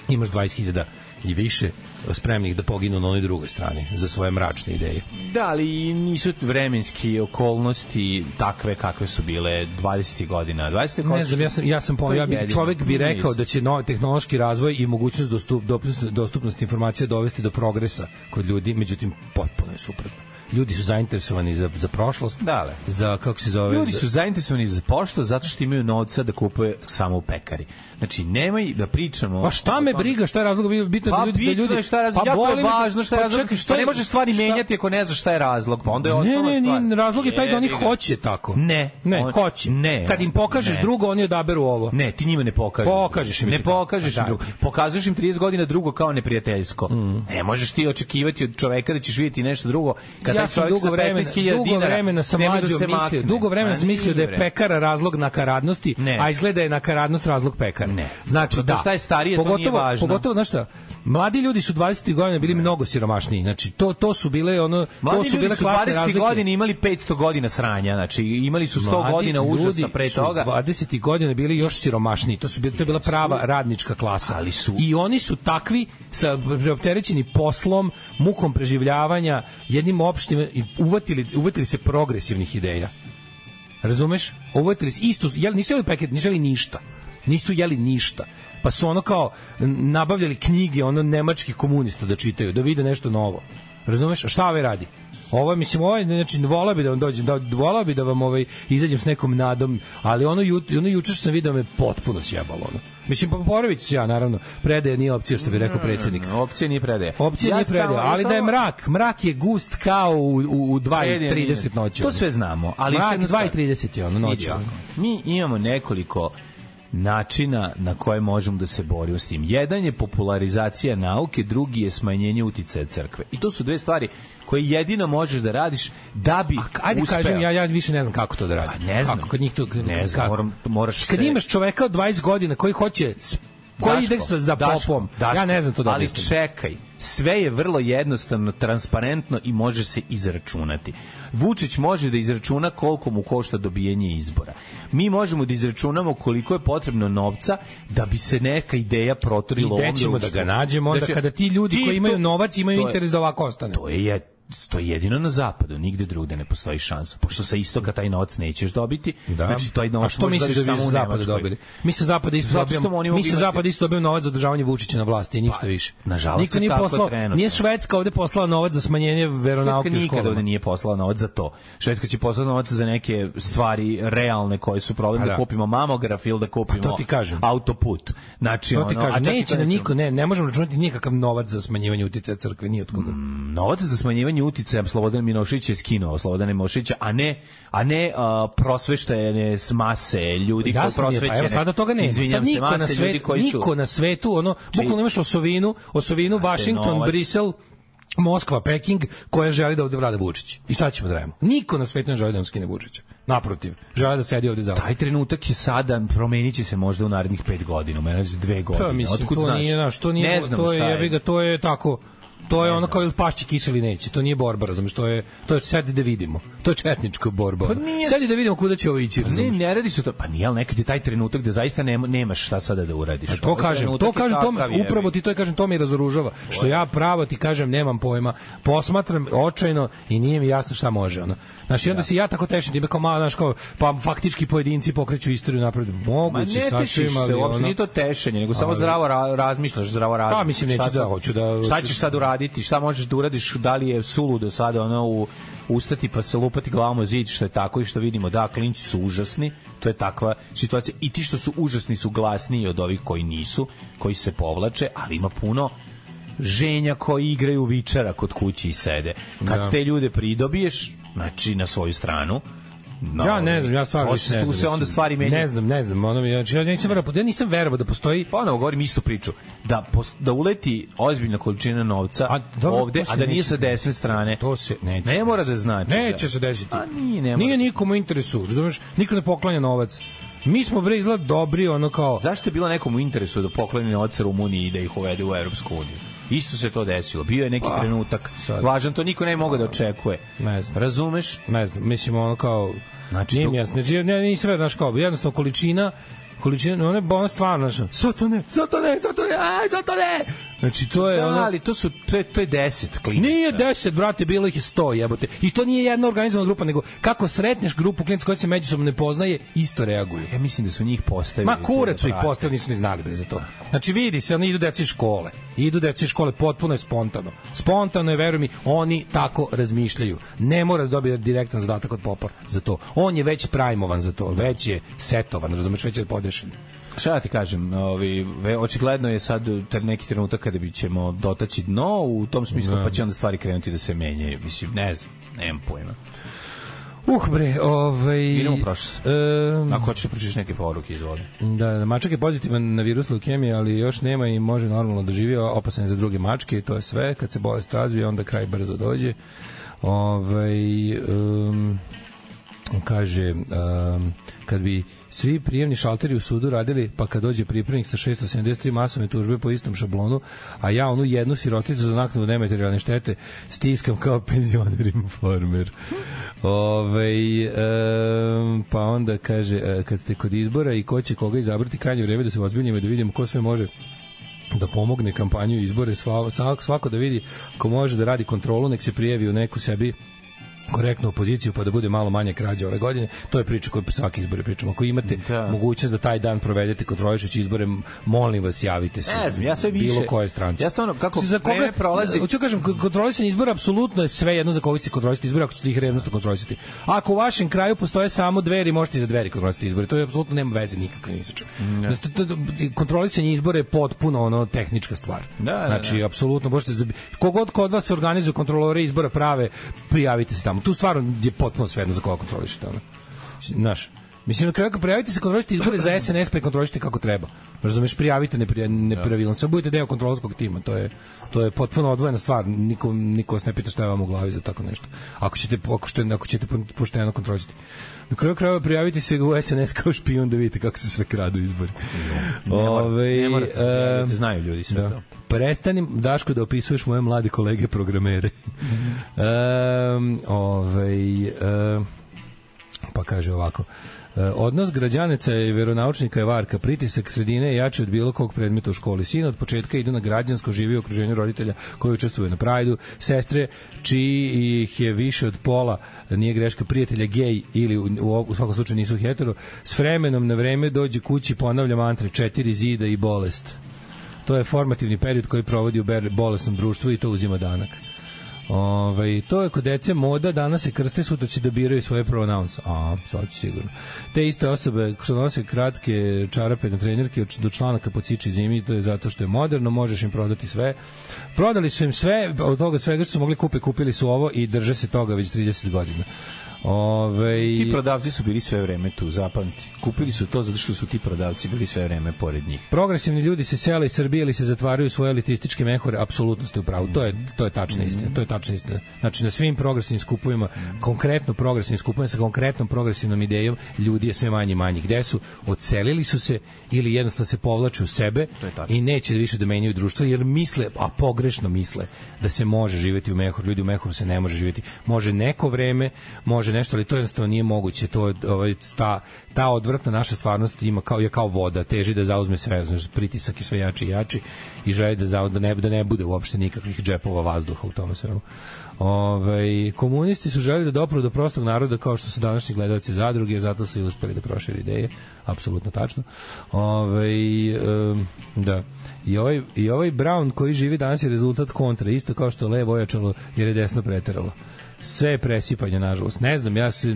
Speaker 7: Imaš 20.000 i više spremnih da poginu na onoj drugoj strani za svoje mračne ideje.
Speaker 6: Da, ali nisu vremenski okolnosti takve kakve su bile 20. godina. 20. godina.
Speaker 7: Ne znam, ja sam, ja sam pomijen, ja bi,
Speaker 6: jedino.
Speaker 7: čovek bi rekao
Speaker 6: Nisu.
Speaker 7: da će novi tehnološki razvoj i mogućnost dostup, dostup, dostupnosti informacija dovesti do progresa kod ljudi, međutim, potpuno je suprotno. Ljudi su zainteresovani za, za prošlost,
Speaker 6: Dale.
Speaker 7: za, kako se zove...
Speaker 6: Da, Ljudi
Speaker 7: za-
Speaker 6: su zainteresovani za pošto zato što imaju novca da kupuje samo u pekari. Znači, nemoj da pričamo...
Speaker 7: Pa šta me briga, šta je razlog, bi- bitno je
Speaker 6: Pa
Speaker 7: da ljudi, da ljudi
Speaker 6: bitno je šta je razlog, pa jako
Speaker 7: boli
Speaker 6: je
Speaker 7: me- da-
Speaker 6: važno šta je razlog,
Speaker 7: čekaj,
Speaker 6: što ne
Speaker 7: je-
Speaker 6: možeš stvari
Speaker 7: šta-
Speaker 6: menjati ako ne znaš šta je razlog, pa onda je
Speaker 7: Ne,
Speaker 6: osnovna
Speaker 7: ne,
Speaker 6: stvar.
Speaker 7: ne, razlog je taj da oni
Speaker 6: Jebi ga.
Speaker 7: hoće tako.
Speaker 6: Ne.
Speaker 7: ne,
Speaker 6: On-
Speaker 7: hoće.
Speaker 6: ne,
Speaker 7: Kad im pokažeš
Speaker 6: ne.
Speaker 7: drugo, oni odaberu ovo.
Speaker 6: Ne, ti njima ne pokažeš.
Speaker 7: Pokažeš im
Speaker 6: Ne
Speaker 7: ti kako.
Speaker 6: pokažeš
Speaker 7: Pa
Speaker 6: im
Speaker 7: da. Mm.
Speaker 6: drugo. Pokazuješ im 30 godina drugo kao neprijateljsko. Ne možeš ti očekivati od čoveka da ćeš vidjeti nešto drugo kad taj
Speaker 7: ja sam
Speaker 6: čovek
Speaker 7: dugo
Speaker 6: sa
Speaker 7: vremena,
Speaker 6: 15.000
Speaker 7: dugo
Speaker 6: dinara
Speaker 7: vremena sam
Speaker 6: ne može da
Speaker 7: mlađo
Speaker 6: se
Speaker 7: mislio,
Speaker 6: makne.
Speaker 7: dugo vremena
Speaker 6: Ma
Speaker 7: sam mislio da je
Speaker 6: nije, bre.
Speaker 7: pekara razlog nakaradnosti,
Speaker 6: Ne.
Speaker 7: a izgleda je nakaradnost razlog pekara.
Speaker 6: Ne.
Speaker 7: Znači,
Speaker 6: Zato
Speaker 7: da.
Speaker 6: šta je starije, to
Speaker 7: pogotovo,
Speaker 6: nije važno.
Speaker 7: Pogotovo, znaš šta, mladi ljudi su 20. godina bili mnogo siromašniji. Znači, to, to su bile ono, to
Speaker 6: Mladi
Speaker 7: su bile
Speaker 6: ljudi su
Speaker 7: klasne
Speaker 6: 20
Speaker 7: razlike.
Speaker 6: godina imali 500 godina sranja, znači imali su 100
Speaker 7: Mladi
Speaker 6: godina užasa
Speaker 7: ljudi
Speaker 6: pre
Speaker 7: su
Speaker 6: toga.
Speaker 7: 20. godine bili još siromašniji. To su bili to je bila prava radnička klasa,
Speaker 6: Ali su-
Speaker 7: I oni su takvi sa preopterećeni poslom, mukom preživljavanja, jednim opštim i uvatili uvatili se progresivnih ideja. Razumeš? Uvatili se isto, jel nisu jeli paket, nisu jeli ništa. Nisu jeli ništa. Pa su ono kao n- nabavljali knjige ono nemačkih komunista da čitaju, da vide nešto novo. Razumeš? A šta ovaj radi? Ovo mislim ovaj znači vola bi da vam dođem, da vola bi da vam ovaj izađem s nekom nadom, ali ono ju ono juče što sam video me potpuno sjebalo ono. Mislim pa poravit ću se ja naravno, predaja nije opcija što bi rekao predsednik.
Speaker 6: Opcija nije predaja.
Speaker 7: Opcija
Speaker 6: Ja
Speaker 7: nije
Speaker 6: sam-
Speaker 7: predaja,
Speaker 6: ja
Speaker 7: ali da je
Speaker 6: samo-
Speaker 7: mrak, mrak je gust kao u, u, u 2.30
Speaker 6: Predaja
Speaker 7: noću.
Speaker 6: To sve znamo, ali
Speaker 7: Mrak
Speaker 6: još jedna stvar.
Speaker 7: 2:30 je ono
Speaker 6: Vidi
Speaker 7: noću.
Speaker 6: ovako, Mi imamo nekoliko načina na koje možemo da se borimo s tim. Jedan je popularizacija nauke, drugi je smanjenje uticaja crkve. I to su dve stvari koje jedino možeš da radiš da bi
Speaker 7: Ajde
Speaker 6: uspeo.
Speaker 7: kažem ja ja više ne znam kako to da radim.
Speaker 6: Pa ne znam.
Speaker 7: Kako kod njih to
Speaker 6: Ne znam,
Speaker 7: kako?
Speaker 6: moram- moraš
Speaker 7: Kad
Speaker 6: se-
Speaker 7: imaš čoveka od 20 godina koji hoće s- koji
Speaker 6: Daško,
Speaker 7: ide sa- za
Speaker 6: Daško,
Speaker 7: popom.
Speaker 6: Daško,
Speaker 7: ja ne znam to da
Speaker 6: Ali
Speaker 7: objasnim.
Speaker 6: čekaj, sve je vrlo jednostavno, transparentno i može se izračunati. Vučić može da izračuna koliko mu košta dobijenje izbora. Mi možemo da izračunamo koliko je potrebno novca da bi se neka ideja
Speaker 7: I
Speaker 6: proturila u
Speaker 7: gde
Speaker 6: ovom
Speaker 7: ćemo da
Speaker 6: društvu.
Speaker 7: ga nađemo onda
Speaker 6: Znači,
Speaker 7: kada ti ljudi koji imaju
Speaker 6: to-
Speaker 7: novac imaju
Speaker 6: to je-
Speaker 7: interes da ovako ostane.
Speaker 6: To je jed- to je jedino na zapadu, nigde drugde ne postoji šansa. Pošto sa istoka taj novac nećeš dobiti,
Speaker 7: Da.
Speaker 6: znači taj novac
Speaker 7: A što
Speaker 6: možeš
Speaker 7: misliš da
Speaker 6: dobiti
Speaker 7: bi
Speaker 6: samo
Speaker 7: sa
Speaker 6: u
Speaker 7: zapada
Speaker 6: Nemačkoj.
Speaker 7: dobili? Mi sa zapada isto
Speaker 6: Zato što
Speaker 7: dobijamo,
Speaker 6: oni mogu
Speaker 7: mi sa
Speaker 6: imati-
Speaker 7: zapada isto dobijamo novac za održavanje Vučića na vlasti i ništa više.
Speaker 6: nažalost
Speaker 7: Niko
Speaker 6: je
Speaker 7: nije
Speaker 6: tako
Speaker 7: poslao,
Speaker 6: trenutno.
Speaker 7: nije Švedska ovde poslala novac za smanjenje veronauke
Speaker 6: Švedska
Speaker 7: u
Speaker 6: nikada
Speaker 7: školama.
Speaker 6: ovde nije poslala novac za to. Švedska će poslati novac za neke stvari realne koje su problem
Speaker 7: A
Speaker 6: da.
Speaker 7: da. Pa
Speaker 6: kupimo mamograf ili da kupimo
Speaker 7: ti kažem.
Speaker 6: autoput. Znači,
Speaker 7: To ti
Speaker 6: ono,
Speaker 7: kažem,
Speaker 6: a čak i
Speaker 7: neće
Speaker 6: to
Speaker 7: nam
Speaker 6: nećemo.
Speaker 7: niko, ne, ne možemo računati nikakav novac za smanjivanje uticaja crkve, ni od koga.
Speaker 6: Novac za smanjivanje uticaja Slobodan Milošević je skinuo Slobodan Miloševića, a ne, a ne a, prosveštene s mase ljudi koji
Speaker 7: Jasno mi je,
Speaker 6: prosvećene.
Speaker 7: pa evo sada toga nema.
Speaker 6: Izvinjam
Speaker 7: Sad
Speaker 6: se,
Speaker 7: niko
Speaker 6: mase
Speaker 7: na
Speaker 6: ljudi
Speaker 7: svetu,
Speaker 6: koji su-
Speaker 7: niko na svetu, ono, bukvalno imaš osovinu, osovinu, Washington,
Speaker 6: novac.
Speaker 7: Brisel, Moskva, Peking, koja želi da ovde vlada Vučić. I šta ćemo da radimo? Niko na svetu ne želi da nam skine Vučića. Naprotiv, žele da sedi ovde za
Speaker 6: Taj trenutak je sada, promenit će se možda u narednih pet godina, u narednih dve godine.
Speaker 7: Pa mislim,
Speaker 6: Otkud
Speaker 7: to
Speaker 6: znaš?
Speaker 7: nije, znaš, to nije,
Speaker 6: ne znamo
Speaker 7: to
Speaker 6: šta
Speaker 7: je, jebi ga, to je tako, to je ono kao ili pašće kiseli neće, to nije borba, razumiješ, to je, to je sedi da vidimo, to je četnička borba. Pa
Speaker 6: nije-
Speaker 7: Sedi da vidimo kuda će ovo ići,
Speaker 6: Ne,
Speaker 7: razumiješ.
Speaker 6: ne radi se to. Pa nije, ali nekad je taj trenutak da zaista nema, nemaš šta sada da uradiš.
Speaker 7: Pa E, To
Speaker 6: Ovaj
Speaker 7: kažem,
Speaker 6: trenutak
Speaker 7: to
Speaker 6: je
Speaker 7: kažem, to
Speaker 6: takav, jebi.
Speaker 7: upravo ti to je kažem, to me i razoružava. Što ja pravo ti kažem, nemam pojma. Posmatram očajno i nije mi jasno šta može ono. Znači
Speaker 6: Da.
Speaker 7: onda se ja tako tešim time kao malo, znaš, kao pa faktički pojedinci pokreću istoriju napred.
Speaker 6: Ma ne
Speaker 7: Moguće
Speaker 6: tešiš
Speaker 7: sasvim,
Speaker 6: se,
Speaker 7: ali
Speaker 6: uopšte
Speaker 7: ono.
Speaker 6: nije to tešenje, nego samo
Speaker 7: Ali-
Speaker 6: zdravo ra razmišljaš, zdravo razmišljaš.
Speaker 7: mislim, neću
Speaker 6: Šta sad-
Speaker 7: da, hoću da-
Speaker 6: Šta ćeš sad uraditi, šta možeš da uradiš, da li je suludo sada ono u ustati pa se lupati glavom o zid, što je tako i što vidimo, da, klinci su užasni, to je takva situacija. I ti što su užasni su glasniji od ovih koji nisu, koji se povlače, ali ima puno ženja koji igraju vičara kod kući i sede. Kad
Speaker 7: Da.
Speaker 6: te ljude pridobiješ, znači na svoju stranu, no,
Speaker 7: ja ne znam, ja stvarno
Speaker 6: to
Speaker 7: više
Speaker 6: se-
Speaker 7: ne
Speaker 6: Tu
Speaker 7: znam.
Speaker 6: se onda stvari menjaju.
Speaker 7: Ne znam, ne znam, ono mi ja, ja nisam verovao, ja nisam verovao da postoji
Speaker 6: ponovo govorim istu priču da pos, da uleti ozbiljna količina novca
Speaker 7: A, dobro,
Speaker 6: ovde
Speaker 7: to se
Speaker 6: a da nije
Speaker 7: neće
Speaker 6: sa desne strane
Speaker 7: To se neće.
Speaker 6: ne mora da znači
Speaker 7: Neće se desiti.
Speaker 6: a nije ne mora.
Speaker 7: Nije nikomu u interesu, razumeš? Niko ne poklanja novac. Mi smo bre izgled dobri, ono kao
Speaker 6: zašto je bilo nekom u interesu da pokloni novac Rumuniji i da ih uvede u Evropsku uniju isto se to desilo bio je neki
Speaker 7: Pa,
Speaker 6: trenutak
Speaker 7: sad.
Speaker 6: važan to niko ne mogu da očekuje
Speaker 7: Ne znam.
Speaker 6: razumeš
Speaker 7: ne znam, mislim ono kao
Speaker 6: Znači,
Speaker 7: znači nije
Speaker 6: dok-
Speaker 7: mi jasno, znači, ne, nisam verovao, znaš kao, jednostavno količina količina, ono je ono stvarno, znaš, sad to ne, sad to ne, sad to ne, aj, sad to ne, Znači, to je
Speaker 6: Da,
Speaker 7: ono...
Speaker 6: ali to su to je, to je 10 klinica.
Speaker 7: Nije 10, brate, bilo ih je 100, jebote. I to nije jedna organizovana grupa, nego kako sretneš grupu klinica koja se međusobno ne poznaje, isto reaguju.
Speaker 6: Ja mislim da su njih postavili.
Speaker 7: Ma kurac su ih
Speaker 6: Da,
Speaker 7: postavili, nisu ni znali bre za to. Znači vidi se, oni idu deca iz škole. Idu deca iz škole potpuno je spontano. Spontano je, veruj mi, oni tako razmišljaju. Ne mora da dobije direktan zadatak od popa za to. On je već prajmovan za to, već je setovan, razumeš, već je podešen.
Speaker 6: Šta da ti kažem, ovi, ve- očigledno je sad ter- neki trenutak kada bi ćemo dotaći dno u tom smislu, pa će onda stvari krenuti da se menjaju. Mislim, ne znam, nemam pojma.
Speaker 7: Uh bre, ovaj
Speaker 6: Idemo prošlo se.
Speaker 7: em,
Speaker 6: Ako hoćeš da pročiš neke poruke, izvoli.
Speaker 7: Da, da, mačak je pozitivan na virus leukemije, ali još nema i može normalno da živi, a opasan je za druge mačke i to je sve. Kad se bolest razvije, onda kraj brzo dođe. Ovaj, um, kaže, um, kad bi svi prijemni šalteri u sudu radili, pa kad dođe pripravnik sa 673 masovne tužbe po istom šablonu, a ja onu jednu siroticu za naknadu nematerijalne štete stiskam kao penzioner informer. Ove, um, pa onda kaže, e, kad ste kod izbora i ko će koga izabrati krajnje vreme da se ozbiljimo i da vidimo ko sve može da pomogne kampanju i izbore sva- svako, svako da vidi ko može da radi kontrolu nek se prijavi u neku sebi korektnu opoziciju pa da bude malo manje krađa ove godine. To je priča koju svaki izbore pričamo. Ako imate
Speaker 6: Da.
Speaker 7: da. mogućnost da taj dan provedete kontrolišući izbore, molim vas javite se.
Speaker 6: Ne znam, ja sve više-
Speaker 7: Bilo koje stranci.
Speaker 6: ja stvarno, kako
Speaker 7: za koga
Speaker 6: vreme prolazi-
Speaker 7: Hoću da kažem, k- kontrolisanje izbora apsolutno je sve jedno za koga ćete kontrolisati izbore, ako ćete ih revnostno kontrolisati. Ako u vašem kraju postoje samo dveri, možete i za dveri kontrolisati izbore. To je apsolutno nema veze nikakve ni sa čim.
Speaker 6: Da.
Speaker 7: Znači, to- to- kontrolisanje izbora je potpuno ono tehnička stvar.
Speaker 6: Da, da,
Speaker 7: znači,
Speaker 6: da.
Speaker 7: apsolutno možete zabi... kogod kod vas organizuje kontrolore izbora prave, prijavite se tamo. Tu stvarno je potpuno svejedno za koga kontrolišete. Ono. Znaš, Mislim, na kraju kad prijavite se, kontrolišite izbore za SNS, pa ih kontrolišite kako treba. Razumeš, prijavite nepri- nepravilnost. Samo budete deo kontrolskog tima, to je, to je potpuno odvojena stvar. Niko, niko vas ne pita šta je vam u glavi za tako nešto. Ako ćete, ako što, ako ćete pošteno kontrolišiti. Na kraju krajeva prijavite se u SNS kao špijun da vidite kako se sve kradu izbori.
Speaker 6: Ne mora-
Speaker 7: Ovaj,
Speaker 6: ne morate da se prijavljati,
Speaker 7: em,
Speaker 6: znaju ljudi sve to.
Speaker 7: Prestani, Da. Daško, da opisuješ moje mlade kolege programere. um, ovaj, um, pa kaže ovako. E, Odnos građanica i veronaučnika je varka. Pritisak sredine je jači od bilo kog predmeta u školi. Sin od početka idu na građansko, živi u okruženju roditelja koji učestvuju na prajdu. Sestre, čiji ih je više od pola, nije greška prijatelja, gej ili u, u, u svakom slučaju nisu hetero, s vremenom na vreme dođe kući i ponavlja mantre četiri zida i bolest. To je formativni period koji provodi u ber- bolesnom društvu i to uzima danak. Ove, to je kod dece moda, danas se krste, sutra će da biraju svoje pronouns. A, sad će sigurno. Te iste osobe što nose kratke čarape na trenirke od- do članaka po ciči zimi, to je zato što je moderno, možeš im prodati sve. Prodali su im sve, od toga svega što su mogli kupe, kupili su ovo i drže se toga već 30 godina. Ovaj, Ove,
Speaker 6: Ti prodavci su bili sve vreme tu, zapamti. Kupili su to zato što su ti prodavci bili sve vreme pored njih.
Speaker 7: progresivni ljudi se sele iz Srbije ili se zatvaraju u svoje elitističke mehore, apsolutno ste u pravu. To
Speaker 6: Mhm.
Speaker 7: je to je tačna istina, to je tačna istina. Znači na svim progresivnim skupovima,
Speaker 6: Mhm.
Speaker 7: konkretno progresivnim skupovima sa konkretnom progresivnom idejom, ljudi je sve manje i manje. Gde su? Odselili su se ili jednostavno se povlače u sebe
Speaker 6: To je tačno.
Speaker 7: i neće više da menjaju društvo jer misle, a pogrešno misle da se može živeti u mehur, ljudi u mehuru se ne može živeti. Može neko vreme, može nešto, ali to jednostavno nije moguće. To je ovaj ta ta odvratna naša stvarnost ima kao je kao voda, teži da zauzme sve, znači pritisak je sve jači i jači i želi da zauzme da ne da ne bude uopšte nikakvih džepova vazduha u tome svemu. Ove, Ovaj, komunisti su želeli da dopru do prostog naroda kao što su današnji gledalci zadruge, zato su i uspeli da prošire ideje, apsolutno tačno. Ove, um, da. I ovaj, I ovaj Brown koji živi danas je rezultat kontra, isto kao što je levo ojačalo jer je desno preteralo. Sve je presipanje, nažalost. Ne znam, ja se,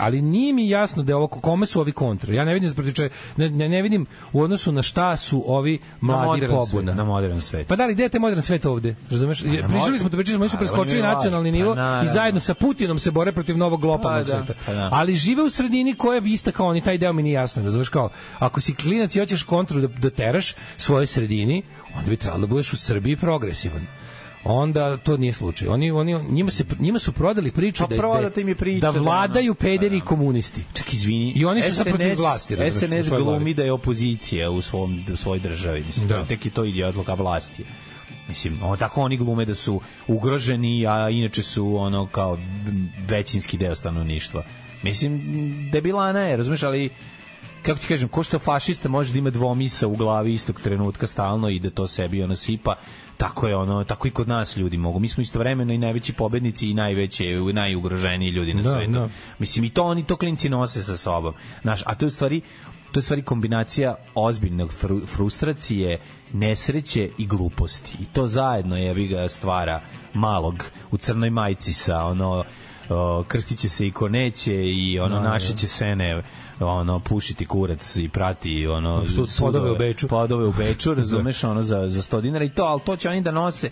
Speaker 7: ali nije mi jasno da je ovo, kome su ovi kontra. Ja ne vidim, protiv čega- ne, ne, ne vidim u odnosu na šta su ovi mladi
Speaker 6: modern
Speaker 7: pobuna.
Speaker 6: svet, na modern svet.
Speaker 7: Pa da li gde je taj modern svet ovde? Razumeš? Je, Pričali smo da pričali smo, oni su
Speaker 6: Pa, ali
Speaker 7: preskočili
Speaker 6: oni ne
Speaker 7: nacionalni
Speaker 6: lažu.
Speaker 7: nivo
Speaker 6: Pa, naravno.
Speaker 7: i zajedno sa Putinom se bore protiv novog globalnog
Speaker 6: Pa, da.
Speaker 7: sveta.
Speaker 6: Pa, da.
Speaker 7: Ali žive u sredini koja je ista kao oni, taj deo mi nije jasan, razumeš kao, ako si klinac i hoćeš kontru da, da teraš svojoj sredini, onda bi trebalo da budeš u Srbiji progresivan onda to nije slučaj. Oni oni njima se njima su prodali priču
Speaker 6: Pa
Speaker 7: da, da,
Speaker 6: prodata im je priča
Speaker 7: da
Speaker 6: da ono-
Speaker 7: vladaju pederi i komunisti.
Speaker 6: Čak izvini.
Speaker 7: I oni su sad protiv
Speaker 6: SNS
Speaker 7: vlasti, razumeš, u
Speaker 6: SNS
Speaker 7: svojoj glavi.
Speaker 6: glumi da je opozicija u svom u svojoj državi, mislim.
Speaker 7: Da.
Speaker 6: Da. Tek je to idiotluka vlasti. Mislim, o, tako oni glume da su ugroženi, a inače su ono kao većinski deo stanovništva. Mislim, debilana je, razumeš, ali kako ti kažem, ko što fašista može da ima dvomisa u glavi istog trenutka stalno i da to sebi ono sipa, tako je ono, tako i kod nas ljudi mogu. Mi smo istovremeno i najveći pobednici i najveće, najugroženiji ljudi na
Speaker 7: Da,
Speaker 6: da, svetu.
Speaker 7: da.
Speaker 6: Da. Mislim, i to oni to klinci nose sa sobom. Znaš, a to je u stvari to je u stvari kombinacija ozbiljnog fru, frustracije, nesreće i gluposti. I to zajedno je ga stvara malog u crnoj majici sa ono o, krstiće se i ko neće i ono
Speaker 7: Da,
Speaker 6: naše će sene ono pušiti kurac i prati ono
Speaker 7: Sud- podove u Beču.
Speaker 6: podove u Beču razumeš ono za za 100 dinara i to al to će oni da nose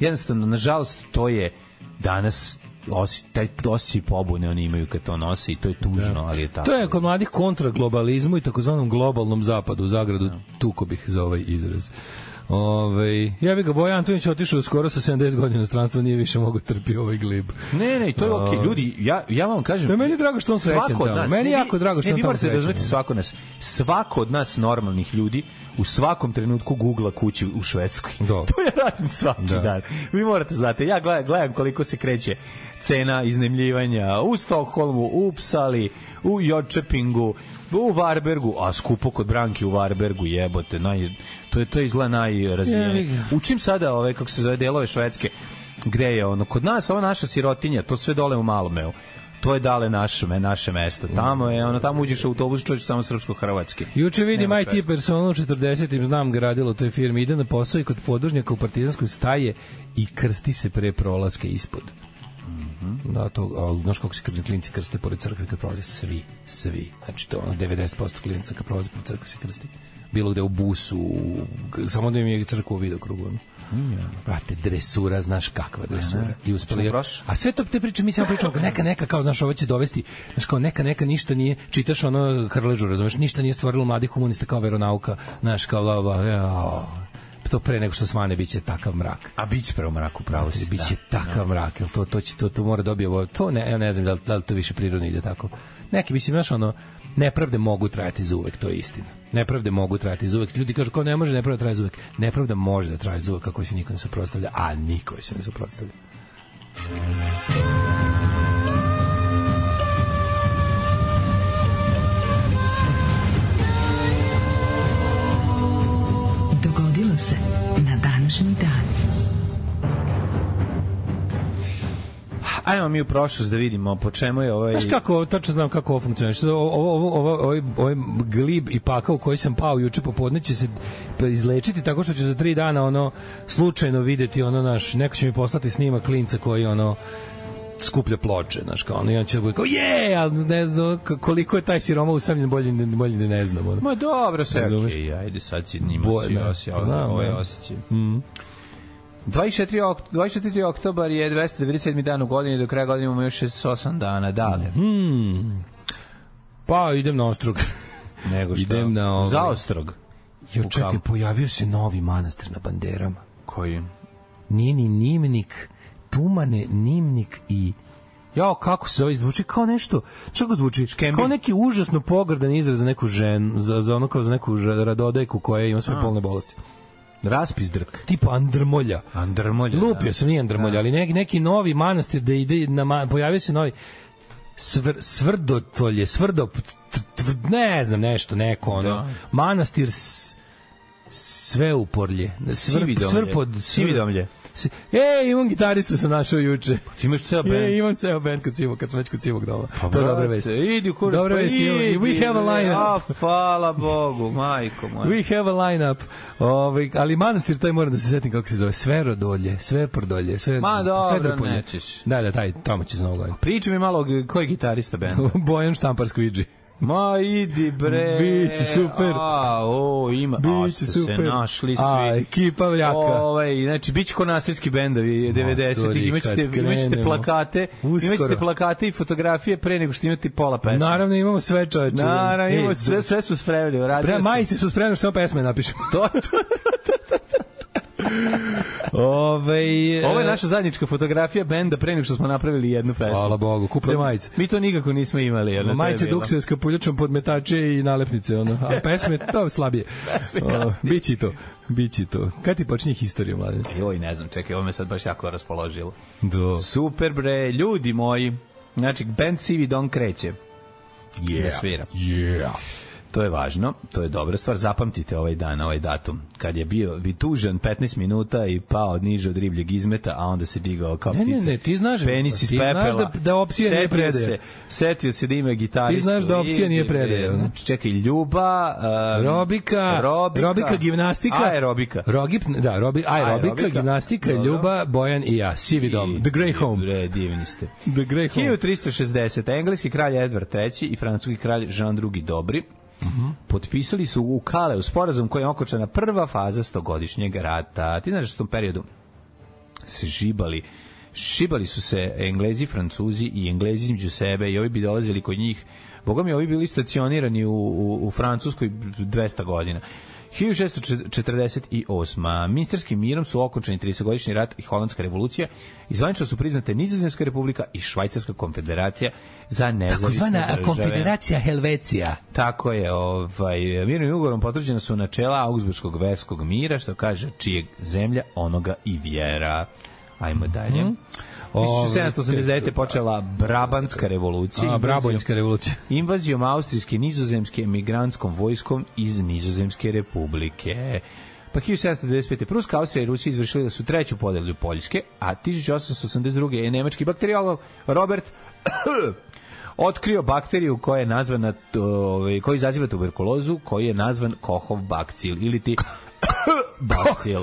Speaker 6: jednostavno nažalost to je danas osi, taj osjećaj pobune oni imaju kad to nose i to je tužno, ali je tako.
Speaker 7: To je kod mladih kontra globalizmu i takozvanom globalnom zapadu u zagradu,
Speaker 6: Da.
Speaker 7: tuko bih za ovaj izraz. Ove, ja bih ga Boja Antonić otišao skoro sa 70 godina u stranstvo, nije više mogu trpi ovaj glib.
Speaker 6: Ne, ne, to je okej. Okay. Ljudi, ja, ja vam kažem...
Speaker 7: Ne, meni je drago što on srećan
Speaker 6: svako od
Speaker 7: tamo.
Speaker 6: nas-
Speaker 7: Meni je
Speaker 6: ne, vi-
Speaker 7: jako drago što
Speaker 6: ne,
Speaker 7: on
Speaker 6: vi
Speaker 7: tamo
Speaker 6: morate da
Speaker 7: srećan.
Speaker 6: razumete svako od nas. Svako od nas normalnih ljudi u svakom trenutku googla kuću u Švedskoj.
Speaker 7: Da.
Speaker 6: To ja radim svaki
Speaker 7: Da.
Speaker 6: da. dan. Vi morate znate, ja gledam, gledam koliko se kreće cena iznemljivanja u Stokholmu, u Psali, u Jočepingu, u Varbergu, a skupo kod Branki u Varbergu, jebote, naj, to je to je izgleda najrazvijenije.
Speaker 7: Jebi ga.
Speaker 6: Učim sada ove kako se zove delove švedske gde je ono kod nas ova naša sirotinja, to sve dole u Malmeu. To je dale naše, me- naše mesto. Tamo je, ono, tamo uđeš u autobus, čuješ samo srpsko-hrvatski.
Speaker 7: Juče vidim
Speaker 6: Nema
Speaker 7: IT personu u 40. znam ga radilo u toj firmi, ide na posao i kod podružnjaka u partizanskoj staje i krsti se pre prolaske ispod. Da, to, a, znaš kako se krvni klinci krste pored crkve kad prolaze svi, svi. Znači to ono 90% klinica kad prolaze pored crkve se krsti. Bilo gde u busu, u, g- samo da im je crkva u vidokrugu. Ono. Brate, dresura, znaš kakva dresura. I uspeli,
Speaker 6: Ćemo
Speaker 7: je-
Speaker 6: prošli?
Speaker 7: a sve to te priče, mi samo pričamo, kao neka, neka, kao, znaš, ovo će dovesti, znaš, kao neka, neka, ništa nije, čitaš ono Hrležu, razumeš, ništa nije stvorilo mladih komunista kao veronauka, znaš, kao, bla, bla, bla, jao, to pre nego što svane biće takav mrak.
Speaker 6: A bit će prvo mrak, upravo si. da.
Speaker 7: Biće takav mrak, jel to, to, će, to, to mora dobije, ovo- to ne, ja ne znam da li, da li to više prirodno ide tako. Neki, mislim, znaš, ono, nepravde mogu trajati za uvek, to je istina. Nepravde mogu trajati za uvek. Ljudi kažu, kao ne može nepravda trajati za uvek. Nepravda može da traje za uvek ako se niko ne suprotstavlja, a niko se ne suprotstavlja.
Speaker 2: Dogodilo se na današnji dan.
Speaker 6: Ajmo mi u prošlost da vidimo po čemu je ovaj...
Speaker 7: Znaš kako, tačno znam kako ovo funkcioniš. Ovo, ovo, ovo, ovo, ovaj, ovaj glib i pakao u koji sam pao juče popodne će se pa izlečiti tako što ću za tri dana ono slučajno videti ono naš, neko će mi poslati snima klinca koji ono skuplja ploče, znaš, kao ono, i on će da bude kao, je, ali ne znam k- koliko je taj siroma usamljen, bolje, ne- bolje da ne znam, ono.
Speaker 6: Ma dobro, sve okej,
Speaker 7: Razumeš?
Speaker 6: okay, ajde sad si njima
Speaker 7: Boj,
Speaker 6: si
Speaker 7: da.
Speaker 6: osjećaj,
Speaker 7: Znam,
Speaker 6: ovo je
Speaker 7: da.
Speaker 6: osjećaj. 24. Ok, 24. oktobar je 297. dan u godini, do kraja godine imamo još 68 dana, dale.
Speaker 7: Pa, idem na ostrog.
Speaker 6: Nego
Speaker 7: Idem na ovaj-
Speaker 6: Zaostrog.
Speaker 7: Jo,
Speaker 6: U
Speaker 7: čekaj,
Speaker 6: kamp.
Speaker 7: pojavio se novi manastir na banderama.
Speaker 6: Koji?
Speaker 7: nije ni nimnik, tumane, nimnik i Jao, kako se ovo zvuči kao nešto, što kako zvuči?
Speaker 6: Škembi.
Speaker 7: Kao neki užasno pogrdan izraz za neku ženu, za, za ono kao za neku ž- radodajku koja ima sve polne bolesti.
Speaker 6: Raspizdrk.
Speaker 7: Tipa Andrmolja.
Speaker 6: Andrmolja.
Speaker 7: Lupio sam, nije Andrmolja, ali neki, neki novi manastir da ide, na, ma- pojavio se novi svr, svrdotolje, svrdop, t- t- ne znam nešto, neko ono,
Speaker 6: Da.
Speaker 7: manastir s, sve uporlje,
Speaker 6: Sividomlje.
Speaker 7: svrpod,
Speaker 6: Sividomlje.
Speaker 7: Si- E, imam gitaristu sam našao juče.
Speaker 6: Ti imaš ceo band. Pa
Speaker 7: E, imam ceo band kod Cimog, kad smo već kod Cimog doma. to je
Speaker 6: brate,
Speaker 7: dobra vest.
Speaker 6: Idi u kurac,
Speaker 7: Dobra
Speaker 6: pa
Speaker 7: vest, Ivo,
Speaker 6: idi,
Speaker 7: we have a
Speaker 6: bre.
Speaker 7: lineup.
Speaker 6: A, hvala Bogu, majko moja.
Speaker 7: We have a lineup. Ovaj ali manastir taj moram da se setim kako se zove. Sverodolje, sve prdolje, sve
Speaker 6: Ma, dobro,
Speaker 7: sve drpolje.
Speaker 6: nećeš.
Speaker 7: Da, da, taj tamo će znao godin.
Speaker 6: Priča mi malo, g- ko je gitarista benda?
Speaker 7: Bojan Štampar Skvidži.
Speaker 6: Ma, idi bre.
Speaker 7: Biće super.
Speaker 6: A, o, ima. A,
Speaker 7: Biće
Speaker 6: ste
Speaker 7: super.
Speaker 6: se našli svi.
Speaker 7: A, ekipa jaka.
Speaker 6: Ovaj, znači biće ko nasilski bendovi
Speaker 7: Matori,
Speaker 6: 90-ih,
Speaker 7: kad
Speaker 6: imaćete imaćete
Speaker 7: krenemo.
Speaker 6: plakate,
Speaker 7: Uskoro.
Speaker 6: imaćete plakate i fotografije pre nego što imate pola pesme.
Speaker 7: Naravno E, imamo sve čoveče.
Speaker 6: Naravno,
Speaker 7: Ej,
Speaker 6: imamo sve sve smo spremili, uradio
Speaker 7: Pre
Speaker 6: sam.
Speaker 7: majice su spremne što samo pesme napišemo.
Speaker 6: To, to,
Speaker 7: Ovaj
Speaker 6: Ovo je
Speaker 7: e,
Speaker 6: naša zajednička fotografija benda pre nego što smo napravili jednu pesmu.
Speaker 7: Hvala Bogu, kupite majice.
Speaker 6: Mi to nikako nismo imali. Jer
Speaker 7: Ma, majice dukse s kapuljačom podmetače i nalepnice, ono. A pesme, to je slabije. O, Bići i to, bići i to. Kad ti počinje historija, mladen?
Speaker 6: Joj, ne znam, čekaj, ovo me sad baš jako raspoložilo. Da.
Speaker 7: Do.
Speaker 6: Super bre, ljudi moji. Znači, band Sivi Don kreće. Yeah. Da svira.
Speaker 7: Yeah.
Speaker 6: To je važno, to je dobra stvar. Zapamtite ovaj dan, ovaj datum. Kad je bio vitužen 15 minuta i pao niže od ribljeg izmeta, a onda se digao kao
Speaker 7: Ne, ne,
Speaker 6: ptica.
Speaker 7: ne, ti znaš-
Speaker 6: Penis
Speaker 7: ti
Speaker 6: iz
Speaker 7: znaš
Speaker 6: pepela.
Speaker 7: da- da opcija nije
Speaker 6: Setio
Speaker 7: predaja.
Speaker 6: Se, setio se da ima gitaristu.
Speaker 7: Ti znaš da opcija
Speaker 6: i-
Speaker 7: nije predaja, ono.
Speaker 6: Znači, čekaj, Ljuba... um,
Speaker 7: Robika,
Speaker 6: Robika,
Speaker 7: robika gimnastika,
Speaker 6: Aerobika.
Speaker 7: Rogip, da, robi, aerobika,
Speaker 6: Aerobika.
Speaker 7: gimnastika,
Speaker 6: Dobro.
Speaker 7: Ljuba, Bojan i ja, Sivi dom, The Grey Home.
Speaker 6: Bre, divni ste.
Speaker 7: The Grey Home.
Speaker 6: 1360. Engleski kralj Edward III i francuski kralj Jean II Dobri potpisali su u Kaleu sporazum kojim je okončana prva faza stogodišnjeg rata. Ti znaš da su u tom periodu se žibali šibali su se Englezi, Francuzi i Englezi između sebe i ovi bi dolazili kod njih. Boga mi, ovi bili stacionirani u, u, u Francuskoj 200 godina. 1648. Minsterskim mirom su okončeni 30-godišnji rat i Holandska revolucija i zvanično su priznate Nizozemska republika i Švajcarska konfederacija za nezavisne
Speaker 7: Takozvana
Speaker 6: države.
Speaker 7: konfederacija Helvecija.
Speaker 6: Tako je, ovaj, mirnim ugovorom potvrđena su načela Augsburgskog verskog mira, što kaže čijeg zemlja, onoga i vjera. Ajmo dalje. Mm
Speaker 7: Ovaj,
Speaker 6: 1789. je počela Brabantska revolucija.
Speaker 7: A,
Speaker 6: invazijom-
Speaker 7: Brabojnska revolucija.
Speaker 6: Invazijom austrijske i nizozemske emigrantskom vojskom iz Nizozemske republike. Pa 1795. Pruska, Austrija i Rusija izvršili su treću podelju Poljske, a 1882. je nemački bakteriolog Robert otkrio bakteriju koja je nazvana t- ovaj koji izaziva tuberkulozu, koji je nazvan Kohov bakcil ili ti bakcil.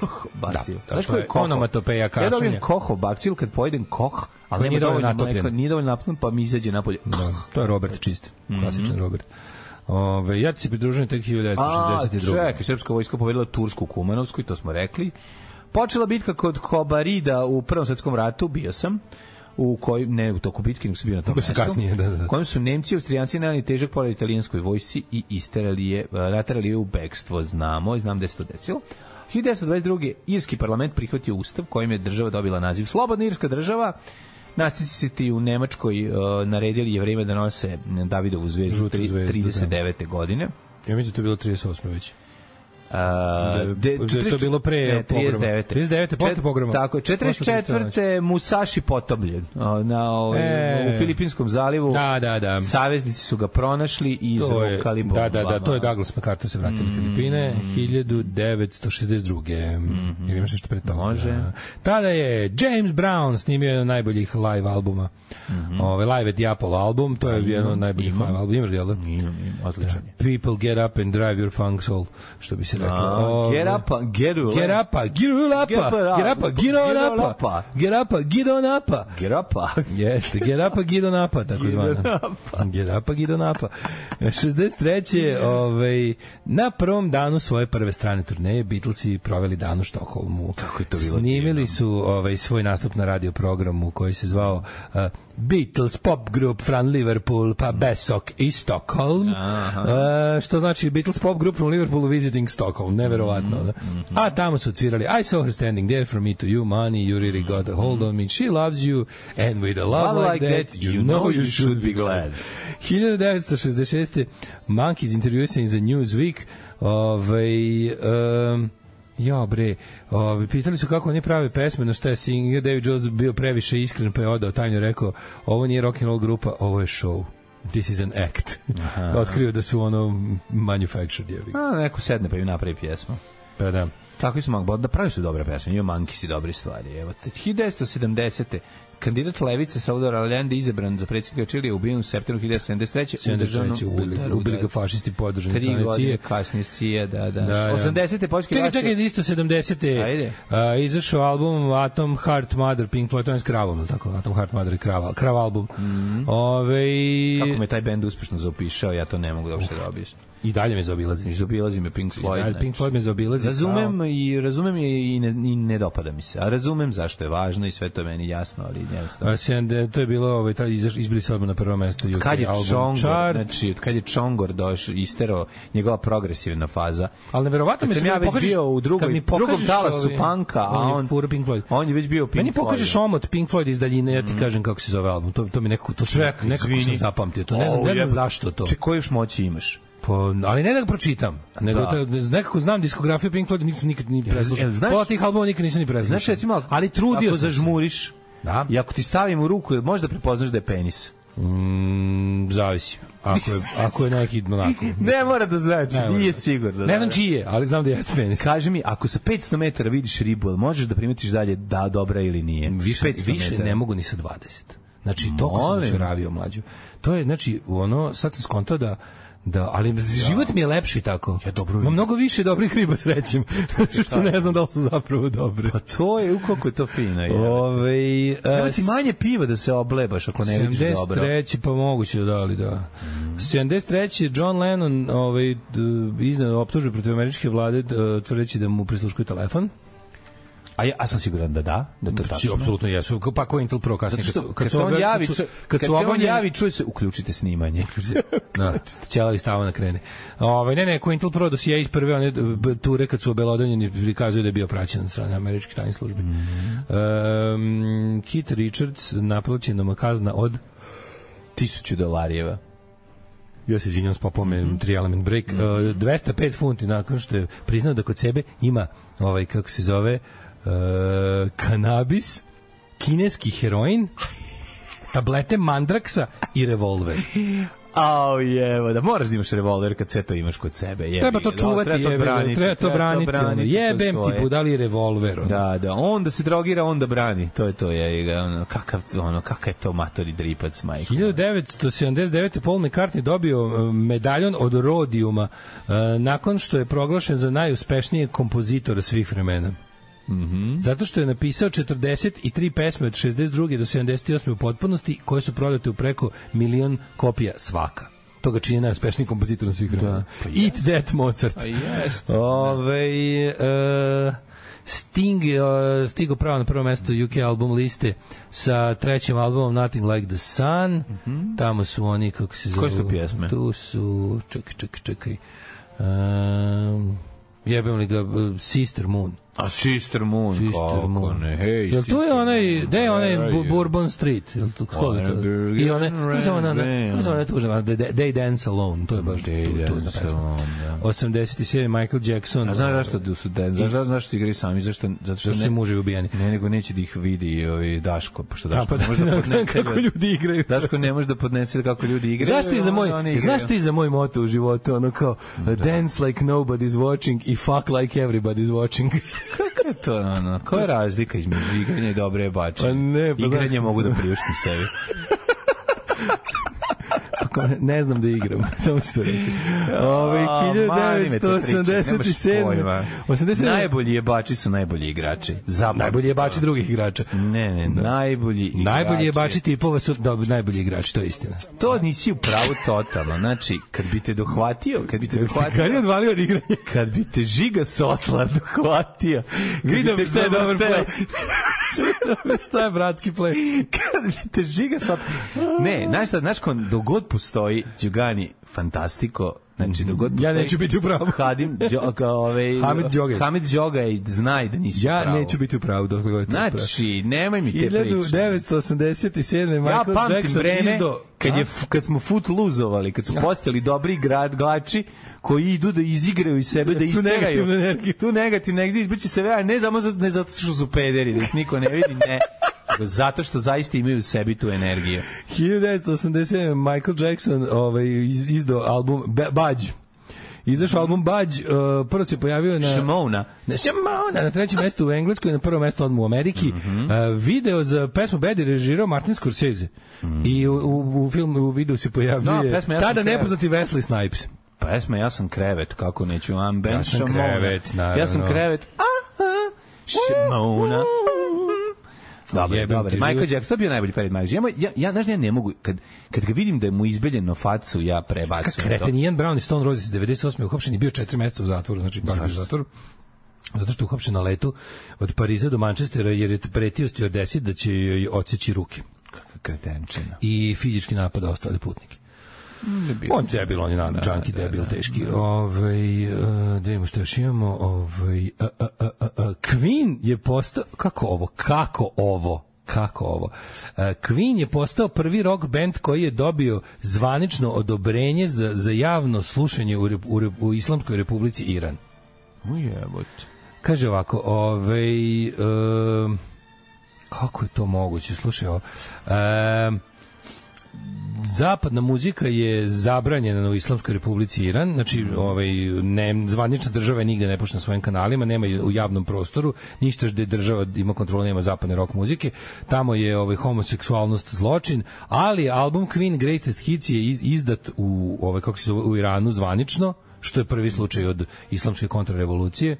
Speaker 6: Koh bakcil.
Speaker 7: Da,
Speaker 6: Znaš
Speaker 7: to
Speaker 6: koji
Speaker 7: je
Speaker 6: Kohov?
Speaker 7: onomatopeja
Speaker 6: Ja dobijem
Speaker 7: kašljenja.
Speaker 6: Kohov bakcil kad pojedem koh,
Speaker 7: Koji
Speaker 6: ali
Speaker 7: nije
Speaker 6: nema dovoljno
Speaker 7: dovoljno natopljen.
Speaker 6: mleka, nije dovoljno napljen, pa mi izađe napolje.
Speaker 7: Da, to je Robert čist,
Speaker 6: Mhm.
Speaker 7: klasičan Robert. Ove, ja ti se pridružujem tek 1962.
Speaker 6: A, čekaj, srpska vojska pobedila Tursku u Kumanovsku i to smo rekli. Počela bitka kod Kobarida u Prvom svetskom ratu, bio sam u kojoj, ne u toku bitke, nego sam bio na tom
Speaker 7: Bio sam
Speaker 6: mestu,
Speaker 7: kasnije, da, da, da.
Speaker 6: u kojem su Nemci i Austrijanci najeli težak pored italijanskoj vojsi i isterali je, ratarali je u bekstvo, znamo i znam da se to desilo. 1922. Irski parlament prihvatio ustav kojim je država dobila naziv Slobodna Irska država. Nacisti u Nemačkoj uh, naredili je vreme da nose Davidovu zvezdu,
Speaker 7: Žutu
Speaker 6: tri-
Speaker 7: zvezdu, da.
Speaker 6: 39. godine.
Speaker 7: Ja mislim da je to bilo 38. već.
Speaker 6: A,
Speaker 7: Da je-
Speaker 6: de-
Speaker 7: da je to bilo pre
Speaker 6: ne,
Speaker 7: pogroma.
Speaker 6: 39.
Speaker 7: 39., posle
Speaker 6: Čet-
Speaker 7: pogroma.
Speaker 6: Tako je,
Speaker 7: Posle
Speaker 6: 44. Musaši potopljen a, na ovaj,
Speaker 7: E.
Speaker 6: u Filipinskom zalivu.
Speaker 7: Da, da, da.
Speaker 6: Saveznici su ga pronašli i
Speaker 7: To je,
Speaker 6: izvukali
Speaker 7: da, da, da, to je Douglas MacArthur se
Speaker 6: Mm.
Speaker 7: vratio na Filipine 1962. Mm -hmm. Ili imaš nešto pre toga?
Speaker 6: Mhm. Može.
Speaker 7: Da. Tada je James Brown snimio jedan od najboljih live albuma. Mm
Speaker 6: Mhm.
Speaker 7: -hmm. Ove, live at the Apollo album, to je jedan od najboljih live albuma. Imaš ga, jel da?
Speaker 6: Odličan je.
Speaker 7: People get up and drive your funk soul, što bi se reklo.
Speaker 6: A, Get
Speaker 7: Ove,
Speaker 6: up, a- get up.
Speaker 7: Get up, get on up,
Speaker 6: Get up,
Speaker 7: get up, get on
Speaker 6: get
Speaker 7: up,
Speaker 6: up.
Speaker 7: get up, get on up.
Speaker 6: Get up, a-
Speaker 7: Jeste, get up, get on up, tako zvana. Get up, get on up. 63. E, Ovaj, na prvom danu svoje prve strane turneje Beatlesi proveli dan u Štokholmu. Kako je
Speaker 6: to bilo
Speaker 7: Snimili su ovaj, svoj nastup na radio programu koji se zvao uh, Beatles Pop Group from Liverpool pa Besok i Stockholm. Uh, što znači Beatles Pop Group from Liverpool visiting Stockholm. Neverovatno. Da? A tamo su cvirali I saw her standing there from me to you, money, you really got a hold on me, she loves you and with a love
Speaker 6: Love
Speaker 7: like that you know you should be glad. 1966. Monkeys intervjuisan za Newsweek. Ovaj, um, ja bre, ovaj, pitali su kako oni prave pesme, na šta je singer David Jones bio previše iskren, pa je odao tajno i rekao, ovo nije rock and roll grupa, ovo je show. This is an act. Otkrio da su ono manufactured jevi.
Speaker 6: A, neko sedne pa im napravi pjesmu.
Speaker 7: Pa da.
Speaker 6: Tako su Mankbot, da pravi su dobre pesme, ima Mankisi dobre stvari. Evo, te. 1970. Kandidat Levice Saudar Alende izabran za predsjednika Čilija ubijen u septembru 1973. u državnom
Speaker 7: 73. ubili,
Speaker 6: udaru,
Speaker 7: ubili
Speaker 6: da.
Speaker 7: ga fašisti podržani. od
Speaker 6: Tri
Speaker 7: strane CIA.
Speaker 6: godine kasnije Cija, da, da.
Speaker 7: Da, da.
Speaker 6: 80. poljski
Speaker 7: Čekaj,
Speaker 6: vlasti-
Speaker 7: čekaj, isto 70.
Speaker 6: Ajde.
Speaker 7: A, izašao album Atom Heart Mother, Pink Floyd, to je s kravom, je li tako? Atom Heart Mother i krav, krav album. Ove,
Speaker 6: Mhm. Kako me taj bend uspešno zaopišao, ja to ne mogu da uopšte da objasnim.
Speaker 7: I dalje me zaobilazi.
Speaker 6: Izobilazi me Pink Floyd.
Speaker 7: Dalje, Pink
Speaker 6: znači.
Speaker 7: Floyd me zaobilazi.
Speaker 6: Razumem
Speaker 7: kao-
Speaker 6: i razumem je i ne, i ne dopada mi se. A razumem zašto je važno i sve to je meni jasno, ali
Speaker 7: A,
Speaker 6: jednostavno.
Speaker 7: 70, to je bilo, ovaj, taj, izaš, izbili se odmah na prvo mesto. UK
Speaker 6: Kad je
Speaker 7: album
Speaker 6: Čongor,
Speaker 7: Chart.
Speaker 6: znači, kad je Čongor došao, isterao njegova progresivna faza.
Speaker 7: Ali neverovatno
Speaker 6: Kad
Speaker 7: mi
Speaker 6: sam ja
Speaker 7: kad mi
Speaker 6: već
Speaker 7: pokažeš-
Speaker 6: bio u drugoj-
Speaker 7: kad mi
Speaker 6: drugom
Speaker 7: pokažeš
Speaker 6: talasu
Speaker 7: ovaj-
Speaker 6: punka, a
Speaker 7: on je
Speaker 6: on-
Speaker 7: furo Pink Floyd.
Speaker 6: on je već bio Pink
Speaker 7: Meni pokažeš
Speaker 6: Floyd. Mhm.
Speaker 7: omot Pink Floyd iz daljine, ja ti kažem kako se zove album. To to mi nekako to sam-
Speaker 6: Čekaj,
Speaker 7: nekako sam
Speaker 6: izvini.
Speaker 7: zapamtio. To ne znam,
Speaker 6: O,
Speaker 7: ne znam
Speaker 6: jebote.
Speaker 7: zašto to.
Speaker 6: Če koje još moći imaš?
Speaker 7: Pa, ali ne da ga pročitam, nego
Speaker 6: Da.
Speaker 7: da. nekako znam diskografiju Pink Floyd, nikad, nikad ni preslušao.
Speaker 6: jel znaš-
Speaker 7: Pola tih albuma nikad nisam ni preslušao.
Speaker 6: Znaš, recimo,
Speaker 7: ali trudio
Speaker 6: ako
Speaker 7: sam se.
Speaker 6: zažmuriš
Speaker 7: Da.
Speaker 6: i ako ti stavim u ruku, možda prepoznaš da je penis.
Speaker 7: Mm, zavisi. Ako je, ako je neki onako...
Speaker 6: Ne mora da znači,
Speaker 7: Ne mora
Speaker 6: nije
Speaker 7: da-
Speaker 6: sigurno.
Speaker 7: Ne znam čiji je, ali znam da jeste penis.
Speaker 6: Kaži mi, ako sa 500 metara vidiš ribu, jel možeš da primetiš dalje da dobra ili nije?
Speaker 7: više,
Speaker 6: 500
Speaker 7: više
Speaker 6: metara.
Speaker 7: ne mogu ni sa 20. Znači, toliko sam
Speaker 6: Molim.
Speaker 7: učuravio mlađu. To je, znači, ono, sad sam skontao da Da, ali život mi je lepši tako.
Speaker 6: Ja dobro
Speaker 7: Ima
Speaker 6: vidim.
Speaker 7: mnogo više dobrih riba srećem, što ne znam da li su zapravo dobre.
Speaker 6: Pa to je, u koliko je to fino. Je. E,
Speaker 7: Ove,
Speaker 6: Treba ti manje piva da se oblebaš ako ne vidiš dobro.
Speaker 7: 73. pa moguće da da li da. 73. John Lennon ovaj, d- izneo optužbe protiv američke vlade d- tvrdeći da mu prisluškuju telefon.
Speaker 6: A ja, a sam siguran da da, da to
Speaker 7: Znači,
Speaker 6: tačno.
Speaker 7: apsolutno jesu. Pa ko je Intel Pro kasnije?
Speaker 6: Zato što
Speaker 7: su-
Speaker 6: kad, se on
Speaker 7: obja-
Speaker 6: javi,
Speaker 7: kad su-
Speaker 6: ču- kad,
Speaker 7: kad su
Speaker 6: se on
Speaker 7: obavljene-
Speaker 6: javi, čuje se, uključite snimanje.
Speaker 7: Da, ćela iz tavana krene. Ovaj ne, ne, Quintal Pro dosije iz prve one b- ture kad su obelodanjeni prikazuju da je bio praćen od strane američke tajne službe. Mm -hmm. um, Kit Richards naplaćena mu je kazna od
Speaker 6: Tisuću dolarijeva.
Speaker 7: ja se izvinjam s popom mm -hmm. element break uh, 205 funti nakon što je priznao da kod sebe ima ovaj kako se zove uh, kanabis kineski heroin tablete mandraksa i revolver.
Speaker 6: Au jevo, da moraš da imaš revolver kad sve to imaš kod sebe. Jebi,
Speaker 7: Treba to
Speaker 6: ga, da,
Speaker 7: čuvati,
Speaker 6: treba to braniti.
Speaker 7: treba to braniti. ono,
Speaker 6: to
Speaker 7: Jebem ti
Speaker 6: svoje.
Speaker 7: budali revolver. ono.
Speaker 6: Da, da, onda se drogira, onda brani. To je to, je ga, ono, kakav, ono, kakav je to matori dripac, majko.
Speaker 7: 1979. Paul McCartney dobio e, medaljon od Rodijuma e, nakon što je proglašen za najuspešnijeg kompozitora svih vremena. Mm
Speaker 6: Mhm.
Speaker 7: -hmm. Zato što je napisao 43 pesme od 62. do 78. u potpunosti koje su prodate u preko milion kopija svaka. To ga čini najuspešniji kompozitor svih vremena. Da, pa Eat that Mozart. Pa
Speaker 6: jeste.
Speaker 7: Ove, e, Sting je e, stigao pravo na prvo mesto UK album liste sa trećim albumom Nothing Like the Sun. Mm -hmm. Tamo su oni, kako se zove...
Speaker 6: Mhm. Koje su to pjesme?
Speaker 7: Tu su... Čekaj, čekaj, čekaj. Um, jebem li ga e, Sister Moon.
Speaker 6: A Sister Moon,
Speaker 7: Sister
Speaker 6: kako
Speaker 7: Moon.
Speaker 6: ne, hej,
Speaker 7: Jel tu je
Speaker 6: Sister
Speaker 7: onaj,
Speaker 6: Moon,
Speaker 7: gde je onaj
Speaker 6: where are
Speaker 7: Bu-
Speaker 6: you?
Speaker 7: Bourbon Street? Jel tu kako je to?
Speaker 6: Where
Speaker 7: I one,
Speaker 6: are
Speaker 7: kako se ona,
Speaker 6: you?
Speaker 7: kako se ona tužna, ona, They They Dance Alone, to je baš tu,
Speaker 6: They
Speaker 7: tu,
Speaker 6: Dance
Speaker 7: tu,
Speaker 6: Alone, da.
Speaker 7: 87. Michael Jackson.
Speaker 6: A znaš zašto da su da, znaš zašto zašto igraju sami, zašto zato što
Speaker 7: Zašto su
Speaker 6: ne-
Speaker 7: muževi ubijani?
Speaker 6: Ne, nego neće da ih vidi ovaj Daško, pošto
Speaker 7: A
Speaker 6: Daško
Speaker 7: pa
Speaker 6: ne može da
Speaker 7: da,
Speaker 6: podnese.
Speaker 7: kako
Speaker 6: da-
Speaker 7: ljudi igraju.
Speaker 6: Daško ne može da podnese kako ljudi igraju.
Speaker 7: Znaš ti za moj,
Speaker 6: Oni igraju.
Speaker 7: znaš ti za moj moto u životu, ono kao da. dance like nobody's watching i fuck like everybody's watching.
Speaker 6: Kako je to, ono, koja je razlika između igranja i dobre bače?
Speaker 7: Pa ne, pa
Speaker 6: Igranje
Speaker 7: znaš-
Speaker 6: mogu da priuštim sebi.
Speaker 7: Ako ne, ne znam da igram, samo što reći. Ovaj, Ove,
Speaker 6: A, mani me te priče, nemaš
Speaker 7: 1987.
Speaker 6: pojma.
Speaker 7: 87.
Speaker 6: Najbolji jebači su najbolji igrači. Zabavno.
Speaker 7: Najbolje je bači drugih igrača.
Speaker 6: Ne, ne,
Speaker 7: Da.
Speaker 6: najbolji igrači.
Speaker 7: Najbolje je bači tipova su da, najbolji igrači, to je istina.
Speaker 6: To nisi u pravu totalno. Znači, kad bi te dohvatio, kad bi te
Speaker 7: Kad je
Speaker 6: dohvatio,
Speaker 7: odvalio od igranja?
Speaker 6: kad bi te žiga sotla dohvatio, kad bi te
Speaker 7: Vidim šta je dobar
Speaker 6: zavrteo,
Speaker 7: ples. šta je bratski ples?
Speaker 6: kad bi te žiga sotla... Ne, znaš šta, znaš, kon, dogod postoji Đugani Fantastiko, znači dogod postoji...
Speaker 7: Ja neću biti u pravu.
Speaker 6: Hadim, Đoga, ovaj,
Speaker 7: Hamid Đogaj.
Speaker 6: Hamid Đogaj znaj da nisi u
Speaker 7: Ja
Speaker 6: pravu.
Speaker 7: neću biti u pravu dok god je to u pravu.
Speaker 6: Znači, nemoj mi te priče.
Speaker 7: 1987.
Speaker 6: Ja
Speaker 7: Michael
Speaker 6: pamtim
Speaker 7: Jackson
Speaker 6: vreme
Speaker 7: izdo...
Speaker 6: kad, je, kad smo fut luzovali, kad su postali dobri grad glači koji idu da izigraju iz sebe, da
Speaker 7: Tu
Speaker 6: isteraju.
Speaker 7: negativnu energiju.
Speaker 6: Tu negativno negdje izbiće se vea, ne samo zato, ne zato što su pederi, da ih niko ne vidi, ne. nego Zato što zaista imaju u sebi tu energiju.
Speaker 7: 1987. Michael Jackson ovaj, iz- izdao album Ba- Bađ. Izašao album Bađ, uh, prvo se pojavio na...
Speaker 6: Šamona.
Speaker 7: Na, Šamona, na trećem mestu u Engleskoj, na prvo mesto odmah u Ameriki. Mm
Speaker 6: Mhm.
Speaker 7: -hmm. uh, video za pesmu Bad je režirao Martin Scorsese. Mm -hmm. I u, u, u filmu, u videu se
Speaker 6: Mhm. Da,
Speaker 7: pojavljuje
Speaker 6: pesma Ja sam
Speaker 7: tada
Speaker 6: krevet.
Speaker 7: nepoznati Wesley Snipes.
Speaker 6: Pesma Ja sam krevet, kako neću, I'm Ben
Speaker 7: Ja sam
Speaker 6: Šamona.
Speaker 7: krevet, naravno.
Speaker 6: Ja sam krevet, aha, Šamona. Dobro,
Speaker 7: Jebem
Speaker 6: dobro.
Speaker 7: ti
Speaker 6: Michael
Speaker 7: život.
Speaker 6: Jackson, to je bio najbolji period Michael Jackson. Ja, ja, znaš, ja ne mogu, kad, kad ga vidim da je mu izbeljeno facu, ja prebacujem. to.
Speaker 7: Kreten Ian Brown i Stone Roses 98. je uhapšen i bio 4 meseca u zatvoru, znači baš bio u zatvoru. Zato što je uhapšen na letu od Pariza do Manchestera jer je pretio stjordesi da će joj odseći ruke
Speaker 6: kretenčina.
Speaker 7: i fizički napad na ostale putnike. On debil, on je na džanki debil, teški. Ovaj, e, da vidimo što još imamo. Ovaj, e, e, e, e, e, Queen je postao... Kako ovo? Kako ovo? kako ovo. E, Queen je postao prvi rock band koji je dobio zvanično odobrenje za, za javno slušanje u, rep, u, rep, u Islamskoj republici Iran.
Speaker 6: Ujebote.
Speaker 7: Kaže ovako, ovaj, um, kako je to moguće? Slušaj, ovo, um, zapadna muzika je zabranjena u Islamskoj republici Iran, znači ovaj, ne, zvanična država je nigde ne pušta na svojim kanalima, nema je u javnom prostoru, ništa gde država ima kontrolu, nema zapadne rock muzike, tamo je ovaj, homoseksualnost zločin, ali album Queen Greatest Hits je iz- izdat u, ovaj, kako se zove, u Iranu zvanično, što je prvi slučaj od islamske kontrarevolucije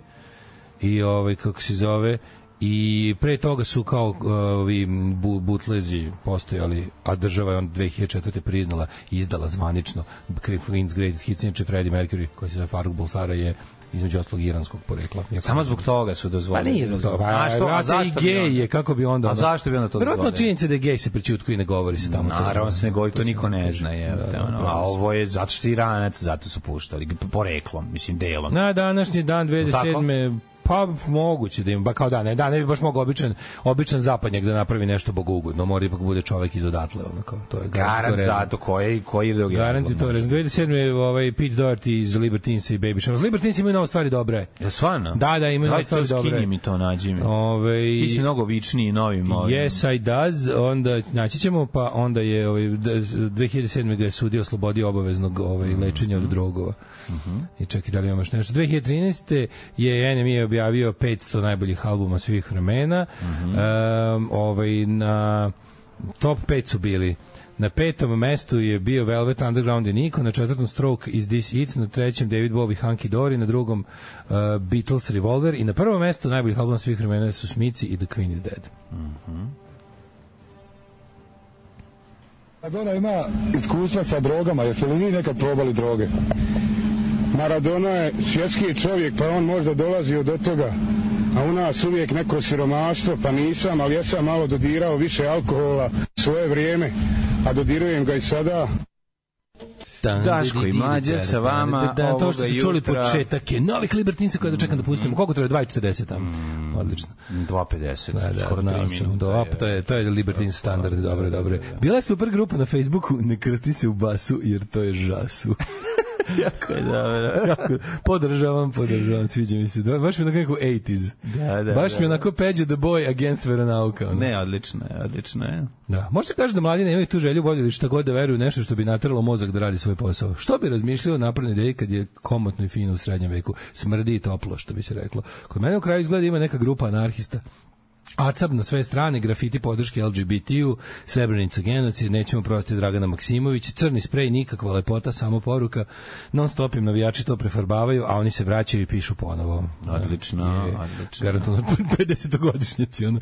Speaker 7: i ovaj kako se zove i pre toga su kao uh, ovi bu, butlezi postojali, a država je on 2004. priznala i izdala zvanično Queen's Greatest Hits, inače Freddie Mercury koji se zove Faruk Bulsara je između ostalog iranskog porekla. Iako-
Speaker 6: Samo zbog toga su dozvolili.
Speaker 7: Pa nije zbog toga.
Speaker 6: A što, a zašto
Speaker 7: i
Speaker 6: bi
Speaker 7: gej
Speaker 6: onda?
Speaker 7: je, kako bi onda...
Speaker 6: A
Speaker 7: ono-
Speaker 6: zašto bi onda to
Speaker 7: Verovatno
Speaker 6: dozvolili?
Speaker 7: činjenica da je gej se prećutku i ne govori se tamo. to.
Speaker 6: Naravno se ne govori, to niko ne zna. Je,
Speaker 7: Da, da,
Speaker 6: ono, a
Speaker 7: pravo si.
Speaker 6: ovo je zato što je Iranac, zato su puštali. Poreklom, mislim, delom.
Speaker 7: Na današnji dan 2007. Pa moguće da ima, ba kao da ne, da ne bi baš mogao običan, običan zapadnjak da napravi nešto bogougodno, mora ipak da bude čovek iz odatle, ono kao, to je
Speaker 6: Garant
Speaker 7: to je
Speaker 6: za to koji, koji drugi
Speaker 7: Garant je
Speaker 6: razlog
Speaker 7: to
Speaker 6: može?
Speaker 7: rezon. 2007. je ovaj Pete Doherty iz Libertinsa i Baby Sharks. Libertinsi imaju nove stvari dobre.
Speaker 6: Da stvarno?
Speaker 7: Da, da, imaju
Speaker 6: Daj
Speaker 7: nove stvari
Speaker 6: to
Speaker 7: dobre.
Speaker 6: Skini mi to, nađi mi.
Speaker 7: Ove,
Speaker 6: Ti si mnogo vičniji novim. ovim.
Speaker 7: Yes, I does. Onda naći ćemo, pa onda je ovaj, d- 2007. ga je sudio oslobodio obaveznog ovaj, lečenja od drogova. I čekaj, da li imamo još nešto? 2013. je NME objavio 500 najboljih albuma svih vremena. Em, ovaj, na top 5 su bili Na petom mestu je bio Velvet Underground i Nico, na četvrtom Stroke is This It, na trećem David Bowie Hunky Dory, na drugom uh, Beatles Revolver i na prvom mestu najboljih albuma svih vremena su Smici i The Queen is Dead.
Speaker 8: Maradona Pa ima iskustva sa drogama, jeste li vi nekad probali droge? Maradona je svjetski čovjek, pa on možda dolazi od toga. A u nas uvijek neko siromaštvo, pa nisam, ali ja sam malo dodirao više alkohola svoje vrijeme, a dodirujem ga i sada.
Speaker 6: Daško i Mlađa sa vama
Speaker 7: da, to
Speaker 6: ovoga
Speaker 7: što ste čuli
Speaker 6: jutra. Mm.
Speaker 7: početak je novih libertinca koje da čekam da pustimo. Koliko treba? 2.40 tamo. Odlično.
Speaker 6: 2.50,
Speaker 7: Da, da,
Speaker 6: Mm. skoro da, 3
Speaker 7: znao
Speaker 6: minuta.
Speaker 7: sam. Do, to je, to je Libertin standard, dobro,
Speaker 6: da,
Speaker 7: dobro. Bila je super grupa na Facebooku, ne krsti se u basu, jer to je žasu.
Speaker 6: Jako je dobro.
Speaker 7: podržavam, podržavam, sviđa mi se. Da, Baš mi onako nekako 80s.
Speaker 6: Da, da,
Speaker 7: Baš
Speaker 6: da,
Speaker 7: mi
Speaker 6: da.
Speaker 7: onako peđe the boy against veronauka. Ono.
Speaker 6: Ne, odlično je, odlično je.
Speaker 7: Da. Možda kaže da mladi nemaju tu želju, volju ili šta god da veruju u nešto što bi natrlo mozak da radi svoj posao. Što bi razmišljao o naprednoj ideji kad je komotno i fino u srednjem veku? Smrdi i toplo, što bi se reklo. Kod mene u kraju izgleda ima neka grupa anarhista. ACAB na sve strane, grafiti podrške LGBT-u, Srebrenica genocid, nećemo prosti Dragana Maksimovića, crni sprej, nikakva lepota, samo poruka, non stop im navijači to prefarbavaju, a oni se vraćaju i pišu ponovo. Da.
Speaker 6: Odlično,
Speaker 7: Je,
Speaker 6: odlično.
Speaker 7: Garantovno 50-godišnjaci. Ono.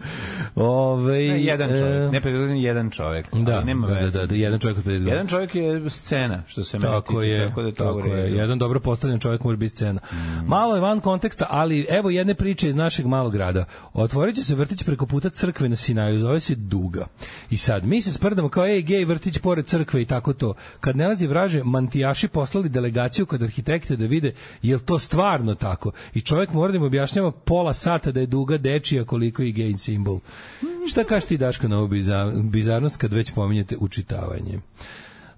Speaker 7: Ove, e,
Speaker 6: Ne, E, jedan čovjek, ne predviđen jedan čovjek. ali
Speaker 7: Da,
Speaker 6: nema
Speaker 7: da, da,
Speaker 6: veze.
Speaker 7: da, da, jedan čovjek od 50 godina.
Speaker 6: Jedan čovjek je scena, što se mene
Speaker 7: Tako
Speaker 6: tiče,
Speaker 7: je,
Speaker 6: tako da je to u
Speaker 7: tako je.
Speaker 6: redu. Mm.
Speaker 7: Jedan dobro postavljen čovjek može biti scena. Malo je van konteksta, ali evo jedne priče iz našeg malog grada. Otvorit će se vrtić preko puta crkve na Sinaju, zove se Duga. I sad, mi se sprdamo kao, ej, gej, vrtić pored crkve i tako to. Kad nalazi vraže, mantijaši poslali delegaciju kod arhitekte da vide jel to stvarno tako. I čovjek mora da im objašnjava pola sata da je Duga dečija koliko i gej simbol. Šta kažeš ti, Daško, na ovu biza- bizarnost kad već pominjete učitavanje?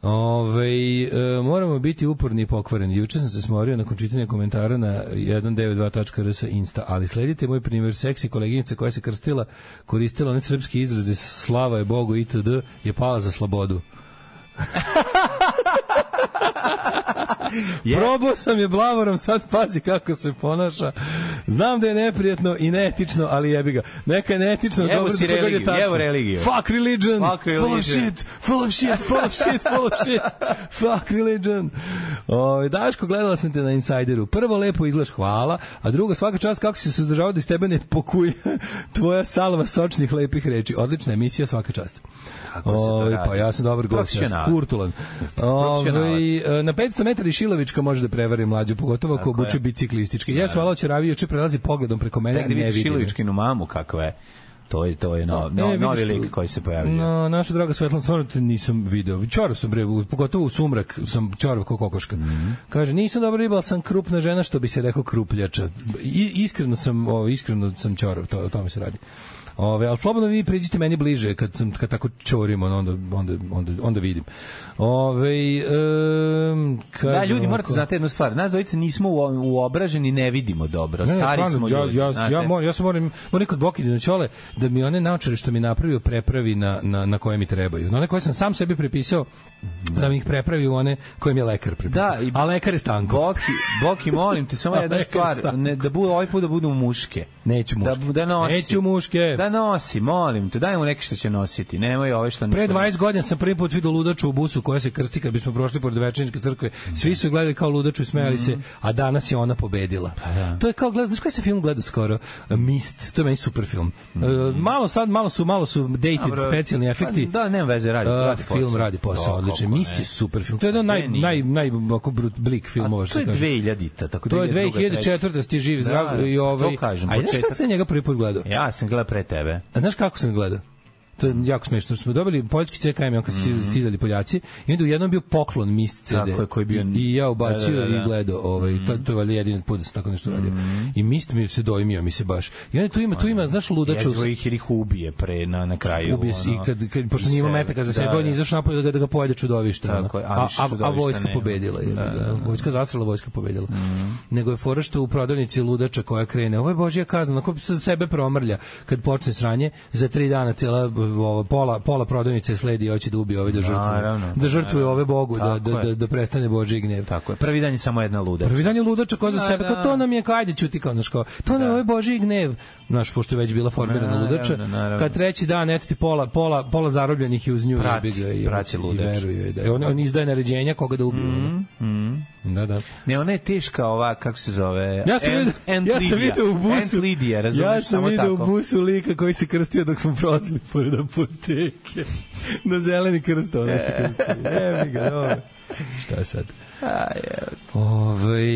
Speaker 7: Ove, e, moramo biti uporni i pokvareni. Juče sam se smorio nakon čitanja komentara na 192.rs Insta, ali sledite moj primjer seksi koleginica koja se krstila, koristila one srpske izraze slava je Bogu itd. je pala za slobodu. Probao sam je blavorom, sad pazi kako se ponaša. Znam da je neprijetno i neetično, ali jebi ga. Neka je neetično,
Speaker 6: Jebo
Speaker 7: dobro,
Speaker 6: si
Speaker 7: dok god je
Speaker 6: religiju,
Speaker 7: tačno.
Speaker 6: jebo religiju.
Speaker 7: Fuck religion,
Speaker 6: Fuck
Speaker 7: full
Speaker 6: religion.
Speaker 7: of shit, full of shit, full of shit, full of shit, fuck religion. Ove, Daško, gledala sam te na Insideru. Prvo, lepo izgledaš, hvala, a drugo, svaka čast kako si se suzdržavao da iz tebe ne pokuje tvoja salva sočnih lepih reči. Odlična emisija, svaka čast.
Speaker 6: Kako se to
Speaker 7: Ove, pa
Speaker 6: radi?
Speaker 7: ja sam dobar gost, ja sam
Speaker 6: Profesionalac.
Speaker 7: kurtulan.
Speaker 6: Profesionalac.
Speaker 7: Ove, e, na 500 metara i Šilovička može da prevari mlađu, pogotovo ako
Speaker 6: je.
Speaker 7: obuče biciklistički. Ja svala da će ravi, juče prelazi pogledom preko mene,
Speaker 6: Tek da
Speaker 7: ne
Speaker 6: vidiš
Speaker 7: vidim. je.
Speaker 6: Šilovičkinu mamu kakva je. To je, to je no,
Speaker 7: E,
Speaker 6: no,
Speaker 7: vidiš
Speaker 6: novi
Speaker 7: tu-
Speaker 6: lik koji se pojavljuje.
Speaker 7: No, naša draga Svetlana, stvarno te nisam video. Čorav sam bre, u- pogotovo u sumrak sam čorav ko kokoška.
Speaker 6: Mhm.
Speaker 7: Kaže, nisam dobra riba, ali sam krupna žena, što bi se rekao krupljača. I, iskreno sam, o, iskreno sam čorav, to, o tome se radi. Ove, ali slobodno vi pređite meni bliže kad, sam- kad tako čorim, ono, onda, onda, onda, onda vidim. Ove, um,
Speaker 6: Da, ljudi, morate znati jednu stvar. Nas dvojice nismo u- uobraženi, ne vidimo dobro. Stari
Speaker 7: stvarno,
Speaker 6: smo
Speaker 7: ja,
Speaker 6: ljudi.
Speaker 7: Ja,
Speaker 6: znate.
Speaker 7: ja, moram, ja se moram, moram kod Bokidina Ćole da mi one naočare što mi je napravio prepravi na, na, na koje mi trebaju. Na one koje sam sam sebi prepisao, da mi ih prepravi u one koje mi je lekar prepisao.
Speaker 6: Da, i-
Speaker 7: A lekar je stanko.
Speaker 6: Boki, Boki, molim te, samo
Speaker 7: A
Speaker 6: jedna
Speaker 7: neka
Speaker 6: stvar,
Speaker 7: stanka.
Speaker 6: ne, da budu ovaj put da budu muške.
Speaker 7: Neću muške.
Speaker 6: Da, da nosi.
Speaker 7: Neću muške.
Speaker 6: Da nosi, molim te, daj mu neke što će nositi. Nemoj ove što...
Speaker 7: Pre 20 godina sam prvi put video ludaču u busu koja se krsti kad bismo prošli pored Večaničke crkve. Svi su je gledali kao ludaču i smejali se,
Speaker 6: Mhm.
Speaker 7: a danas je ona pobedila.
Speaker 6: Pa da.
Speaker 7: To je kao, gleda, znaš koji se film gleda skoro? Mist, to je meni super film. E, malo sad, malo su, malo su dated
Speaker 6: Mhm. Dobro.
Speaker 7: specijalni
Speaker 6: Pa,
Speaker 7: efekti.
Speaker 6: da, nema veze, radi-
Speaker 7: E,
Speaker 6: radi
Speaker 7: film
Speaker 6: posao.
Speaker 7: radi
Speaker 6: Da,
Speaker 7: posao, odlično.
Speaker 6: kako
Speaker 7: Mist
Speaker 6: ne.
Speaker 7: je super film. To je jedan naj,
Speaker 6: Genij.
Speaker 7: naj, naj, ovako brut, blik filmova.
Speaker 6: To
Speaker 7: što
Speaker 6: je
Speaker 7: kažem.
Speaker 6: 2000-ta, tako
Speaker 7: To je
Speaker 6: 2002-ta,
Speaker 7: 2004. sti živ, zdrav
Speaker 6: Da,
Speaker 7: i ovaj.
Speaker 6: to kažem,
Speaker 7: a znaš
Speaker 6: početak.
Speaker 7: kad sam njega prvi put gledao?
Speaker 6: Ja sam gledao pre tebe.
Speaker 7: A znaš kako sam gledao? To je jako smešno što smo dobili poljski CKM on kad su mm. stizali Poljaci i onda u jednom bio poklon mist CD.
Speaker 6: Mhm. Tako je, koji je bio-
Speaker 7: I, i ja ubacio
Speaker 6: Da, Mhm. da, da, da.
Speaker 7: i gledao ovaj to, to je valjda jedini put da sam tako nešto radio. I mist mi se dojmio mi se baš. I onda tu ima tu ima znaš ludaču
Speaker 6: Jezivo ih jer ih ubije pre na, na kraju.
Speaker 7: Da ubije se i kad, kad pošto
Speaker 6: iz
Speaker 7: nije imao
Speaker 6: sebe.
Speaker 7: metaka za
Speaker 6: Da,
Speaker 7: sebe, on
Speaker 6: da.
Speaker 7: je izašao napolje da ga, da ga pojede čudovište. ono.
Speaker 6: Tako je, ali
Speaker 7: a,
Speaker 6: više
Speaker 7: a, a
Speaker 6: čudovišta
Speaker 7: vojska
Speaker 6: nema.
Speaker 7: pobedila je. Da, da. Vojska zasrala, vojska pobedila.
Speaker 6: Mhm.
Speaker 7: Nego je fora što u prodavnici ludača koja krene, ovo je božja kazna, onako se sebe promrlja kad počne sranje, za tri dana cela b- ovo, pola, pola prodavnice sledi i hoće da ubije ove da žrtvuje.
Speaker 6: Naravno,
Speaker 7: da žrtvuje ove Bogu, da,
Speaker 6: Tako
Speaker 7: da, da,
Speaker 6: je.
Speaker 7: da prestane božji gnev.
Speaker 6: Tako je, prvi dan je samo jedna luda.
Speaker 7: Prvi dan je ludača ko za
Speaker 6: Da,
Speaker 7: sebe,
Speaker 6: da.
Speaker 7: kao to nam je, kao ajde ćuti kao naš kao, to nam je ovaj božji gnev, znaš, pošto je već bila formirana
Speaker 6: Naravno,
Speaker 7: ludača,
Speaker 6: naravno.
Speaker 7: kad treći dan, eto ti pola, pola, pola zarobljenih je uz nju
Speaker 6: Prati,
Speaker 7: jebi ga,
Speaker 6: prati
Speaker 7: i
Speaker 6: ludač. Mhm,
Speaker 7: veruje joj da, je- on, on izdaje naređenja koga da ubije, mm, da, da.
Speaker 6: Ne, ona je teška ova, kako se zove?
Speaker 7: Ja sam,
Speaker 6: Ant-
Speaker 7: vidio,
Speaker 6: Ant
Speaker 7: ja sam
Speaker 6: Lidija.
Speaker 7: vidio u
Speaker 6: Ant
Speaker 7: busu.
Speaker 6: Lidija, razumeš,
Speaker 7: ja sam
Speaker 6: samo
Speaker 7: vidio
Speaker 6: tako.
Speaker 7: u busu lika koji se krstio dok smo prolazili pored apoteke. Na zeleni krst ono se krstio. Jebi ga, dobro. Šta sad? Ove,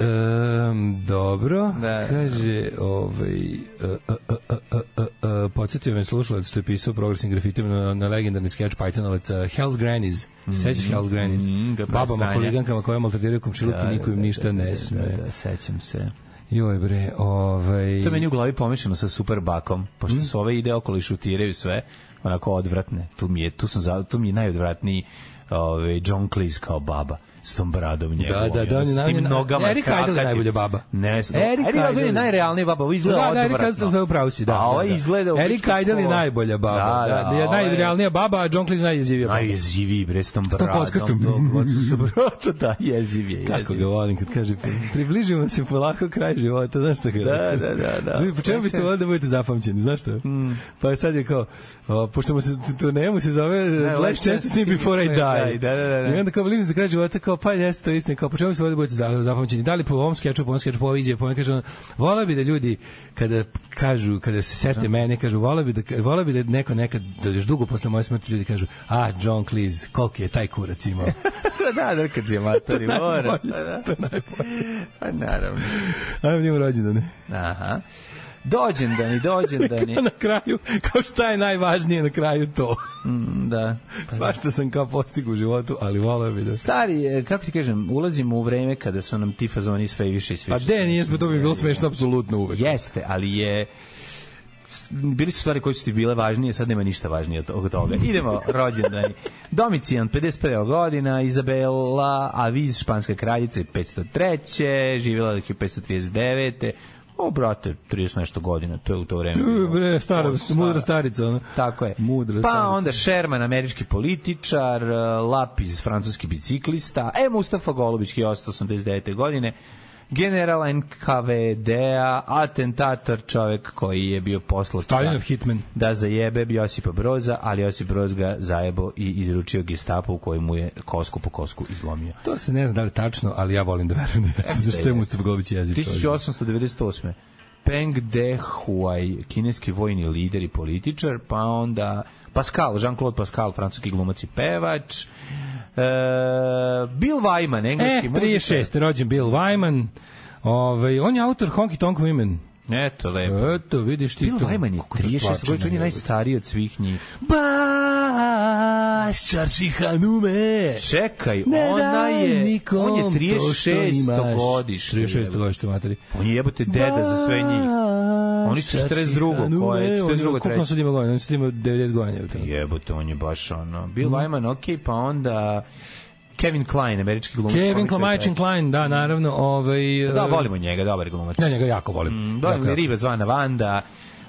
Speaker 7: um, dobro,
Speaker 6: Da.
Speaker 7: kaže, ovaj, e, ove, e, podsjetio me slušalac što je pisao progresnim grafitima na, na legendarni skeč Pythonovaca Hell's Grannies, mm. sećaš Hell's Grannies,
Speaker 6: Mm, ga
Speaker 7: babama,
Speaker 6: prestanja.
Speaker 7: huligankama koje maltretiraju komšiluke,
Speaker 6: Da,
Speaker 7: niko im
Speaker 6: da,
Speaker 7: ništa
Speaker 6: da,
Speaker 7: ne
Speaker 6: da,
Speaker 7: sme.
Speaker 6: Da, da, sećam se.
Speaker 7: Joj bre, ovaj...
Speaker 6: To je meni u glavi pomešano sa Superbakom,
Speaker 7: Mm.
Speaker 6: pošto su ove ide okolo i šutiraju sve, onako odvratne. Tu mi je, tu sam za, tu mi je najodvratniji ovaj John Cleese kao baba s tom bradom njegovom.
Speaker 7: da, da,
Speaker 6: ono,
Speaker 7: on je
Speaker 6: s tim
Speaker 7: naj-
Speaker 6: nogama.
Speaker 7: Eric Idle je
Speaker 6: krakatim.
Speaker 7: najbolja baba.
Speaker 6: Ne, s-
Speaker 7: Eric
Speaker 6: Eric Idle je
Speaker 7: Idle.
Speaker 6: najrealnija baba, ovo izgleda
Speaker 7: da, da,
Speaker 6: odvratno.
Speaker 7: Erika Idle, u pravu si, da.
Speaker 6: A ovo
Speaker 7: da, da.
Speaker 6: izgleda...
Speaker 7: Erika Idle je najbolja baba. Da, da, da,
Speaker 6: a
Speaker 7: da,
Speaker 6: ovo je-
Speaker 7: najrealnija baba, a John Cleese najjezivija baba.
Speaker 6: Najjeziviji bre s tom
Speaker 7: tom
Speaker 6: bradom. S
Speaker 7: kockastom.
Speaker 6: tom kockastom. Da, jeziv je, jeziv.
Speaker 7: Kako ga volim kad kaže, približimo se polako kraj života, znaš šta kaže?
Speaker 6: Da, da, da, da. Mm.
Speaker 7: Ljudi, Po čemu biste volili da budete zapamćeni, znaš šta? Pa sad je kao, o, pošto mu se, to ne mu se zove
Speaker 6: Da,
Speaker 7: Last Chance to See Before I Die.
Speaker 6: Da, da, da, da.
Speaker 7: I onda kao bliže za kraj života, kao pa jeste to je istina, kao po čemu se ovde budete za- zapamćeni? Da li po ovom skeču, po ovom skeču, po ovoj izjavi, po ovom kaže, vola bi da ljudi kada kažu, kada se sete mene, kažu, vola bi da, vola bi da neko nekad, da još dugo posle moje smrti ljudi kažu, a, John Cleese, koliki je taj kurac imao.
Speaker 6: da, da, kad je matori, mora.
Speaker 7: najbolje,
Speaker 6: pa da. Pa naravno.
Speaker 7: Ajmo njemu rođendane.
Speaker 6: Aha. Dođendani, dođendani.
Speaker 7: na kraju, kao šta je najvažnije na kraju to.
Speaker 6: Da.
Speaker 7: Svašta sam kao postigu u životu, ali volao bi da...
Speaker 6: Stari, e, kako ti kažem, ulazimo u vreme kada su nam ti fazoni sve više i sve
Speaker 7: Pa
Speaker 6: više.
Speaker 7: de, nije smo, to bi bilo smešno apsolutno uvek.
Speaker 6: Jeste, ali je s- bili su stvari koje su ti bile važnije, sad nema ništa važnije od- od toga. Idemo, rođendani. Domicijan, 51. godina, Izabela Aviz, španska kraljica, 503. Živjela je 539. O, brate, 30 nešto godina, to je u to vreme.
Speaker 7: Tu,
Speaker 6: bilo.
Speaker 7: Bre, stara,
Speaker 6: Ovo su
Speaker 7: mudra starica. Ona.
Speaker 6: Tako je.
Speaker 7: Mudra
Speaker 6: pa
Speaker 7: starica.
Speaker 6: onda Sherman, američki političar, e, Lapis, francuski biciklista, e Mustafa Golubić, 1889. godine, general NKVD-a, D-a, atentator, čovek koji je bio poslat
Speaker 7: Stalinov
Speaker 6: da,
Speaker 7: hitman.
Speaker 6: da zajebe Josipa Broza, ali Josip Broz ga zajebo i izručio gestapo u kojem mu je kosku po kosku izlomio.
Speaker 7: To se ne zna da li je tačno, ali ja volim da verujem
Speaker 6: E,
Speaker 7: da jeste. Zašto je Mustafa Gobić jezik?
Speaker 6: 1898. Peng Dehuai, kineski vojni lider i političar, pa onda Pascal, Jean-Claude Pascal, francuski glumac i pevač, e, Bill Wyman,
Speaker 7: E,
Speaker 6: engleski muzičar.
Speaker 7: 36. rođen Bill Wyman. Ove, on je autor Honky Tonk Women.
Speaker 6: Eto, lepo.
Speaker 7: Eto, vidiš ti
Speaker 6: Bill
Speaker 7: to.
Speaker 6: Wyman je
Speaker 7: E, Kako da
Speaker 6: 36
Speaker 7: stvarčina
Speaker 6: godina, on je
Speaker 7: je.
Speaker 6: najstariji od svih njih.
Speaker 7: Baš, čarči hanume.
Speaker 6: Čekaj,
Speaker 7: E, Ne
Speaker 6: ona
Speaker 7: daj
Speaker 6: je,
Speaker 7: nikom
Speaker 6: on je
Speaker 7: to što imaš.
Speaker 6: 36 godišnji.
Speaker 7: 36 godište, materi.
Speaker 6: On je jebote deda za sve njih. Oni su 42.
Speaker 7: Ko
Speaker 6: Koje,
Speaker 7: je
Speaker 6: 42.
Speaker 7: Koliko
Speaker 6: treće.
Speaker 7: sad ima godina? Oni sad ima 90 godina. je li tako?
Speaker 6: Jebote, on je baš ono... Bill Wyman, okej, pa onda... Kevin Klein, američki glumac.
Speaker 7: Kevin
Speaker 6: komičar,
Speaker 7: Klamajčin Klein, da, naravno. Ovaj,
Speaker 6: Da,
Speaker 7: eh,
Speaker 6: volimo njega, dobar je glumac.
Speaker 7: Ja njega jako volim.
Speaker 6: Da,
Speaker 7: Jako, jako.
Speaker 6: riba zvana Vanda,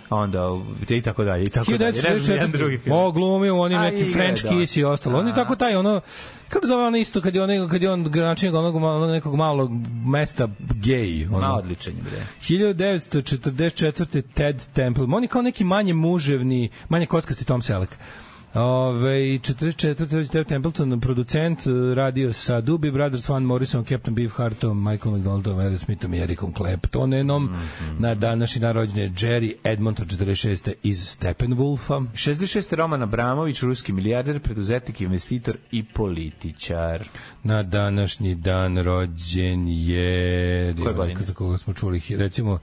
Speaker 6: onda i tako dalje, i tako dalje. Ne znam, jedan drugi
Speaker 7: 1944.
Speaker 6: film.
Speaker 7: O, glumio u onim
Speaker 6: A,
Speaker 7: nekim
Speaker 6: igra,
Speaker 7: French
Speaker 6: da.
Speaker 7: Kiss i ostalo. On je
Speaker 6: A.
Speaker 7: tako taj, ono, kako zove ono isto, kad je, on, kad je on gračin onog, ma- onog nekog malog mesta gej. Ono.
Speaker 6: Ma odličan je, bre.
Speaker 7: 1944. Ted Temple. On je kao neki manje muževni, manje kockasti Tom Selleck. Ove, 44. Ted Templeton, producent, eh, radio sa Doobie Brothers, Van Morrison, Captain Beefheartom, Michael McDonaldom, Aerosmithom i Ericom Claptonenom.
Speaker 6: Mhm.
Speaker 7: Na današnji narođen je Jerry Edmonton, 46. iz Steppenwolfa.
Speaker 6: 66. Roman Abramović, ruski milijarder, preduzetnik, investitor i političar.
Speaker 7: Na današnji dan rođen je...
Speaker 6: Koje godine?
Speaker 7: Za koga smo čuli, hi- recimo,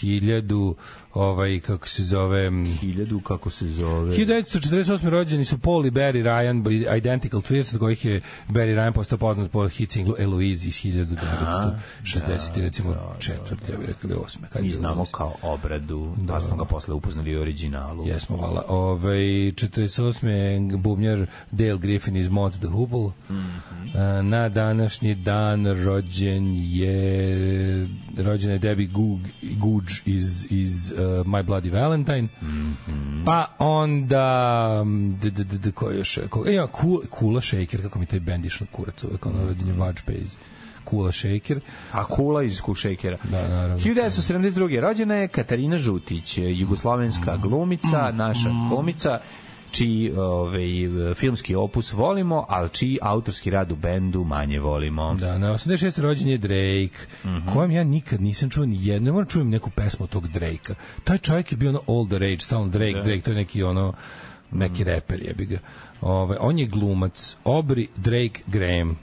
Speaker 7: hiljadu, ovaj, kako se zove...
Speaker 6: Hiljadu, kako se zove.
Speaker 7: 1948. rođeni su Paul i Barry Ryan, bri- Identical Twins, od kojih je Barry Ryan postao poznat po hit singlu Eloise iz 1960, recimo četvrti, ja bih rekli osme.
Speaker 6: da,
Speaker 7: Kad je
Speaker 6: Mi
Speaker 7: bilo
Speaker 6: znamo
Speaker 7: Eloise?
Speaker 6: kao obradu, pa smo ga posle upoznali u originalu.
Speaker 7: Jesmo, vala. Ove, 48. je bubnjar Dale Griffin iz Mont the Hoople. E, Na današnji dan rođen je rođena je Debbie Goog, Googe iz, iz uh, My Bloody Valentine. Pa onda mm, d, d, d, d, ko je još? Ko, e, ja, Kula, Kula Shaker, kako mi taj bend išao kurac uvek, ono rođen je Vajpe iz Kula Shaker.
Speaker 6: A kula iz kušejkera.
Speaker 7: Da, naravno.
Speaker 6: 1972. Rođena je Katarina Žutić,
Speaker 7: Mm.
Speaker 6: jugoslovenska glumica, naša glumica, čiji ovaj, filmski opus volimo, ali čiji autorski rad u bendu manje volimo.
Speaker 7: Da, na 86. rođen je Drake, kojem ja nikad nisam čuo ni jednu, ne moram da čujem neku pesmu tog Drake-a. Taj čovjek je bio ono all the rage, stalno Drake, Drake, to je neki ono, neki reper jebi ga. Ove, on je glumac, Aubrey Drake Graham,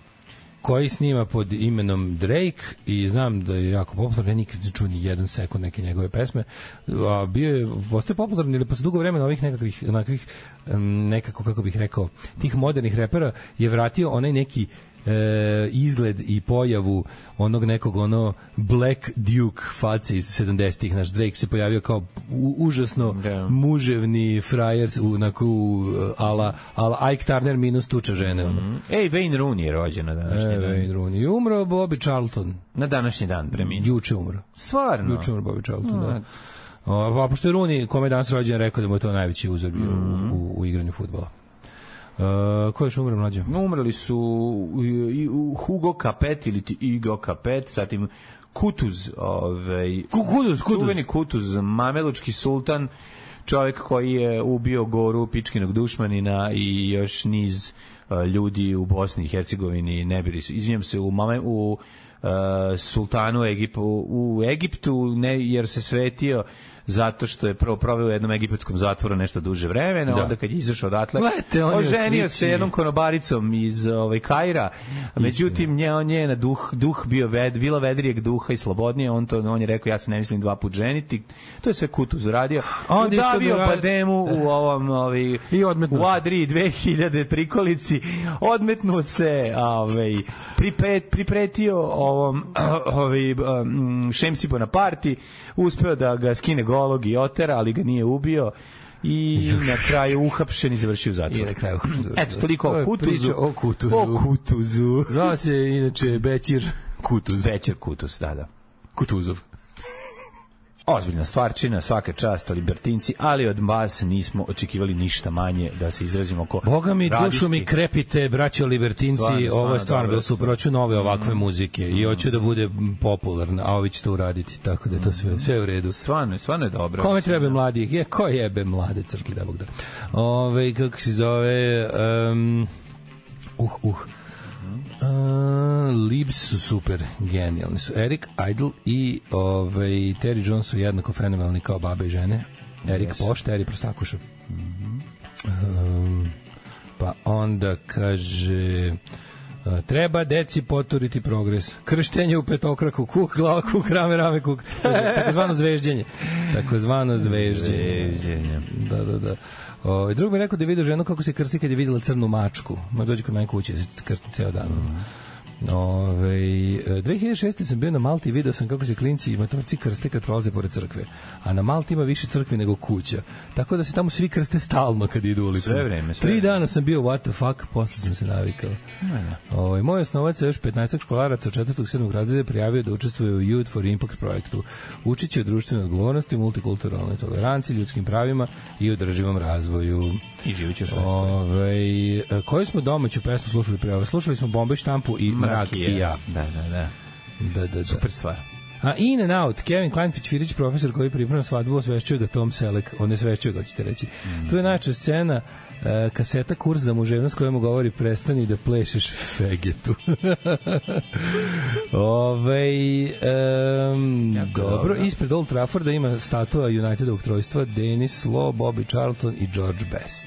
Speaker 7: koji snima pod imenom Drake i znam da je jako popularan, ja nikad nisam čuo ni jedan sekund neke njegove pesme. A bio je, postoje popularan ili posle dugo vremena ovih nekakvih, onakvih, em, nekako, kako bih rekao, tih modernih repera je vratio onaj neki e, izgled i pojavu onog nekog ono Black Duke face iz 70-ih naš Drake se pojavio kao u, užasno
Speaker 6: Da.
Speaker 7: muževni frajer u onako u, e, ala ala Ike Turner minus tuča žene ono.
Speaker 6: Ej, Wayne Rooney Mhm. je rođena današnji dan.
Speaker 7: E, Wayne Rooney. Umro Bobby Charlton.
Speaker 6: Na današnji dan preminuo.
Speaker 7: Juče umro.
Speaker 6: Stvarno.
Speaker 7: Juče umro Bobby Charlton, da. O, pa pošto je Rooney, kome je danas rođen, rekao da mu je to najveći uzor bio
Speaker 6: Mhm.
Speaker 7: u, u, u igranju futbola. E, ko je još umro mlađe?
Speaker 6: Umrli su i- i- Hugo Capet ili ti Igo Capet, zatim Kutuz, ovaj,
Speaker 7: Kuduz,
Speaker 6: Čuveni Kutuz, mamelučki sultan, čovjek koji je ubio goru pičkinog dušmanina i još niz e, ljudi u Bosni i Hercegovini ne bili su. Izvinjam se, u, mame, u e, sultanu Egipu, u Egiptu, ne, jer se svetio zato što je prvo proveo u jednom egipatskom zatvoru nešto duže vremena,
Speaker 7: Da.
Speaker 6: onda kad je izašao odatle,
Speaker 7: Gledajte, on je
Speaker 6: oženio se
Speaker 7: slični.
Speaker 6: jednom konobaricom iz ovaj Kaira. Međutim
Speaker 7: da.
Speaker 6: nje on je na duh duh bio ved, bila vedrijeg duha i slobodnije, on to on je rekao ja se ne mislim dva put ženiti. To je sve Kutuz uradio.
Speaker 7: A onda je sad
Speaker 6: Udavio
Speaker 7: uradio-
Speaker 6: Bademu u ovom ovaj
Speaker 7: I odmetnuo
Speaker 6: u
Speaker 7: se.
Speaker 6: Adri 2000 prikolici. Odmetnuo se, ovaj pripet, pripretio ovom ovaj um, Šemsi Bonaparte, uspeo da ga skine golog i otera, ali ga nije ubio i na kraju uhapšen i završio u
Speaker 7: I
Speaker 6: zatvoru.
Speaker 7: na kraju
Speaker 6: Eto, toliko
Speaker 7: To
Speaker 6: o
Speaker 7: je
Speaker 6: Kutuzu.
Speaker 7: priča O Kutuzu.
Speaker 6: O Kutuzu.
Speaker 7: Zvao se inače Bećir Kutuz.
Speaker 6: Večer Kutus, da, da.
Speaker 7: Kutuzov.
Speaker 6: Ozbiljna stvarčina, svaka čast, libertinci, ali od vas nismo očekivali ništa manje da se izrazimo ko
Speaker 7: Boga mi, dušu
Speaker 6: radijski.
Speaker 7: mi krepite, braćo Libertinci,
Speaker 6: Stvarno, stvarno, Mhm.
Speaker 7: ovo je stvarno
Speaker 6: dobro,
Speaker 7: bilo super, hoću nove ovakve muzike i hoću da bude popularna, a ovi će to uraditi, tako da je to sve, sve u redu.
Speaker 6: Mhm. Stvarno, da. stvarno je dobro.
Speaker 7: Kome treba mladih? Je, ko jebe mlade crkli da Bog da. Ove, kako se zove... Um, uh, uh. Uh, Libs su super genijalni su Eric Idle i ovaj, Terry Jones su jednako fenomenalni kao babe i žene Eric yes. Poš, Terry Prostakuša um, pa onda kaže Uh, treba deci poturiti progres. Krštenje u petokraku, kuk, glava, kuk, rame, rame, kuk. Takozvano zvežđenje. Takozvano zvežđenje.
Speaker 6: Jeđenje.
Speaker 7: Da, da, da. O, drug mi je rekao da je vidio ženu kako se krsti kad je videla crnu mačku. Ma dođe kod mene kuće, se krsti ceo dan. Ove, 2006. sam bio na Malti i video sam kako se klinci i maturci krste kad prolaze pored crkve. A na Malti ima više crkvi nego kuća. Tako da se tamo svi krste stalno kad idu ulicom.
Speaker 6: Sve vreme, sve
Speaker 7: Tri
Speaker 6: vreme. Da,
Speaker 7: dana sam bio what the fuck, posle sam se navikao. Ovaj moj osnovac sa još 15 školaraca od 4. 7. razreda je prijavio da učestvuje u Youth for Impact projektu. Učiće o društvenoj odgovornosti, multikulturalnoj toleranciji, ljudskim pravima i održivom razvoju.
Speaker 6: I živit ćeš
Speaker 7: Ovaj e, koju smo domaću pesmu slušali pre ove? Slušali smo Bombe štampu i Mrak, i ja.
Speaker 6: Da, da, da.
Speaker 7: Da, da, da.
Speaker 6: Super stvar.
Speaker 7: A in and out, Kevin Klein Fićvirić, profesor koji priprema svadbu, osvešćuje ga Tom Selleck, on ne svešćuje ga, hoćete reći. Tu je najčešća scena, e, kaseta kurs za muževnost koja mu govori prestani da plešeš fegetu. Ove, em, dobro,
Speaker 6: dobro.
Speaker 7: ispred Old Trafforda ima statua Unitedovog trojstva Dennis Law, Bobby Charlton i George Best.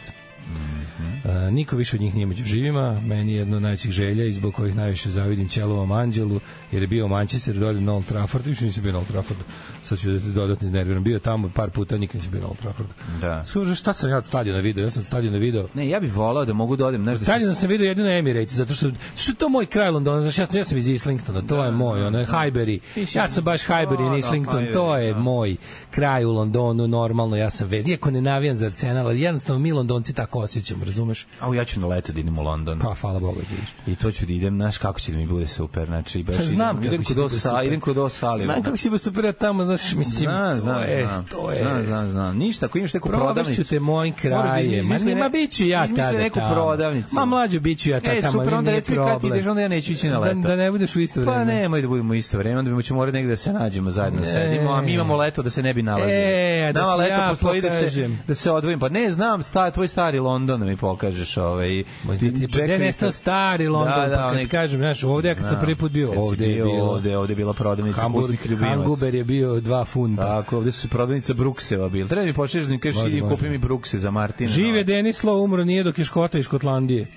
Speaker 7: E, niko više od njih nije među živima, meni je jedno od najvećih želja i zbog kojih najviše zavidim Ćelovom Anđelu, jer je bio u Manchester, dolje na Old Trafford, više nisam bio na Old Trafford, sad ću da te dodatno iznerviram, bio je tamo par puta, nikad nisam bio na Old Trafford.
Speaker 6: Da.
Speaker 7: Služe, šta sam ja od stadiona video? Ja sam od stadiona video
Speaker 6: Ne, ja bih volao da mogu da odem, znaš, da se
Speaker 7: Stadion sam video jedino Emirates, zato što, što je to moj kraj Londona, znaš, ja sam, ja sam iz Islingtona, to je moj, ono, Highbury, ja sam baš Highbury
Speaker 6: Da,
Speaker 7: i Islington,
Speaker 6: Highbury,
Speaker 7: to je
Speaker 6: da.
Speaker 7: moj kraj u Londonu, normalno, ja sam vez, iako ne navijam za Arsenal, ali jednostavno mi Londonci tako osjećamo, razumeš?
Speaker 6: A ja ću na leto da idem u London.
Speaker 7: Pa, hvala Bogu, da vidiš.
Speaker 6: I to ću da idem, znaš kako će da mi bude super, znači baš
Speaker 7: Pa, znam
Speaker 6: idem,
Speaker 7: kako
Speaker 6: idem
Speaker 7: će
Speaker 6: kod
Speaker 7: da
Speaker 6: Osa-
Speaker 7: bude super.
Speaker 6: idem kod Osali.
Speaker 7: Znam kako si bio super tamo, znaš, mislim,
Speaker 6: Znam, znam,
Speaker 7: to je,
Speaker 6: znam.
Speaker 7: E, to je.
Speaker 6: Znam, znam, znam. Ništa, ako imaš neku prodavnicu. da
Speaker 7: Provest ću te mojim krajem. Ma nema, bit ću ja tada
Speaker 6: Mislim neku
Speaker 7: tamo.
Speaker 6: prodavnicu.
Speaker 7: Ma mlađo, bit ću ja tada
Speaker 6: E,
Speaker 7: tamo,
Speaker 6: super, onda
Speaker 7: nije
Speaker 6: reci mi kad ti
Speaker 7: problem.
Speaker 6: ideš, onda ja neću ići na
Speaker 7: Da,
Speaker 6: leto.
Speaker 7: da ne budeš u isto vreme.
Speaker 6: Pa nemoj da budemo u isto vreme, onda bi ćemo morati negde da se nađemo zajedno, sedimo, a mi imamo leto da se ne bi nalazili.
Speaker 7: E, da
Speaker 6: Nama
Speaker 7: ti
Speaker 6: leto
Speaker 7: ja
Speaker 6: postoji da se,
Speaker 7: pokažem.
Speaker 6: da se odvojim. Pa ne, znam, sta, tvoj stari London da mi pokažeš. Ovaj,
Speaker 7: Možda ti
Speaker 6: Jack
Speaker 7: gde je nestao
Speaker 6: Nicklaus-
Speaker 7: stari London,
Speaker 6: Da, da,
Speaker 7: pa kad
Speaker 6: onaj-
Speaker 7: kažem, znaš, ovde ja kad sam
Speaker 6: Znam,
Speaker 7: prvi put bio,
Speaker 6: kad si
Speaker 7: ovde je
Speaker 6: bio,
Speaker 7: bilo.
Speaker 6: Ovde, ovde je bila prodavnica
Speaker 7: Hamburg,
Speaker 6: kućnih ljubimaca.
Speaker 7: Hamburger je bio 2 funta.
Speaker 6: Tako, ovde su prodavnica Brukseva bila. Treba mi pošliš da mi kažeš,
Speaker 7: Može,
Speaker 6: idi
Speaker 7: može.
Speaker 6: kupi mi Brukse za Martina.
Speaker 7: Žive Denis Law umro nije dok je Škota iz Škotlandije.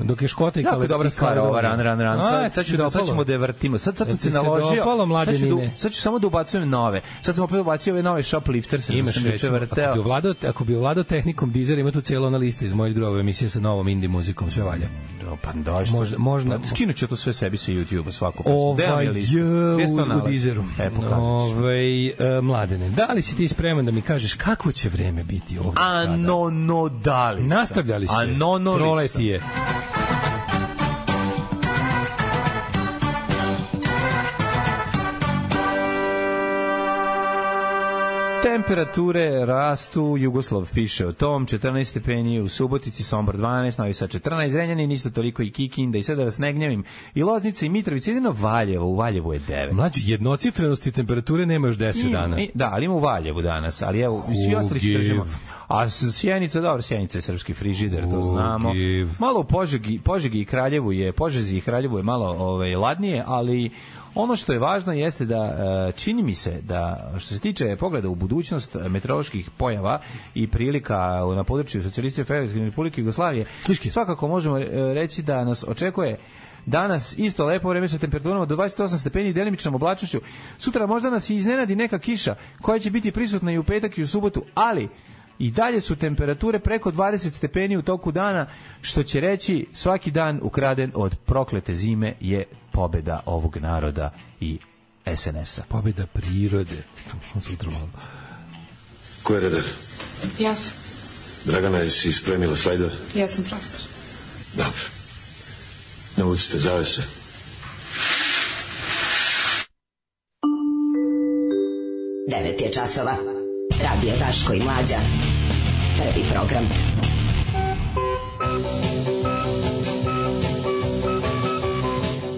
Speaker 7: Dok je Škota i
Speaker 6: Jako
Speaker 7: Kale-
Speaker 6: je dobra
Speaker 7: i
Speaker 6: stvar
Speaker 7: Kaledonija.
Speaker 6: ova ran ran ran.
Speaker 7: da A,
Speaker 6: Sad, sad, ću, da, sad
Speaker 7: dopalo.
Speaker 6: ćemo da je vrtimo. Sad, sad sam
Speaker 7: Jel ti
Speaker 6: se
Speaker 7: se
Speaker 6: naložio.
Speaker 7: dopalo,
Speaker 6: sad,
Speaker 7: mlađe
Speaker 6: ću da,
Speaker 7: Nine?
Speaker 6: sad ću samo da ubacujem nove. Sad sam opet ubacio ove nove shoplifters.
Speaker 7: Imaš
Speaker 6: sam juče
Speaker 7: recimo, ako
Speaker 6: vrteo.
Speaker 7: bi, ovladao, ako bi ovladao tehnikom Deezer, ima tu cijela ona lista iz mojih grova emisije sa novom indie muzikom, sve valja.
Speaker 6: Do, pa da, što?
Speaker 7: Možda- možda-
Speaker 6: Pa, skinut ću to sve sebi sa YouTube-a svako. pa
Speaker 7: Ovaj,
Speaker 6: je
Speaker 7: je, u, u
Speaker 6: dizeru.
Speaker 7: Deezeru.
Speaker 6: E, pokazat ću.
Speaker 7: Ovaj, e, mladene, da li si ti spreman da mi kažeš kako će vreme biti ovdje sada?
Speaker 6: Ano, no, dali sam.
Speaker 7: Nastavljali se.
Speaker 6: Ano, no,
Speaker 7: Proleti je.
Speaker 6: Temperature rastu, Jugoslav piše o tom, 14 stepeni u Subotici, Sombor 12, Novi Sad 14, Renjanin, isto toliko i Kikinda i sad da vas ne gnjavim. I Loznica i Mitrovica, jedino Valjevo, u Valjevu je 9.
Speaker 7: Mlađi, jednocifrenosti temperature nema još 10 dana.
Speaker 6: I, da, ali ima u Valjevu danas, ali evo, svi ostali se
Speaker 7: Hugiv.
Speaker 6: držimo. A s- Sjenica, dobro, Sjenica je srpski frižider, to znamo.
Speaker 7: Hugiv.
Speaker 6: Malo u Požegi, Požegi i Kraljevu je, Požezi i Kraljevu je malo ovaj, ladnije, ali ono što je važno jeste da e, čini mi se da što se tiče pogleda u budućnost e, meteoroloških pojava i prilika u- na području socijalističke federativne republike Jugoslavije
Speaker 7: Sliški.
Speaker 6: svakako možemo e, reći da nas očekuje Danas isto lepo vreme sa temperaturama do 28 stepeni i delimičnom oblačnošću. Sutra možda nas i iznenadi neka kiša koja će biti prisutna i u petak i u subotu, ali i dalje su temperature preko 20 stepeni u toku dana, što će reći svaki dan ukraden od proklete zime je pobeda ovog naroda i SNS-a.
Speaker 7: Pobjeda prirode. Sutra malo.
Speaker 9: Ko je redar?
Speaker 10: Ja sam,
Speaker 9: Dragana, jesi spremila slajdove?
Speaker 10: ja sam profesor.
Speaker 9: Dobro. Navucite zavese.
Speaker 5: Devet je časova. Radio Daško i Mlađa. Prvi program.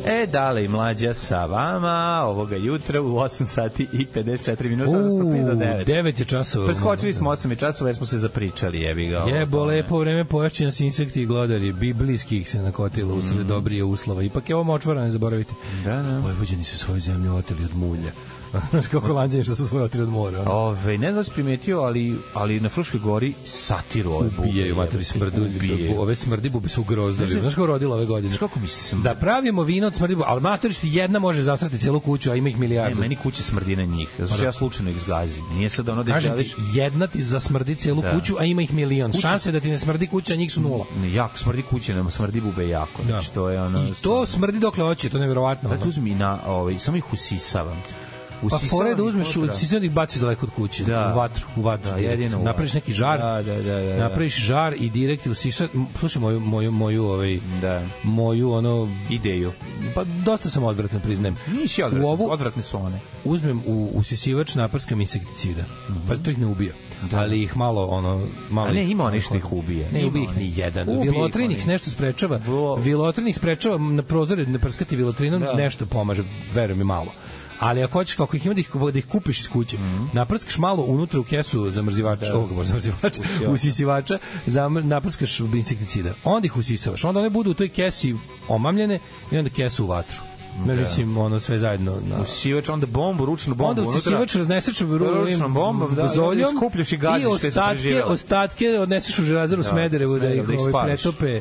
Speaker 6: E, dale i mlađa sa vama ovoga jutra u 8 sati i 54 minuta, odnosno 5 do
Speaker 7: U,
Speaker 6: 9.
Speaker 7: 9 je časova.
Speaker 6: Preskočili smo 8 časova jer smo se zapričali, jebi ga.
Speaker 7: Jebo,
Speaker 6: Ono,
Speaker 7: lepo vreme poješće nas insekti i glodari. Biblijski ih se nakotilo usred dobrije uslova. Ipak je ovo močvara, ne zaboravite.
Speaker 6: Mm. Da, da.
Speaker 7: Vojvođani su svoju zemlju oteli od mulja. Znaš kako lanđanje što su svoje otirali od mora. ono.
Speaker 6: Ove, ne znam da si primetio, ali, ali na Fruškoj gori satiru ove bube.
Speaker 7: Ubijaju, matori smrdu,
Speaker 6: Ubijaju.
Speaker 7: ove smrdi bube su grozdovi. Znaš kako rodila ove godine?
Speaker 6: Znaš kako mi smrdi?
Speaker 7: Da pravimo vino od smrdi bube, ali matori što jedna može zasrati celu kuću, a ima ih
Speaker 6: Ne,
Speaker 7: milijardu.
Speaker 6: E, meni kuće smrdi na njih, zato što ja slučajno ih zgazim. Nije sad ono da ih
Speaker 7: Pa da. Kažem
Speaker 6: želiš...
Speaker 7: ti, jedna ti zasmrdi celu
Speaker 6: Da.
Speaker 7: kuću, a ima ih milion. Šanse da ti ne smrdi kuća, njih su nula.
Speaker 6: Ne, jako, smrdi kuće, nam smrdi bube jako. Da. Znači, to je ono...
Speaker 7: I to smrdi dokle hoće, to je nevjerovatno.
Speaker 6: Da ti
Speaker 7: ono.
Speaker 6: uzmi i na, ovaj, samo ih usisavam.
Speaker 7: Pa fora je da
Speaker 6: ih
Speaker 7: uzmeš,
Speaker 6: unutra.
Speaker 7: sisam da ih baciš daleko od kuće,
Speaker 6: Da.
Speaker 7: u vatru, u vatru.
Speaker 6: Da,
Speaker 7: direkt.
Speaker 6: jedino u vatru.
Speaker 7: Napraviš neki žar,
Speaker 6: Da, da, da, da, da.
Speaker 7: napraviš žar i direkt u sisa, slušaj moju, moju, moju, ovaj,
Speaker 6: Da.
Speaker 7: moju, ono,
Speaker 6: Ideju.
Speaker 7: pa dosta sam odvratan, priznajem.
Speaker 6: Nisi odvratni,
Speaker 7: U ovu
Speaker 6: odvratni su one.
Speaker 7: uzmem u usisivač naprskam insekticida, pa to ih ne ubija. Ali ih malo, ono, malo...
Speaker 6: Mhm. Da. A ne,
Speaker 7: ih-
Speaker 6: ima onih što ih ubije.
Speaker 7: Ne
Speaker 6: Ima
Speaker 7: ubija ih
Speaker 6: onih.
Speaker 7: ni jedan.
Speaker 6: Ubije ih
Speaker 7: Vilotrin ih
Speaker 6: onih.
Speaker 7: nešto sprečava.
Speaker 6: Vlo-
Speaker 7: Vilotrin ih sprečava na prozore ne prskati vilotrinom,
Speaker 6: Da.
Speaker 7: nešto pomaže, verujem mi malo. Ali ako hoćeš kako ih ima da ih, da ih kupiš iz kuće,
Speaker 6: Mhm.
Speaker 7: naprskaš malo unutra u kesu zamrzivača, da. ovog zamrzivača, usisivača, zamr, naprskaš insekticida. Onda ih usisavaš. Onda one budu u toj kesi omamljene i onda kesu u vatru.
Speaker 6: Da.
Speaker 7: Ne, mislim, ono sve zajedno. Na,
Speaker 6: Usisivač, onda bombu, ručnu bombu.
Speaker 7: Da. onda
Speaker 6: unutra.
Speaker 7: usisivač razneseš
Speaker 6: Ručnom bombom, da, i onda
Speaker 7: zoljom
Speaker 6: skupljaš i gaziš što je
Speaker 7: ostatke,
Speaker 6: zapreživelo.
Speaker 7: ostatke odneseš u želazaru da, Smederevu da ih,
Speaker 6: Smederevu, da ih
Speaker 7: ovaj,
Speaker 6: spališ.
Speaker 7: pretope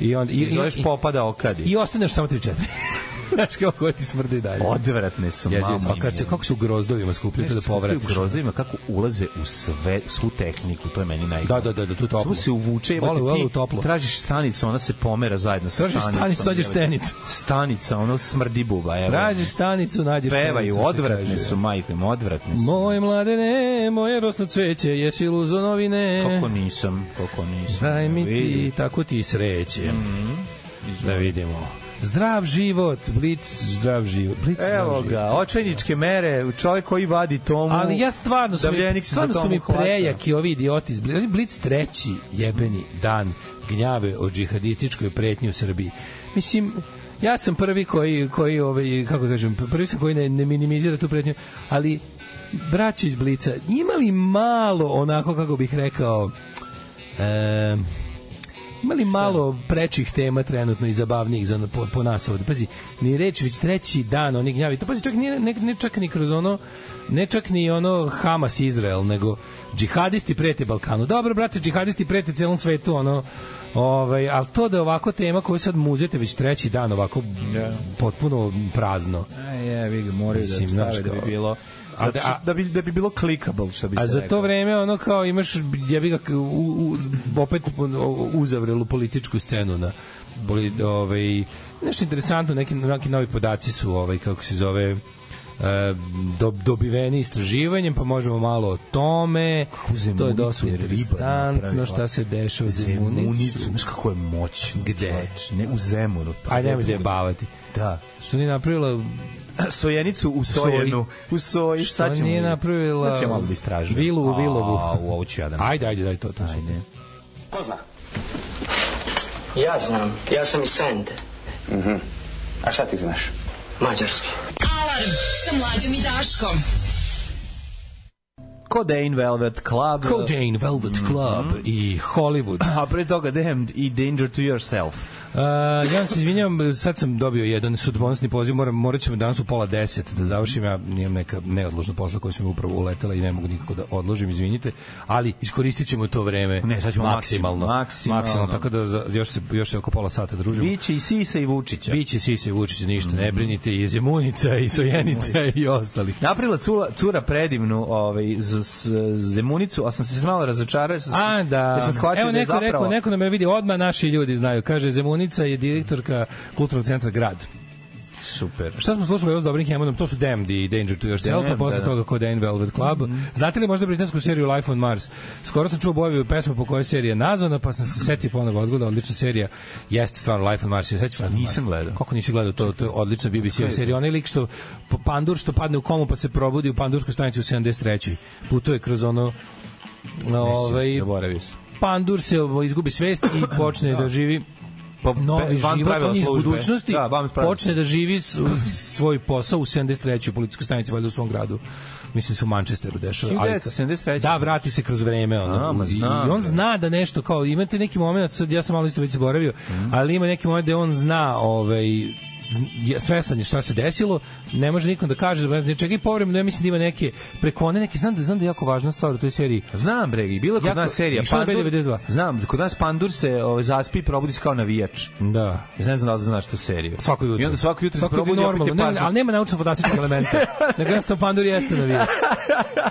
Speaker 7: i onda i,
Speaker 6: I zoveš
Speaker 7: i,
Speaker 6: popada okadi.
Speaker 7: i, i ostaneš samo 3-4 znaš kako ti smrdi dalje
Speaker 6: Odvratne su,
Speaker 7: Jezivo,
Speaker 6: mamo.
Speaker 7: a kad se, kako se u grozdovima skupljaju to da povratiš
Speaker 6: Grozdovima kako ulaze u sve, svu tehniku, to je meni najgore.
Speaker 7: da, da, da, da, tu toplo
Speaker 6: Samo se uvuče, jebate,
Speaker 7: vole, vole,
Speaker 6: ti
Speaker 7: u toplo
Speaker 6: tražiš stanicu, ona se pomera zajedno sa
Speaker 7: Tražiš
Speaker 6: stanicom.
Speaker 7: stanicu, dođeš
Speaker 6: jebote.
Speaker 7: stenicu.
Speaker 6: Stanica, ono smrdi buba, evo.
Speaker 7: tražiš stanicu, nađeš
Speaker 6: Pevaju,
Speaker 7: stanicu, što
Speaker 6: odvratne
Speaker 7: kaže.
Speaker 6: su, majke, mi, odvratne su.
Speaker 7: Moj mladene, moje rosno cveće, jesi luzo novine?
Speaker 6: Kako nisam, kako nisam.
Speaker 7: Daj mi ti,
Speaker 6: Vidi,
Speaker 7: tako ti sreće.
Speaker 6: Mm.
Speaker 7: Da vidimo. Zdrav život, blic, zdrav život. Blic,
Speaker 6: Evo
Speaker 7: zdrav život.
Speaker 6: ga, očajničke mere, čovjek koji vadi tomu.
Speaker 7: Ali ja stvarno su mi,
Speaker 6: Davljenik se za
Speaker 7: stvarno su
Speaker 6: tomu
Speaker 7: mi
Speaker 6: hvata.
Speaker 7: prejaki ovi idioti iz Blica. Oni Blic treći jebeni dan gnjave o džihadističkoj pretnji u Srbiji. Mislim, ja sam prvi koji, koji ovaj, kako kažem, prvi sam koji ne, ne minimizira tu pretnju, ali braćo iz Blica, imali malo onako, kako bih rekao, e, imali malo prečih tema trenutno i zabavnijih za, po, po nas ovde. Pazi, ni reč, već treći dan oni gnjavi. To pazi, čak nije, ne, ne čak ni kroz ono, ne čak ni ono Hamas Izrael, nego džihadisti prete Balkanu. Dobro, brate, džihadisti prete celom svetu, ono, ovaj, ali to da je ovako tema koju sad muzete već treći dan, ovako potpuno prazno.
Speaker 6: E, jevi ga, moraju
Speaker 7: Mislim,
Speaker 6: da stave
Speaker 7: znaš
Speaker 6: da bi
Speaker 7: kao-
Speaker 6: bilo...
Speaker 7: A
Speaker 6: A da,
Speaker 7: da-
Speaker 6: da, bi, da bi bilo clickable, što bi se
Speaker 7: A za to
Speaker 6: reklo.
Speaker 7: vreme ono kao imaš jebi ga k- u, u, opet u- uzavrelu političku scenu na boli, ovaj nešto interesantno neki neki novi podaci su ovaj kako se zove e, do, dobiveni istraživanjem, pa možemo malo o tome. To je
Speaker 6: Zemunicu
Speaker 7: dosta
Speaker 6: je riba
Speaker 7: interesantno
Speaker 6: napravila.
Speaker 7: šta se dešava u
Speaker 6: Zemunicu,
Speaker 7: Zemunicu.
Speaker 6: znaš kako je moćno.
Speaker 7: Gde?
Speaker 6: čoveče. Ne u Zemunu. Pa
Speaker 7: Ajde, nemoj
Speaker 6: gde drugde?
Speaker 7: zajebavati.
Speaker 6: Da.
Speaker 7: Što nije napravila
Speaker 6: Sojenicu u Sojenu. U Soji.
Speaker 7: Što
Speaker 6: Sad ćemo...
Speaker 7: nije
Speaker 6: vidjeti.
Speaker 7: napravila
Speaker 6: Sad ćemo malo da istražujemo.
Speaker 7: vilu u Vilovu.
Speaker 6: A, u ovo ću ja da...
Speaker 7: Ajde, ajde, daj to. to ajde.
Speaker 6: Ajde.
Speaker 10: Ko zna?
Speaker 11: Ja znam, ja sam iz Sente,
Speaker 10: Mhm. A šta ti znaš?
Speaker 11: Mađarski.
Speaker 5: Alarm sa mlađom i Daškom.
Speaker 6: Codeine Velvet Club.
Speaker 7: Codeine, Velvet
Speaker 6: Mhm.
Speaker 7: Club i Hollywood.
Speaker 6: A pre toga Damned i Danger to Yourself.
Speaker 7: Uh, ja vam se izvinjavam, sad sam dobio jedan sudbonosni poziv, moram, morat ćemo danas u pola deset da završim, ja imam neka neodložna posla koja sam upravo uletela i ne mogu nikako da odložim, izvinite, ali iskoristit ćemo to vreme
Speaker 6: Ne, sad ćemo
Speaker 7: maksimalno,
Speaker 6: maksimalno.
Speaker 7: maksimalno, tako da za, još, se, još se oko pola sata družimo.
Speaker 6: Biće i Sisa i Vučića.
Speaker 7: Biće Sise Vučić, ništa, ne brinite, i Zemunica, i Sojenica, i ostalih.
Speaker 6: Napravila cula, cura predivnu ovaj, z, s, zemunicu, ali sam se malo razočarao. jer sam-
Speaker 7: A da,
Speaker 6: jer sam shvatio
Speaker 7: evo
Speaker 6: da je
Speaker 7: neko
Speaker 6: zapravo...
Speaker 7: rekao, neko nam je vidi, odmah naši ljudi znaju, kaže Zemunica je direktorka kulturnog centra Grad.
Speaker 6: Super.
Speaker 7: Šta smo slušali ovo s dobrim Hammondom? To su Damned i Danger to Yourself, a
Speaker 6: Damned,
Speaker 7: posle
Speaker 6: da, Mhm. da.
Speaker 7: toga kod Dane Velvet Club. Znate li možda britansku seriju Life on Mars? Skoro sam čuo Bojevi pesmu po kojoj je serija nazvana, pa sam se setio ponovo odgleda, odlična serija. Jeste stvarno Life on Mars, je sećaš Life on Mars?
Speaker 6: Nisam gledao.
Speaker 7: Kako nisi gledao, to, to je odlična BBC okay. serija. Onaj lik što po- pandur što padne u komu pa se probudi u pandurskoj stanici u 73. Putuje kroz ono ovaj,
Speaker 6: Zaboravio sam.
Speaker 7: pandur se ovo, izgubi svest i počne da živi
Speaker 6: Pa,
Speaker 7: novi
Speaker 6: van
Speaker 7: život,
Speaker 6: pravila
Speaker 7: on iz
Speaker 6: službe.
Speaker 7: budućnosti
Speaker 6: Da, van pravila
Speaker 7: počne da živi s- svoj posao u 73. u policijskoj stanici, valjda u svom gradu. Mislim se u Manchesteru dešava. ali-
Speaker 6: 1973.
Speaker 7: Da, vrati se kroz vreme. Ono,
Speaker 6: A, ma
Speaker 7: I-
Speaker 6: znam,
Speaker 7: I on
Speaker 6: bre.
Speaker 7: zna da nešto,
Speaker 6: Mhm.
Speaker 7: kao imate neki moment, sad ja sam malo isto već zaboravio, ali ima neki moment da on zna ovaj, je- svestan je šta se desilo, ne može nikom da kaže, da znači, čekaj povremeno, ja mislim da ima neke prekone, neke, znam da, znam da je jako važna stvar u toj seriji.
Speaker 6: Znam bre, i bila kod
Speaker 7: Jako-
Speaker 6: nas serija
Speaker 7: i šta je
Speaker 6: Pandur.
Speaker 7: B92?
Speaker 6: Znam, kod nas Pandur se ovaj zaspi i probudi se kao navijač.
Speaker 7: Da.
Speaker 6: Ja ne znam da li znaš tu seriju.
Speaker 7: Svako jutro.
Speaker 6: I onda svako jutro se
Speaker 7: Svako
Speaker 6: probudi opet je
Speaker 7: normalno, ne,
Speaker 6: Pandur.
Speaker 7: ne, ali nema naučno podacičnog elementa. Nego jednostavno Pandur jeste na vidu.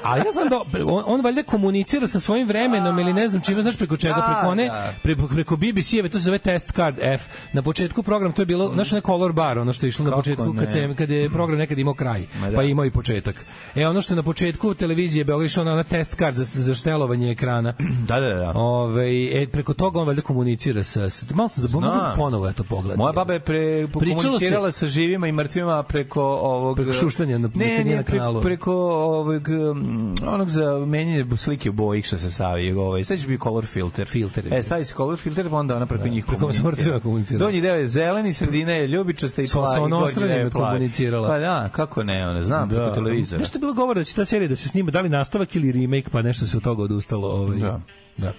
Speaker 7: A ja znam da on, on valjda komunicira sa svojim vremenom ili ne znam čime, znaš preko čega,
Speaker 6: Da,
Speaker 7: preko one,
Speaker 6: da.
Speaker 7: preko, preko BBC-eve, to se zove test card F. Na početku program, to je bilo, znaš, onaj color bar, ono što je išlo na
Speaker 6: Kako
Speaker 7: početku,
Speaker 6: ne?
Speaker 7: kad, se, kad je program nekad imao kraj,
Speaker 6: Ma da.
Speaker 7: pa je imao i početak. E, ono što je na početku televizije Beograd išla ona, ona test card za, za štelovanje ekrana.
Speaker 6: Da, da, da.
Speaker 7: Ove, e, preko toga on valjda komunicira sa... sa malo sam zaboravio,
Speaker 6: Znam.
Speaker 7: mogu ponovo ja to pogledam.
Speaker 6: Moja baba je pre,
Speaker 7: Pričalo se-
Speaker 6: komunicirala sa živima i mrtvima preko ovog...
Speaker 7: Preko šuštanja na-
Speaker 6: ne,
Speaker 7: kad
Speaker 6: ne,
Speaker 7: nije na
Speaker 6: pre-
Speaker 7: kanalu.
Speaker 6: preko ovog, um, onog za menjanje slike u boji što se stavi. Ovaj. Sad će biti color filter.
Speaker 7: Filter je. Da,
Speaker 6: E, stavi se color filter, pa onda ona preko njih
Speaker 7: preko
Speaker 6: komunicira.
Speaker 7: mrtvima komunicira.
Speaker 6: Donji deo je zeleni, sredina je ljubičasta i
Speaker 7: Sa- sa
Speaker 6: plavi.
Speaker 7: ono
Speaker 6: gornji
Speaker 7: ostranim
Speaker 6: deo
Speaker 7: je
Speaker 6: plavi.
Speaker 7: komunicirala.
Speaker 6: Pa da, kako ne, ona, znam, da. preko televizora.
Speaker 7: Nešto je bilo govora da će ta serija da se snima, da li nastavak ili remake, pa nešto se od toga odustalo. Ovaj.
Speaker 6: Da.
Speaker 7: Da.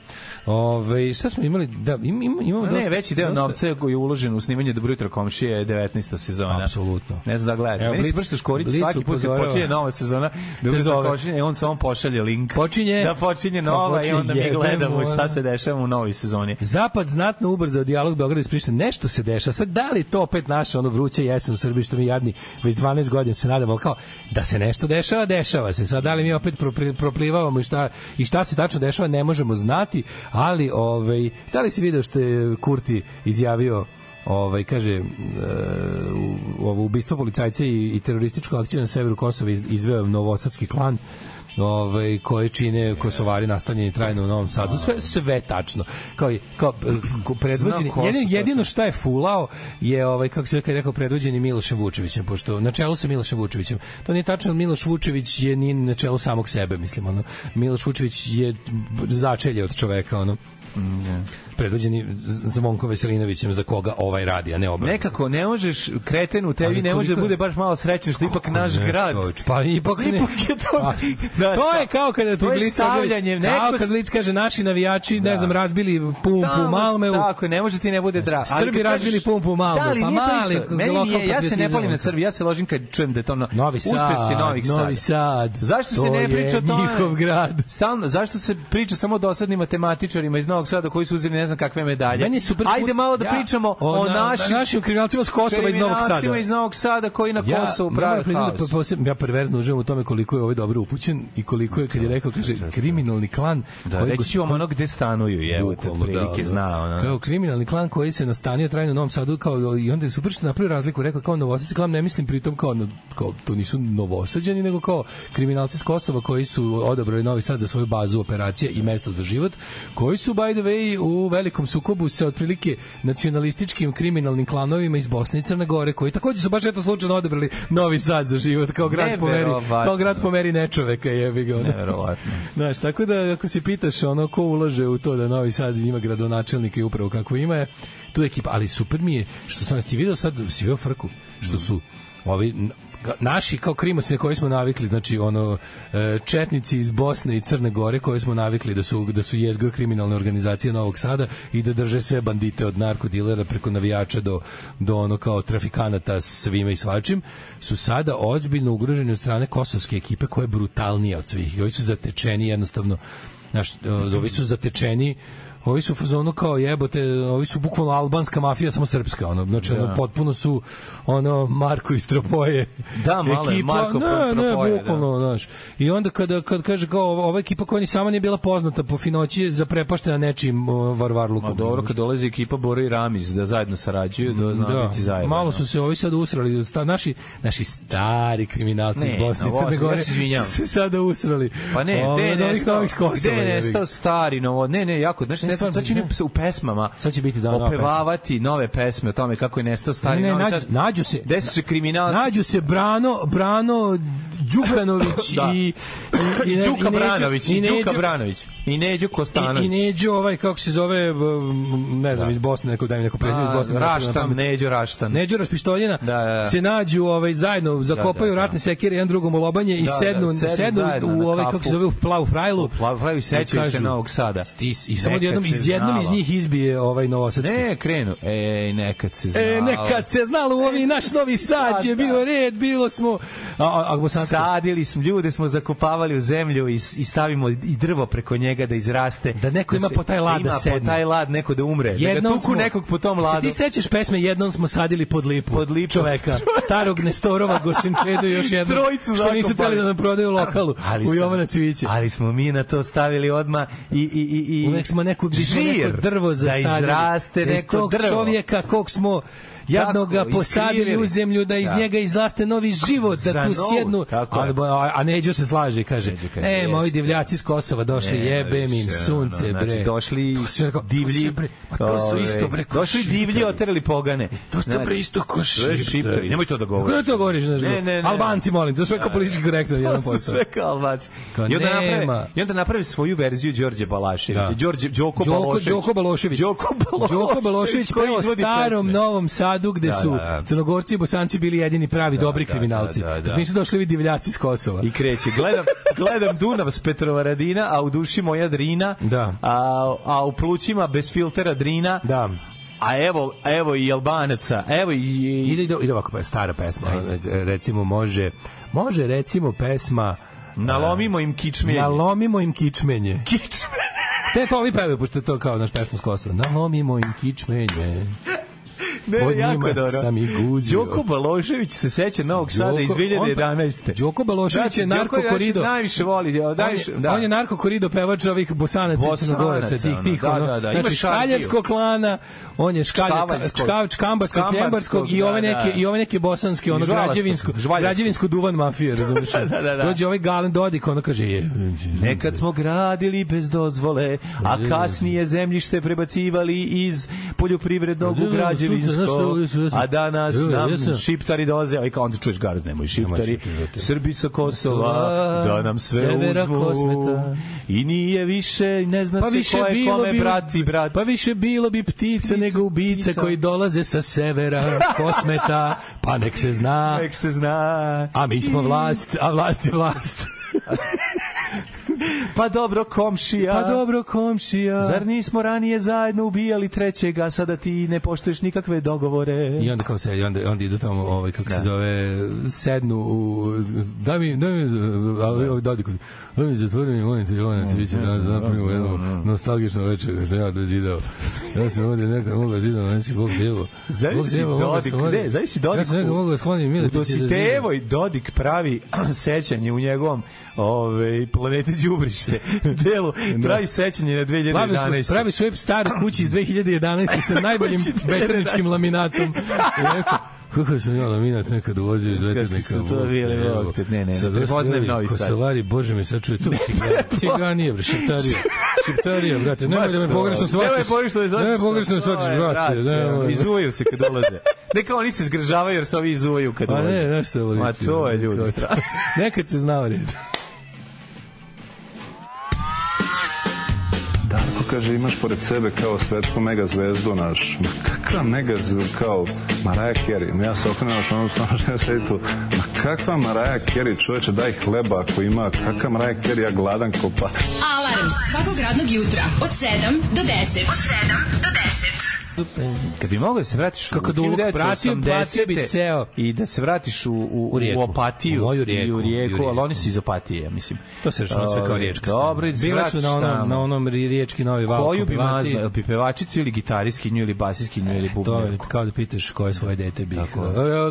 Speaker 7: Ove, šta smo imali? Da, im, im, imamo
Speaker 6: Ne,
Speaker 7: dosta,
Speaker 6: veći deo
Speaker 7: dosta-
Speaker 6: novca koji je uložen u snimanje Dobro jutro komšije je 19. sezona.
Speaker 7: Apsolutno.
Speaker 6: Ne znam da gledam.
Speaker 7: Evo,
Speaker 6: Meni se
Speaker 7: Blic-
Speaker 6: pršta Škorić
Speaker 7: Blic
Speaker 6: svaki put kad
Speaker 7: upozorava.
Speaker 6: počinje nova sezona, Dobro jutro
Speaker 7: zove.
Speaker 6: komšije, i on samo pošalje link.
Speaker 7: Počinje.
Speaker 6: Da počinje nova
Speaker 7: Pa počinje,
Speaker 6: i onda mi
Speaker 7: jebe
Speaker 6: gledamo
Speaker 7: mu,
Speaker 6: šta
Speaker 7: ono.
Speaker 6: se dešava u novoj sezoni.
Speaker 7: Zapad znatno ubrzao dijalog Beograda i Prištine. Nešto se dešava. Sad, da li to opet naše ono vruće jesen u Srbiji što mi jadni već 12 godina se nadamo, ali kao da se nešto dešava, dešava se. Sad, da li mi opet propri- proplivavamo i šta, i šta se tačno dešava, ne možemo znati, ali ovaj, da li si video što je Kurti izjavio ovaj kaže e, u- ovo ubistvo policajca i, i terorističku akciju na severu Kosova iz- izveo novosadski klan ovaj koje čine kosovari nastanjeni trajno u Novom Sadu sve sve tačno kao i- kao e, predvođeni
Speaker 6: ko su
Speaker 7: jedino,
Speaker 6: to
Speaker 7: jedino šta je fulao je ovaj kako se kaže rekao predvođeni Milošem Vučevićem pošto na čelu sa Milošem Vučevićem to nije tačno Miloš Vučević je ni na čelu samog sebe mislim ono Miloš Vučević je začelje od čoveka ono
Speaker 6: Mm,
Speaker 7: predvođeni Z- Zvonko Veselinovićem za koga ovaj radi, a ne obrnuto.
Speaker 6: Nekako ne možeš kreten u tebi,
Speaker 7: Ali
Speaker 6: ne može da
Speaker 7: koliko je-
Speaker 6: bude baš malo srećan što je ipak
Speaker 7: Kako
Speaker 6: naš
Speaker 7: ne,
Speaker 6: grad.
Speaker 7: čoveče, pa ipak, ne.
Speaker 6: Ipak je to-
Speaker 7: Pa,
Speaker 6: Znaš
Speaker 7: to je
Speaker 6: šta?
Speaker 7: kao kada ti
Speaker 6: To je
Speaker 7: Blic
Speaker 6: stavljanje,
Speaker 7: kaže, kao
Speaker 6: neko- Da.
Speaker 7: kad Blic kaže naši navijači, ne znam, razbili pumpu
Speaker 6: Stalno
Speaker 7: u Malmeu.
Speaker 6: Tako, je, ne može ti ne bude drago. Ali
Speaker 7: Srbi
Speaker 6: kad kažeš- Da,
Speaker 7: razbili pumpu u Malmeu,
Speaker 6: ali
Speaker 7: pa
Speaker 6: nije to
Speaker 7: mali
Speaker 6: isto. Meni
Speaker 7: lokal
Speaker 6: nije, ja se ne
Speaker 7: patriotizam,
Speaker 6: palim na
Speaker 7: ono.
Speaker 6: Srbi, ja se ložim kad čujem da je to ono,
Speaker 7: Novi Sad,
Speaker 6: uspesi Novih Sada.
Speaker 7: Novi Sad.
Speaker 6: Zašto se
Speaker 7: To
Speaker 6: ne
Speaker 7: je
Speaker 6: priča o tome?
Speaker 7: njihov grad.
Speaker 6: Stalno, zašto se priča samo o dosadnim matematičarima iz Novog Sada koji su uzeli ne znam kakve medalje?
Speaker 7: Meni je super put-
Speaker 6: Ajde malo da
Speaker 7: Ja.
Speaker 6: pričamo o,
Speaker 7: na-
Speaker 6: našim
Speaker 7: našim kriminalcima s Kosova iz Novog Sada.
Speaker 6: kriminalcima iz Novog Sada koji na
Speaker 7: Ja,
Speaker 6: Kosovu
Speaker 7: moram
Speaker 6: prave
Speaker 7: priznati da
Speaker 6: haos.
Speaker 7: posebno- ja perverzno uživam u tome koliko je ovaj dobro upućen i koliko je, kad je rekao, kaže, kriminalni klan
Speaker 6: Da,
Speaker 7: kojeg-
Speaker 6: reći ću vam ono gde stanuju, je, te
Speaker 7: Bukvalno, da,
Speaker 6: prilike zna, ono.
Speaker 7: Kao kriminalni klan koji se nastanio trajno u Novom Sadu kao i onda je super što je napravio razliku, rekao kao novosadski klan, ne mislim pritom kao na- kao to nisu novosađani nego kao kriminalci s Kosova koji su odabrali Novi Sad za svoju bazu operacija i mesto za život, koji su by the way u velikom sukobu sa otprilike nacionalističkim kriminalnim klanovima iz Bosne i Crne Gore koji takođe su baš eto slučajno odabrali Novi Sad za život kao grad po meri,
Speaker 6: Neverovatno.
Speaker 7: kao grad po meri nečoveka jebi ga. ono.
Speaker 6: Neverovatno.
Speaker 7: Znaš, tako da ako se pitaš ono ko ulaže u to da Novi Sad ima gradonačelnika i upravo kako ima je, tu je ekipa, ali super mi je što sam ti video sad, si video frku, što su ovi n- ga- naši kao krimosi na koji smo navikli, znači ono e, četnici iz Bosne i Crne Gore koji smo navikli da su da su jezgro kriminalne organizacije Novog Sada i da drže sve bandite od narkodilera preko navijača do do ono kao trafikanata svime i svačim su sada ozbiljno ugroženi od strane kosovske ekipe koja je brutalnija od svih i ovi su zatečeni jednostavno znaš, e, ovi su zatečeni ovi su u fazonu kao jebote, ovi su bukvalno albanska mafija, samo srpska, ono, znači, ono, potpuno su, ono, Marko iz Tropoje.
Speaker 6: Da, malo je Marko
Speaker 7: ne, ne,
Speaker 6: Tropoje, da.
Speaker 7: bukvalno, znaš. I onda kada, kad kaže kao, ova ekipa koja ni sama nije bila poznata po finoći je zaprepaštena nečim o, varvarlukom.
Speaker 6: Ma Pa dobro, kad dolazi ekipa Bora i Ramiz da zajedno sarađuju, to zna da, biti zajedno.
Speaker 7: malo su se ovi sad usrali, sta, naši, naši stari kriminalci
Speaker 6: Ne,
Speaker 7: iz Bosne i
Speaker 6: na Bosni,
Speaker 7: Crne
Speaker 6: ja
Speaker 7: Gore
Speaker 6: se izvinjavam.
Speaker 7: su se sada usrali.
Speaker 6: Pa ne,
Speaker 7: Ovo,
Speaker 6: gde
Speaker 7: od
Speaker 6: je
Speaker 7: ovih
Speaker 6: nestao,
Speaker 7: novih s Kosova,
Speaker 6: gde je
Speaker 7: jebi ga.
Speaker 6: nestao stari novo, ne, ne, jako, znaš, ne,
Speaker 7: stvarno,
Speaker 6: sad će
Speaker 7: ne.
Speaker 6: oni u pesmama
Speaker 7: Sad će biti, da, nova
Speaker 6: opevavati nove pesme o tome kako je nestao stari
Speaker 7: Ne, ne,
Speaker 6: novi
Speaker 7: nađu-
Speaker 6: sad.
Speaker 7: nađu se-
Speaker 6: Gde su se kriminalci?
Speaker 7: Nađu se Brano, Brano Đukanović
Speaker 6: Da.
Speaker 7: i, i, i, ne-
Speaker 6: Đuka
Speaker 7: i Neđo-
Speaker 6: Branović, i
Speaker 7: Neđo-
Speaker 6: Đuka Branović, i Neđo
Speaker 7: I, I
Speaker 6: Kostanović.
Speaker 7: Neđo, ovaj, kako se zove, b- m, ne znam,
Speaker 6: Da.
Speaker 7: iz Bosne, neko daj mi neko prezime iz
Speaker 6: A,
Speaker 7: Bosne. na
Speaker 6: Raštan,
Speaker 7: pamet.
Speaker 6: Neđo Raštan.
Speaker 7: Neđo Raspištoljina
Speaker 6: Da, da, da.
Speaker 7: se nađu ovaj, zajedno, zakopaju
Speaker 6: Da, da, da.
Speaker 7: ratne sekire jedan drugom u lobanje i
Speaker 6: Da, da,
Speaker 7: sednu,
Speaker 6: sednu
Speaker 7: sednu
Speaker 6: zajedno
Speaker 7: u
Speaker 6: na
Speaker 7: ovaj,
Speaker 6: kafu.
Speaker 7: kako se zove, u plavu frajlu.
Speaker 6: U plavu frajlu i sećaju se Novog Sada.
Speaker 7: Ti, I samo
Speaker 6: Nekad
Speaker 7: jednom,
Speaker 6: se
Speaker 7: iz jednom iz
Speaker 6: znalo.
Speaker 7: njih izbije ovaj novosadski.
Speaker 6: Ne, krenu. Ej, nekad se znao.
Speaker 7: E, nekad se znalo u
Speaker 6: E,
Speaker 7: ovi naš novi sad
Speaker 6: da.
Speaker 7: je bio red, bilo smo... A, a, a bosansko?
Speaker 6: Sadili smo, ljude smo zakopavali u zemlju i, s- i stavimo i drvo preko njega da izraste.
Speaker 7: Da neko ima
Speaker 6: se-
Speaker 7: po taj lad da
Speaker 6: Ima
Speaker 7: sedne.
Speaker 6: po taj lad neko da umre. da ga
Speaker 7: Jednom
Speaker 6: tuku nekog po tom ladu.
Speaker 7: Se ti sećaš pesme Jednom smo sadili pod lipu,
Speaker 6: Pod lipu.
Speaker 7: čoveka, starog Nestorova, Gosinčedu i još jednom,
Speaker 6: Trojicu
Speaker 7: što nisu
Speaker 6: zakopali.
Speaker 7: hteli da nam prodaju u lokalu, u
Speaker 6: sam-
Speaker 7: Jovana Cviće.
Speaker 6: Ali smo mi na to stavili odma i i i i
Speaker 7: Uvek smo neku bismo
Speaker 6: žir
Speaker 7: neko drvo zasadili.
Speaker 6: Da izraste
Speaker 7: Iz
Speaker 6: neko
Speaker 7: tog
Speaker 6: drvo.
Speaker 7: čovjeka kog smo jadno ga
Speaker 6: Tako, iskrivili.
Speaker 7: posadili u zemlju da iz
Speaker 6: Da.
Speaker 7: njega izlaste novi život da
Speaker 6: Za
Speaker 7: tu
Speaker 6: novu,
Speaker 7: sjednu
Speaker 6: tako
Speaker 7: a,
Speaker 6: je.
Speaker 7: a, a Neđo se slaže i kaže
Speaker 6: Neđo kaže,
Speaker 7: e moji
Speaker 6: jeste.
Speaker 7: divljaci iz Kosova došli
Speaker 6: Nema
Speaker 7: jebem im
Speaker 6: E, više,
Speaker 7: sunce
Speaker 6: ono,
Speaker 7: bre
Speaker 6: Znači, došli
Speaker 7: To sve tako- to sve,
Speaker 6: divlji.
Speaker 7: bre, a to su
Speaker 6: ove,
Speaker 7: isto bre ko
Speaker 6: Došli
Speaker 7: šiptari.
Speaker 6: divlji, oterali pogane. Znači,
Speaker 7: To ste bre isto ko
Speaker 6: sve šiptari. Nemoj to da govoriš.
Speaker 7: Kako to govoriš? Znaš,
Speaker 6: Ne, ne, ne.
Speaker 7: Albanci, molim, to je sve kao
Speaker 6: Da,
Speaker 7: politički korektno. jedan
Speaker 6: To su
Speaker 7: posto.
Speaker 6: sve kao Albanci.
Speaker 7: Kao
Speaker 6: I onda
Speaker 7: nema.
Speaker 6: naprave, i onda naprave svoju verziju Đorđe Balaševića.
Speaker 7: Da.
Speaker 6: Đorđe, Đoko,
Speaker 7: Đoko,
Speaker 6: Balošević.
Speaker 7: Đoko Balošević.
Speaker 6: Đoko Balošević.
Speaker 7: Đoko Balošević
Speaker 6: koji
Speaker 7: peo o
Speaker 6: izvodi
Speaker 7: starom
Speaker 6: pesme.
Speaker 7: Novom Sadu gde
Speaker 6: Da,
Speaker 7: su
Speaker 6: da, da.
Speaker 7: Crnogorci i Bosanci bili jedini pravi dobri
Speaker 6: da,
Speaker 7: kriminalci.
Speaker 6: da, da, da.
Speaker 7: Dok nisu došli ovi divljaci iz Kosova.
Speaker 6: I kreće. Gledam, gledam Dunav s Petrovaradina, a u duši moja Drina,
Speaker 7: Da.
Speaker 6: a, a u plućima bez filtera Drina,
Speaker 7: Da.
Speaker 6: a evo, a evo i Albanaca, a evo i... i
Speaker 7: Ide, ide, ide ovako, pa, stara pesma.
Speaker 6: e,
Speaker 7: Recimo, može, može recimo pesma
Speaker 6: nalomimo im kičmenje.
Speaker 7: Nalomimo im kičmenje.
Speaker 6: Kičmenje.
Speaker 7: Te to ovi pevaju, pošto je to kao naš pesma s Kosova. Nalomimo im kičmenje.
Speaker 6: Ne,
Speaker 7: Pod
Speaker 6: jako
Speaker 7: njima
Speaker 6: je dobro.
Speaker 7: sam i guzio.
Speaker 6: Đoko Balošević se seća Novog Sada iz
Speaker 7: Đoko- on pa-
Speaker 6: 2011.
Speaker 7: Đoko Balošević
Speaker 6: Znači,
Speaker 7: je
Speaker 6: Đoko
Speaker 7: narkokorido.
Speaker 6: Najviše voli,
Speaker 7: On
Speaker 6: najviše,
Speaker 7: je,
Speaker 6: da.
Speaker 7: on je narkokorido pevač ovih bosanaca i
Speaker 6: Bosanaca,
Speaker 7: crnogoraca, tih,
Speaker 6: ono,
Speaker 7: tih,
Speaker 6: da,
Speaker 7: ono,
Speaker 6: da, da,
Speaker 7: znači
Speaker 6: ima šarmiju.
Speaker 7: škaljarskog klana, on je škalja,
Speaker 6: Čkavarskog.
Speaker 7: čkav, čkambarskog,
Speaker 6: Čkambarskog,
Speaker 7: kljembarskog i ove
Speaker 6: da,
Speaker 7: neke,
Speaker 6: da.
Speaker 7: i ove neke bosanske, ono,
Speaker 6: žvaljaskog,
Speaker 7: građevinsko,
Speaker 6: žvaljaskog.
Speaker 7: građevinsko duvan mafije, razumiješ?
Speaker 6: Da, da, da.
Speaker 7: Dođe ovaj Galen Dodik, ono kaže, je,
Speaker 6: Nekad smo gradili bez dozvole, a
Speaker 7: E.
Speaker 6: kasnije zemljište prebacivali iz poljoprivrednog
Speaker 7: E,
Speaker 6: u građevinsko, a danas nam šiptari dolaze, a i kao onda čuješ garod, nemoj šiptari, Srbi sa Kosova, da nam sve uzmu, i nije više, ne zna
Speaker 7: pa
Speaker 6: se
Speaker 7: više
Speaker 6: ko je
Speaker 7: bilo
Speaker 6: kome
Speaker 7: bi
Speaker 6: brati, brat.
Speaker 7: pa više bilo bi ptice nego ubice
Speaker 6: ptica.
Speaker 7: koji dolaze sa severa kosmeta pa nek se zna
Speaker 6: Nek se zna.
Speaker 7: a mi smo vlast a vlast je vlast
Speaker 6: Pa dobro, komšija.
Speaker 7: pa dobro komšija
Speaker 6: Da. Zar nismo ranije zajedno ubijali trećega, a sada ti ne poštuješ nikakve dogovore?
Speaker 7: I onda kao se i onda onda idu tamo ovaj kako
Speaker 6: Da.
Speaker 7: se zove sednu u da mi da mi ali ovaj dodi kod da mi zatvori mi molim te Jovana Cvića
Speaker 6: Mm,
Speaker 7: da nas napravimo jedno nostalgično večer kad sam ja Da dozidao ja sam ovde nekad mogao zidao na neki bog devo
Speaker 6: Zavisi Dodik, ne, zavisi Dodik.
Speaker 7: ja sam nekad mogao sklonim Miletića
Speaker 6: U Dositejevo i Dodik pravi sećanje u njegovom ove, planete Đubrište delu. Pravi sećanje na
Speaker 7: Da. Pravi svoj,
Speaker 6: 2011.
Speaker 7: pravi svoj staru kući iz 2011. sa najboljim veterničkim laminatom. I rekao, Kako sam ja laminat nekad uvozio iz veternika?
Speaker 6: su to bili lokte, ne, ne, ne,
Speaker 7: Sad
Speaker 6: prepoznajem
Speaker 7: ostavi
Speaker 6: Novi Sad.
Speaker 7: Kosovari, bože me, sačuje to ciganije. Ciganije, bre, šiptarije. Šiptarije, brate, nemoj da me
Speaker 6: Mato,
Speaker 7: pogrešno shvatiš.
Speaker 6: Nemoj pogrešno da shvatiš.
Speaker 7: Nemoj pogrešno da shvatiš,
Speaker 6: Oj,
Speaker 7: brate. nemoj.
Speaker 6: Izuju se kad dolaze. Ne kao oni se zgražavaju jer se ovi izuju kad
Speaker 7: Pa
Speaker 6: dolaze.
Speaker 7: ne, znaš što volim.
Speaker 6: Ma to je ljudi. strašno.
Speaker 7: Nekad se znao red.
Speaker 12: Darko kaže, imaš pored sebe kao svetsku megazvezdu naš. Ma kakva megazvezdu kao Maraja Kerry? Ma ja se okrenem naš onom stvarno što ja sedi tu. Ma kakva Maraja Kerry? Čoveče, daj hleba ako ima. Kakva Maraja Kerry? Ja gladan ko pas.
Speaker 5: Alarm svakog radnog jutra od 7 do 10. Od 7 do 10.
Speaker 6: Kad bi mogao da se vratiš
Speaker 7: Kako
Speaker 6: u
Speaker 7: da ulog pratio, platio bi
Speaker 6: 1980-te
Speaker 7: ceo.
Speaker 6: i da se vratiš u, u,
Speaker 7: U
Speaker 6: u,
Speaker 7: Rijeku.
Speaker 6: u Opatiju
Speaker 7: U moju Rijeku,
Speaker 6: i u
Speaker 7: i u
Speaker 6: rijeku,
Speaker 7: Rijeku.
Speaker 6: ali oni su iz Opatije, ja mislim.
Speaker 7: To se rešava sve kao
Speaker 6: Ovaj,
Speaker 7: riječka scena.
Speaker 6: Dobro, i da se
Speaker 7: Bile su
Speaker 6: vratiš
Speaker 7: na onom,
Speaker 6: tamo.
Speaker 7: na onom ri- riječki novi val.
Speaker 6: Koju bi E,
Speaker 7: Kopivaci.
Speaker 6: mazno, ili bi pevačicu, ili gitariskinju, ili basiskinju, ili
Speaker 7: To je
Speaker 6: bubnjarku?
Speaker 7: kao da pitaš koje svoje dete bi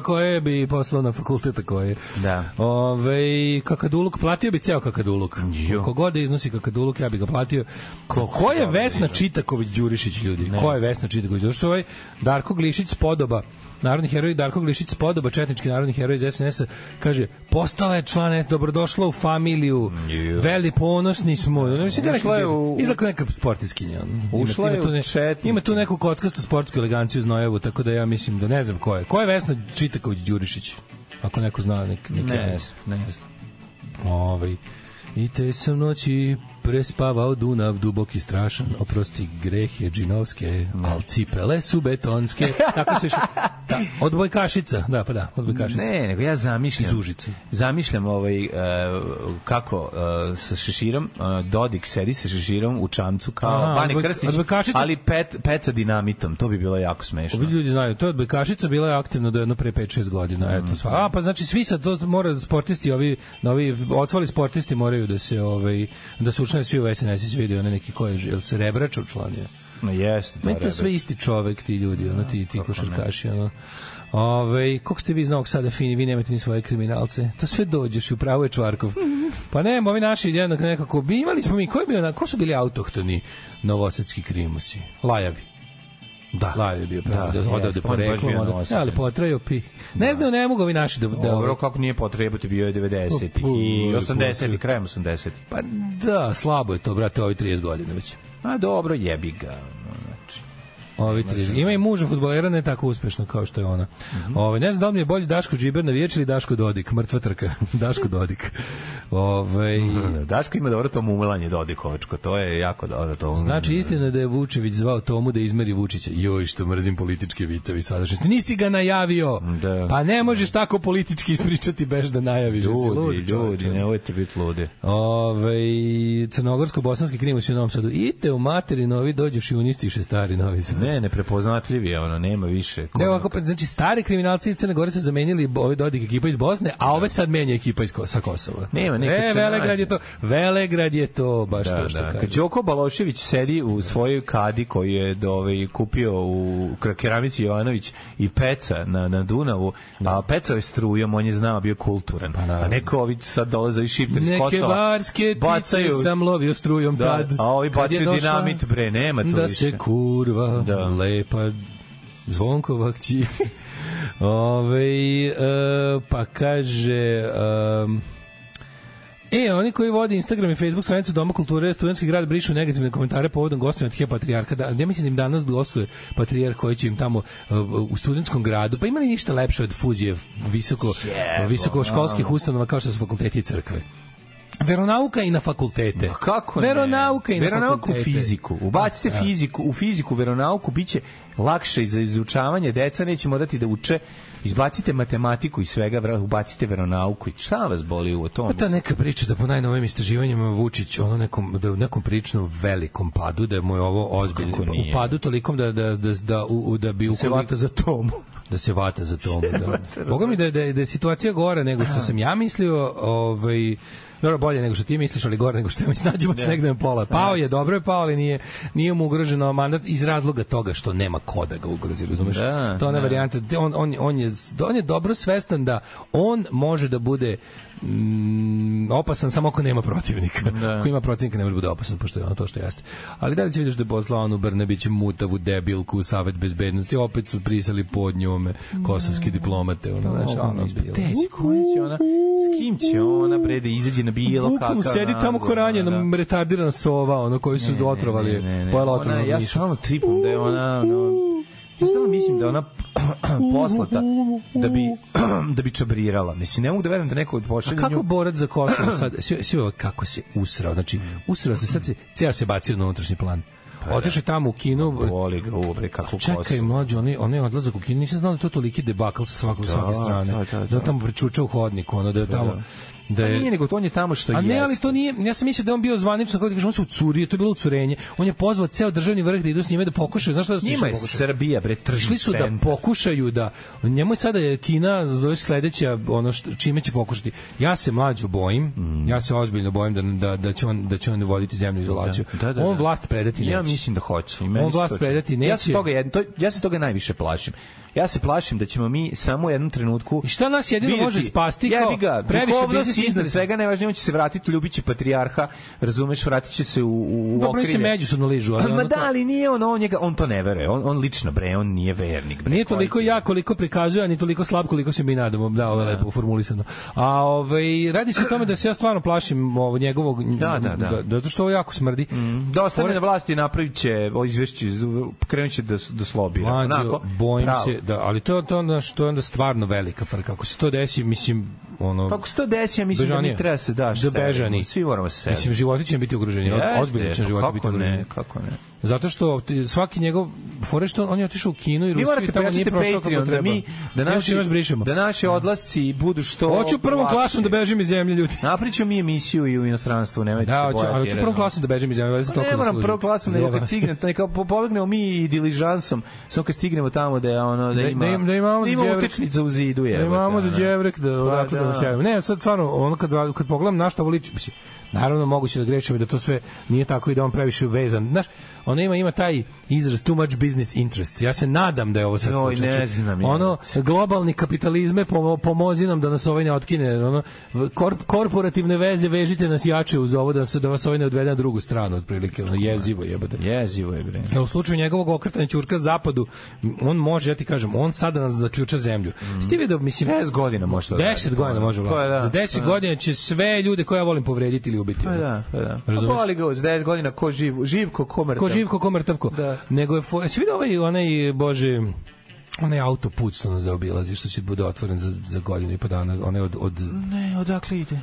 Speaker 7: koje bi poslao na fakulteta koje.
Speaker 6: Da.
Speaker 7: Ove, kakaduluk, platio bi ceo kakaduluk. Koliko god da iznosi kakaduluk, ja bi ga platio. Ko, ko je Vesna Čitaković Đurišić, ljudi? Ko je Vesna Čitaković? Došto ovaj Darko Glišić spodoba narodni heroj Darko Glišić spodoba četnički narodni heroj iz SNS-a kaže postala je član S dobrodošla u familiju veli ponosni smo ne mislim da je
Speaker 6: Ušla je
Speaker 7: neka-
Speaker 6: u-
Speaker 7: izgleda kao neka sportiskinja ono. Ima-
Speaker 6: Ušla
Speaker 7: ima
Speaker 6: je
Speaker 7: tu
Speaker 6: u
Speaker 7: ne-
Speaker 6: četnike.
Speaker 7: Ima tu neku kockastu sportsku eleganciju Znojevu, tako da ja mislim da ne znam ko je. Ko je Vesna Čitaković Đurišić? Ako neko zna, nek, nek
Speaker 6: Ne
Speaker 7: ne.
Speaker 6: znam, ne znam.
Speaker 7: Ovaj. I te sam noći prespavao Dunav dubok i strašan, oprosti grehe džinovske, al cipele su betonske. Tako se išlo. Da, odbojkašica, da, pa da, odbojkašica.
Speaker 6: Ne, nego ja zamišljam.
Speaker 7: Iz Užice.
Speaker 6: Zamišljam ovaj, e, kako e, sa šeširom, e, Dodik sedi sa šeširom u čamcu kao
Speaker 7: Aha,
Speaker 6: Bane
Speaker 7: odbojk-
Speaker 6: Krstić,
Speaker 7: odbojkašica.
Speaker 6: ali pet, pet sa dinamitom. To bi bilo jako smešno.
Speaker 7: Ovi ljudi znaju, to je odbojkašica bila je aktivna do jedno pre 5-6 godina, eto sva. A pa znači svi sad to mora sportisti, ovi novi odsvali sportisti moraju da se ovaj da se učlane svi u SNS vidi one neki ko je jel se Rebrač učlanio.
Speaker 6: No, jeste,
Speaker 7: Ma i to sve isti čovek ti ljudi, ono ti ti košarkaši, ono. Ove, koliko ste vi iz Novog Sada fini, vi nemate ni svoje kriminalce. To sve dođeš i upravo je Čvarkov. Pa ne, ovi naši jednako nekako, bi imali smo mi, koji bi ona, ko su bili autohtoni novosadski krimusi? Lajavi. Da. Lajavi je bio pravo,
Speaker 6: Da,
Speaker 7: da, odavde
Speaker 6: jeste, on je baš
Speaker 7: poreklom,
Speaker 6: bio
Speaker 7: odavde,
Speaker 6: novosadski.
Speaker 7: ne, ali potraju pi. Ne znaju, ne mogu ovi naši da... da
Speaker 6: Dobro, kako nije potrebati, bio je 90
Speaker 7: Pa,
Speaker 6: i
Speaker 7: pa,
Speaker 6: 80 i krajem 80
Speaker 7: Pa da, slabo je to, brate, ovi 30 godina već.
Speaker 6: A dobro, jebi ga. ono, Znači,
Speaker 7: Ovi tri. Ima i muža fudbalera ne tako uspešno kao što je ona.
Speaker 6: Mhm.
Speaker 7: Mm ne znam da li mi je bolji Daško Džiber na ili Daško Dodik, mrtva trka. Daško Dodik. Ove,
Speaker 6: Mhm. Daško ima dobro to mumlanje Dodikovačko, to je jako dobro. To,
Speaker 7: Znači, istina je da je Vučević zvao Tomu da izmeri Vučića. Joj, što mrzim političke vicevi sadašnjosti. Nisi ga najavio!
Speaker 6: Da.
Speaker 7: Pa ne možeš tako politički ispričati bez da najaviš. Jesi lud,
Speaker 6: Ljudi, ljudi,
Speaker 7: čoveče.
Speaker 6: nemojte biti ludi.
Speaker 7: Ove, crnogorsko-bosanski krimus u Novom Sadu. Ite u materi novi, dođeš i unistiše stari novi sad.
Speaker 6: Ne, neprepoznatljiv je, ono, nema više. ko-
Speaker 7: Ne, ovako, pa, znači stari kriminalci iz Crne Gore su zamenili bo- ove Dodik ekipa iz Bosne, a ove sad menja ekipa iz Ko- sa Kosova.
Speaker 6: Nema, nekad
Speaker 7: E,
Speaker 6: se
Speaker 7: Velegrad
Speaker 6: nađe.
Speaker 7: je to, Velegrad je to, baš
Speaker 6: Da,
Speaker 7: to što
Speaker 6: da.
Speaker 7: kaže.
Speaker 6: Kad Đoko Balošević sedi u svojoj kadi koju je ovaj, kupio u Keramici Jovanović i peca na, na Dunavu,
Speaker 7: Da.
Speaker 6: a pecao je strujom, on je znao, bio kulturan. a neko ovi sad dolaze i šipter iz
Speaker 7: Pa, Neke
Speaker 6: Kosova.
Speaker 7: barske bacaju, sam lovio strujom
Speaker 6: Da,
Speaker 7: tad.
Speaker 6: a ovi
Speaker 7: kad je
Speaker 6: bacaju
Speaker 7: došla
Speaker 6: dinamit, bre, nema tu
Speaker 7: da
Speaker 6: više.
Speaker 7: se kurva,
Speaker 6: Da.
Speaker 7: lepa, zvonkova kći. Ove, e, pa kaže... em, E, oni koji vode Instagram i Facebook stranicu Doma kulture Studentski grad brišu negativne komentare povodom gostovanja Arhija Patrijarha. Da, ja mislim da im danas gostuje Patrijarh koji će im tamo uh, u studentskom gradu. Pa ima li ništa lepše od fuzije visoko,
Speaker 6: da.
Speaker 7: visokoškolskih ustanova kao što su fakulteti i crkve? Veronauka i na fakultete.
Speaker 6: Pa Kako ne?
Speaker 7: Veronauka i na
Speaker 6: Veronauku
Speaker 7: fakultete. Da,
Speaker 6: fiziku. Ubacite fiziku, u fiziku veronauku biće lakše za izučavanje, deca neće morati da uče. Izbacite matematiku i svega, vra- ubacite veronauku. I Šta vas boli u
Speaker 7: Pa
Speaker 6: tome?
Speaker 7: ta neka priča da po najnovim istraživanjima Vučić ono nekom da je u nekom prilično velikom padu da mu je ovo ozbiljno
Speaker 6: kako nije?
Speaker 7: u padu tolikom da da da da u, u- da bi
Speaker 6: se
Speaker 7: ukoliko-
Speaker 6: vata za tomu.
Speaker 7: da se vata za tom. Da. Boga mi da, je- da, je- da je situacija gora nego što sam ja mislio, ovaj, dobro bolje nego što ti misliš, ali gore nego što ja mislim, nađemo se negde na pola. Pao je, dobro je pao, ali nije, nije mu ugroženo mandat iz razloga toga što nema ko da ga ugrozi, razumeš?
Speaker 6: Da,
Speaker 7: to je ona
Speaker 6: da.
Speaker 7: varijanta, gde on, on, on, je, on je dobro svestan da on može da bude mm, opasan samo ako nema protivnika. Ako ima protivnika ne može da bude opasan, pošto je ono to što jeste. Ali da li će vidiš da je poslao onu Brnabić mutavu debilku u Savet bezbednosti, opet su prisali pod njome
Speaker 6: Da.
Speaker 7: kosovski diplomate. Ono, znaš, ono, bilo.
Speaker 6: Teći, koja će ona, s kim će ona, bre, da izađe na bilo kakav...
Speaker 7: Bukvalno sedi tamo ko
Speaker 6: razgovor,
Speaker 7: ranjena,
Speaker 6: da.
Speaker 7: retardirana sova, ono koji su otrovali,
Speaker 6: Ne, ne, ne.
Speaker 7: pojela
Speaker 6: Ona
Speaker 7: otrovnog
Speaker 6: je- Ja
Speaker 7: miša.
Speaker 6: stalno tripam da je ona, ono, ja stalno mislim da je ona poslata da bi, da bi čabrirala. Mislim, ne mogu da verujem da neko
Speaker 7: A
Speaker 6: pošalje
Speaker 7: kako
Speaker 6: nju-
Speaker 7: borac za Kosovo sad, sve, sve ovo kako se usrao, znači usrao se, sad se, ceo se bacio na unutrašnji plan.
Speaker 6: Pa da.
Speaker 7: Otišao je tamo u kinu,
Speaker 6: Voli ga ubre, kako
Speaker 7: Čekaj,
Speaker 6: kosu.
Speaker 7: mlađi, oni, oni odlazak u Kinu, nisam znao da je to toliki debakl sa svakog, da, svake strane.
Speaker 6: da,
Speaker 7: Da,
Speaker 6: da, da.
Speaker 7: on tamo pričuča u hodniku, ono, da je tamo... Da
Speaker 6: A
Speaker 7: je,
Speaker 6: nije, nego to on je tamo što
Speaker 7: A
Speaker 6: jeste.
Speaker 7: ne, ali to nije, ja sam mislio da je on bio zvanično, kako ti kažem, on se ucurio, to je bilo ucurenje. On je pozvao ceo državni vrh da idu s njime da pokušaju, znaš šta da su
Speaker 6: Njima
Speaker 7: išli
Speaker 6: je
Speaker 7: pokušati?
Speaker 6: Srbija, bre, tržni
Speaker 7: Išli su da
Speaker 6: centar.
Speaker 7: pokušaju da njemu je sada je Kina zove sledeća ono što, čime će pokušati. Ja se mlađo bojim, ja se ozbiljno bojim da da da će on da će on voditi zemlju u izolaciju.
Speaker 6: Mm. Da, da,
Speaker 7: on
Speaker 6: da.
Speaker 7: vlast predati neće.
Speaker 6: Ja mislim da hoće. i meni
Speaker 7: On
Speaker 6: se
Speaker 7: vlast
Speaker 6: to čini.
Speaker 7: predati neće.
Speaker 6: Ja se toga jedno, to, ja se toga najviše plašim. Ja se plašim da ćemo mi samo u jednom trenutku
Speaker 7: I šta nas jedino može spasti kao
Speaker 6: Jebi ga,
Speaker 7: previše
Speaker 6: duhovnost
Speaker 7: biznis
Speaker 6: je iznad
Speaker 7: interesa.
Speaker 6: svega najvažnije on će se vratiti, ljubiće patrijarha, razumeš, vratit će se u, u, u
Speaker 7: Dobro, oni se
Speaker 6: okrilje.
Speaker 7: Pa, međusobno ližu, ali
Speaker 6: Ma
Speaker 7: ono to-
Speaker 6: da, ali nije on, on, njega, on to ne veruje. On, on lično, bre, on nije vernik. Bre,
Speaker 7: Pa Nije
Speaker 6: koji
Speaker 7: toliko
Speaker 6: ti-
Speaker 7: ja koliko prikazuje, a ni toliko slab koliko se mi nadamo. Da, ovo je lepo formulisano. A ovaj, radi se o tome da se ja stvarno plašim ovo, njegovog...
Speaker 6: Da, da, da.
Speaker 7: Zato što ovo jako smrdi.
Speaker 6: Da ostane na vlasti i napravit će ovo izvešće, krenut će da, s- da slobira.
Speaker 7: Mlađo,
Speaker 6: Onako,
Speaker 7: bojim
Speaker 6: pravo.
Speaker 7: se da, ali to je to onda što je onda stvarno velika frka. Ako se to desi, mislim ono...
Speaker 6: Pa ako se to desi, ja mislim da mi
Speaker 7: bežanije.
Speaker 6: treba se daš.
Speaker 7: Da
Speaker 6: sebi.
Speaker 7: bežani.
Speaker 6: Svi moramo se sebi.
Speaker 7: Mislim, životi će biti ugroženi.
Speaker 6: Jeste,
Speaker 7: Jeste, ozbiljno će
Speaker 6: pa
Speaker 7: životi
Speaker 6: kako
Speaker 7: biti ugroženi.
Speaker 6: ne, kako ne.
Speaker 7: Zato što ti- svaki njegov forešton, on je otišao u kino i
Speaker 6: Vi
Speaker 7: Rusiju i
Speaker 6: morate
Speaker 7: tamo nije
Speaker 6: pojačati
Speaker 7: prošao kako
Speaker 6: Patreon
Speaker 7: treba.
Speaker 6: da mi da
Speaker 7: Nemo
Speaker 6: naši
Speaker 7: čime vas brišemo.
Speaker 6: da naši odlasci budu što
Speaker 7: Hoću prvom
Speaker 6: lakše.
Speaker 7: klasom da bežim iz zemlje, ljudi.
Speaker 6: Napriću mi emisiju i u inostranstvu, nemojte
Speaker 7: Da,
Speaker 6: se
Speaker 7: hoću,
Speaker 6: bojati.
Speaker 7: ali hoću
Speaker 6: jer,
Speaker 7: prvom
Speaker 6: ono,
Speaker 7: klasom da bežim iz zemlje, valjda se
Speaker 6: Pa
Speaker 7: toliko
Speaker 6: ne moram
Speaker 7: zaslužim.
Speaker 6: prvo klasom, nego
Speaker 7: Zajebam
Speaker 6: kad
Speaker 7: se.
Speaker 6: stigne, to neka po- pobegnemo mi i diližansom, samo kad stignemo tamo da je ono da
Speaker 7: Da-
Speaker 6: ima
Speaker 7: da im- da imamo za đevrek.
Speaker 6: utičnica u zidu je.
Speaker 7: Da imamo za đevrek da odakle da,
Speaker 6: da.
Speaker 7: vas javimo. Ne, sad stvarno, ono kad, kad pogledam na što ovo liči, mislim, naravno moguće da grešim i da to sve nije tako i da on previše vezan. Znaš, ona ima, ima taj izraz too much business interest. Ja se nadam da je ovo sad
Speaker 6: Joj,
Speaker 7: slučaj.
Speaker 6: ne
Speaker 7: Znači,
Speaker 6: znam,
Speaker 7: Ono, globalni kapitalizme pomo, pomozi nam da nas ovaj ne otkine. Ono, korp, korporativne veze vežite nas jače uz ovo da, se, da vas ovaj ne odvede na drugu stranu, otprilike. Ono, jezivo jebate.
Speaker 6: Jezivo je bre.
Speaker 7: E, u slučaju njegovog okretanja ćurka zapadu, m, on može, ja ti kažem, on sada nas zaključa zemlju. Mm. Stivi da, mislim...
Speaker 6: 10 Mhm. godina može to da
Speaker 7: 10
Speaker 6: radi.
Speaker 7: godina može
Speaker 6: Pa da,
Speaker 7: vlada. Za 10
Speaker 6: pa da.
Speaker 7: godina će sve ljude koje ja volim povrediti ili ubiti.
Speaker 6: Pa da, pa da. Pa
Speaker 7: Razumeš?
Speaker 6: boli ga uz 10 godina ko živ, živ ko komer.
Speaker 7: Ko živ, ko ko mrtavko. Da. Nego je... For... Si vidio ovaj, onaj, bože, onaj autoput što nas zaobilazi, što će da bude otvoren za, za godinu i po dana, onaj od, od
Speaker 6: Ne, odakle ide?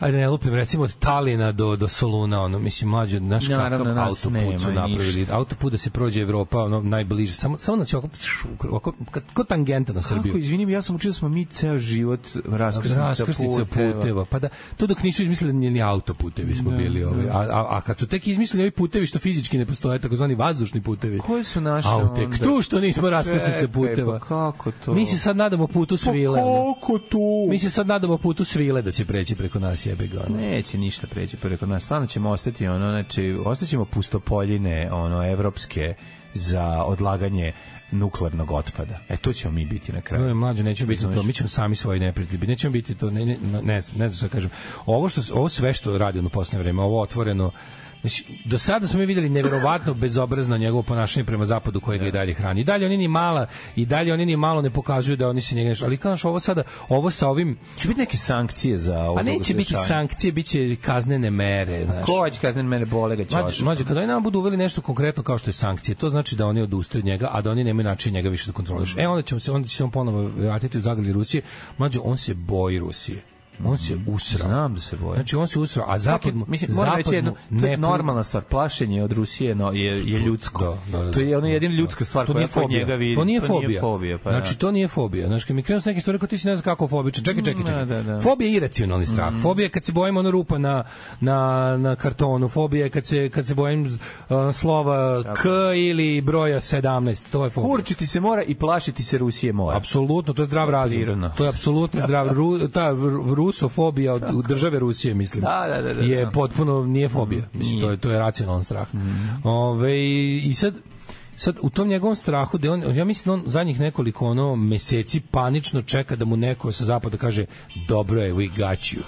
Speaker 7: ajde ne lupim, recimo od Talina do, do Soluna, ono, mislim, mlađe, znaš kakav
Speaker 6: Naravno, nas nema
Speaker 7: autoput su napravili.
Speaker 6: ništa.
Speaker 7: Autoput da se prođe Evropa, ono, najbliže, samo, samo nas je ovako, pš, ovako kad, kod tangenta na Srbiju.
Speaker 6: Kako, izvinim, ja sam učio da smo mi ceo život raskrsnica,
Speaker 7: raskrsnica puteva. puteva. Pa da, to dok nisu izmislili ni, ni autoputevi smo
Speaker 6: Da,
Speaker 7: bili. Ovaj. A, a, a kad su tek izmislili ovi putevi što fizički ne postoje, takozvani vazdušni putevi.
Speaker 6: Koje su naše
Speaker 7: A tek
Speaker 6: onda?
Speaker 7: tu što nismo raskrsnice
Speaker 6: Čekaj, pa
Speaker 7: puteva.
Speaker 6: kako to? Pa
Speaker 7: Mi se sad nadamo putu svile. ono.
Speaker 6: Koliko tu?
Speaker 7: Mi se sad nadamo putu svile da će preći preko nas jebe ga. ono.
Speaker 6: Neće ništa preći preko nas. Stvarno ćemo ostati ono, znači, ostaćemo pustopoljine ono, evropske za odlaganje nuklearnog otpada. E, to ćemo mi biti na
Speaker 7: Ne,
Speaker 6: kraju.
Speaker 7: mlađe nećemo biti to, mi ćemo sami svoji neprijatelji. biti. Nećemo biti to, ne, ne, ne, ne znam šta kažem. Ovo što ovo sve što radi on u poslednje vreme, ovo otvoreno Znači, do sada smo mi videli neverovatno bezobrazno njegovo ponašanje prema zapadu koje ga
Speaker 6: Da.
Speaker 7: i dalje hrani. I dalje oni ni mala i dalje oni ni malo ne pokazuju da oni se njega nešto. Ali kao naš ovo sada, ovo sa ovim
Speaker 6: Će biti neke sankcije za ovo?
Speaker 7: Pa neće biti
Speaker 6: sankcije.
Speaker 7: sankcije, biće kaznene mere, znaš.
Speaker 6: Ko će kaznen mene bole ga
Speaker 7: Mlađe,
Speaker 6: ćoša?
Speaker 7: mlađe, kada oni nam budu uveli nešto konkretno kao što je sankcije, to znači da oni odustaju od njega, a da oni nemaju način njega više da kontroliš.
Speaker 6: Mm.
Speaker 7: E, onda ćemo se, onda će se on ponovo vratiti u zagrlje Rusije. Mlađe, on se boji Rusije. On se usra.
Speaker 6: Znam da se boji.
Speaker 7: Znači, on se usra, a
Speaker 6: Svaki-
Speaker 7: zapad mu,
Speaker 6: mislim, moram
Speaker 7: zapad
Speaker 6: reći jedno,
Speaker 7: mu
Speaker 6: to
Speaker 7: ne...
Speaker 6: je normalna stvar, plašenje od Rusije no, je, je ljudsko.
Speaker 7: Da, da, da.
Speaker 6: to je ono jedina ljudska stvar
Speaker 7: To
Speaker 6: koja
Speaker 7: nije
Speaker 6: kod
Speaker 7: fobija.
Speaker 6: njega vidi.
Speaker 7: To nije fobija.
Speaker 6: pa
Speaker 7: znači,
Speaker 6: da.
Speaker 7: to nije fobija. Znači, kad mi krenu s nekim stvari, kao ti si ne znaš kako fobičan. Čekaj, čekaj, čekaj.
Speaker 6: Da, da, Mm. da.
Speaker 7: Fobija je iracionalni strah. Fobija je kad se bojim ono rupa na, na, na kartonu. Fobija je kad se, kad se bojim uh, slova K ili broja 17. To je fobija.
Speaker 6: Kurčiti se mora i plašiti se Rusije mora.
Speaker 7: Apsolutno, to je zdrav razum.
Speaker 6: Prirodno.
Speaker 7: To je apsolutno zdrav ru, ta r- rusofobija od od države Rusije, mislim.
Speaker 6: Da, da, da, Mhm. da.
Speaker 7: Je potpuno nije fobija. Mislim, to je to je racionalan strah. Ove, i sad sad u tom njegovom strahu da on ja mislim da on zadnjih nekoliko ono meseci panično čeka da mu neko sa zapada kaže dobro je we got you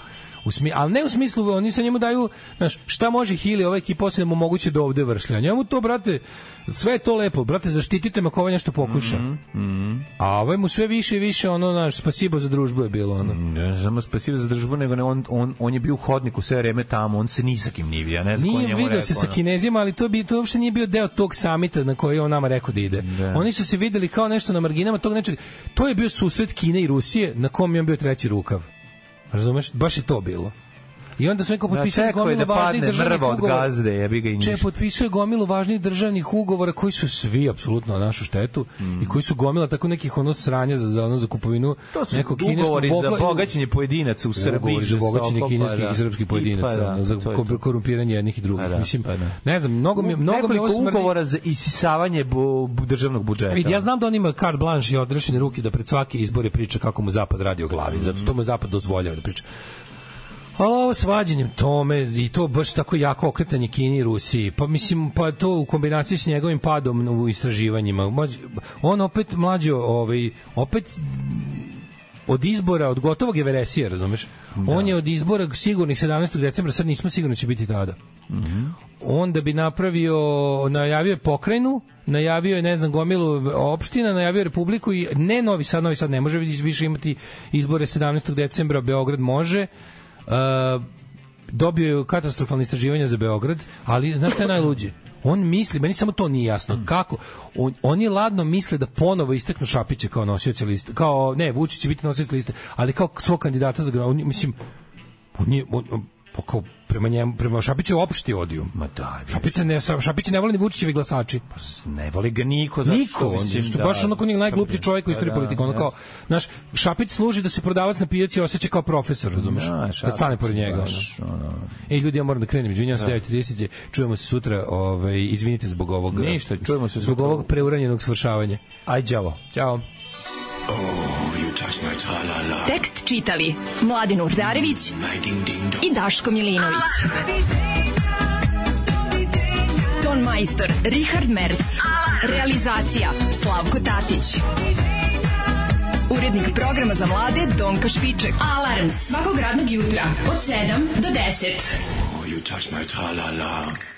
Speaker 7: U smi, ali ne u smislu, oni sa njemu daju, znaš, šta može Hili ova ekipa osim da mu omoguće da ovde vršlja. Njemu to, brate, sve je to lepo, brate, zaštitite me ako ovaj nešto pokuša.
Speaker 6: Mhm,
Speaker 7: A ovaj mu sve više i više ono naš spasibo za družbu je bilo ono.
Speaker 6: Ne samo spasivo za državu, nego ne, on, on, on je bio u hodniku sve vreme tamo, on se ni sa kim nije vidio, ja ne znam ko je
Speaker 7: Nije
Speaker 6: njemu
Speaker 7: video
Speaker 6: rekao,
Speaker 7: se sa
Speaker 6: ono.
Speaker 7: Kinezima, ali to bi to uopšte nije bio deo tog samita na koji je on nama rekao da ide. Oni su se videli kao nešto na marginama tog nečeg. To je bio susret Kine i Rusije na kom je on bio treći rukav. Razumeš? Baš je to bilo. I onda su neko
Speaker 6: Da,
Speaker 7: potpisali
Speaker 6: čekao je da
Speaker 7: gomilu važnih
Speaker 6: padne
Speaker 7: državnih
Speaker 6: mrva od
Speaker 7: ugovora.
Speaker 6: gazde, jebi ga i
Speaker 7: Če
Speaker 6: ništa.
Speaker 7: potpisuje gomilu važnih državnih ugovora koji su svi apsolutno na našu štetu i koji su gomila tako nekih ono sranja za, za ono za kupovinu
Speaker 6: Mm. To su
Speaker 7: nekog kineskog
Speaker 6: ugovori za
Speaker 7: bogla-
Speaker 6: bogaćenje pojedinaca u Srbiji.
Speaker 7: ugovori za
Speaker 6: žestoko,
Speaker 7: bogaćenje
Speaker 6: pa
Speaker 7: kineskih
Speaker 6: da.
Speaker 7: i srpskih
Speaker 6: I
Speaker 7: pojedinaca,
Speaker 6: pa da,
Speaker 7: ono, za
Speaker 6: to je
Speaker 7: ko-
Speaker 6: to.
Speaker 7: korumpiranje jednih i drugih.
Speaker 6: Pa da,
Speaker 7: Mislim,
Speaker 6: pa da.
Speaker 7: ne znam, mnogo mi, mnogo mi ovo
Speaker 6: Nekoliko
Speaker 7: smrdi.
Speaker 6: ugovora za isisavanje bu, bu- državnog budžeta.
Speaker 7: Vidi, ja znam da on ima carte blanche i odrešene ruke da pred svaki izbor je priča kako mu zapad radi o glavi, zato što mu je zapad dozvoljava da priča. Ali ovo svađanjem tome i to baš tako jako okretanje Kini i Rusiji, pa mislim, pa to u kombinaciji s njegovim padom u istraživanjima. Mlađe- On opet mlađo, ovaj, opet od izbora, od gotovog je veresija, razumeš? On je od izbora sigurnih 17. decembra, sad nismo sigurni da će biti tada. Onda da bi napravio, najavio je pokrajnu, najavio je, ne znam, gomilu opština, najavio je Republiku i ne Novi Sad, Novi Sad ne može više imati izbore 17. decembra, Beograd može. E, dobio je katastrofalne istraživanja za Beograd, ali znaš šta je najluđe? On misli, meni samo to nije jasno, kako? On, oni ladno misle da ponovo isteknu Šapića kao nosioca liste, kao, ne, Vučić će biti nosilac liste, ali kao svog kandidata za grad, mislim, on je, on, on, pa kao prema njemu prema Šapiću je opšti odijum. Ma da. Šapića ne Šapića ne voli ni Vučićevi glasači. Pa
Speaker 6: ne voli ga niko zato
Speaker 7: niko,
Speaker 6: što
Speaker 7: on je,
Speaker 6: mislim
Speaker 7: što
Speaker 6: da-
Speaker 7: baš onako nije najgluplji
Speaker 6: Šapić-
Speaker 7: čovjek u
Speaker 6: Pa
Speaker 7: istoriji
Speaker 6: da,
Speaker 7: politike. Ono
Speaker 6: da.
Speaker 7: kao, znaš, Šapić služi da se prodavac na pijaci osjeća kao profesor, razumeš?
Speaker 6: Da,
Speaker 7: Da
Speaker 6: Šapić
Speaker 7: stane pored njega.
Speaker 6: baš,
Speaker 7: ono. Ej ljudi, ja moram da krenem, izvinjavam se
Speaker 6: Da.
Speaker 7: 9:30, čujemo se sutra, ovaj izvinite zbog ovog.
Speaker 6: Ništa, čujemo se
Speaker 7: zbog
Speaker 6: sutra.
Speaker 7: ovog preuranjenog svršavanja.
Speaker 6: Aj đavo.
Speaker 7: Ćao.
Speaker 5: Tekst čitali Mladin Urdarević i Daško Milinović. Ton majstor Richard Merc. Realizacija Slavko Tatić. Urednik programa za mlade Donka Špiček. Alarms svakog radnog jutra od 7 do 10.
Speaker 9: Oh, you touch my tra-la-la.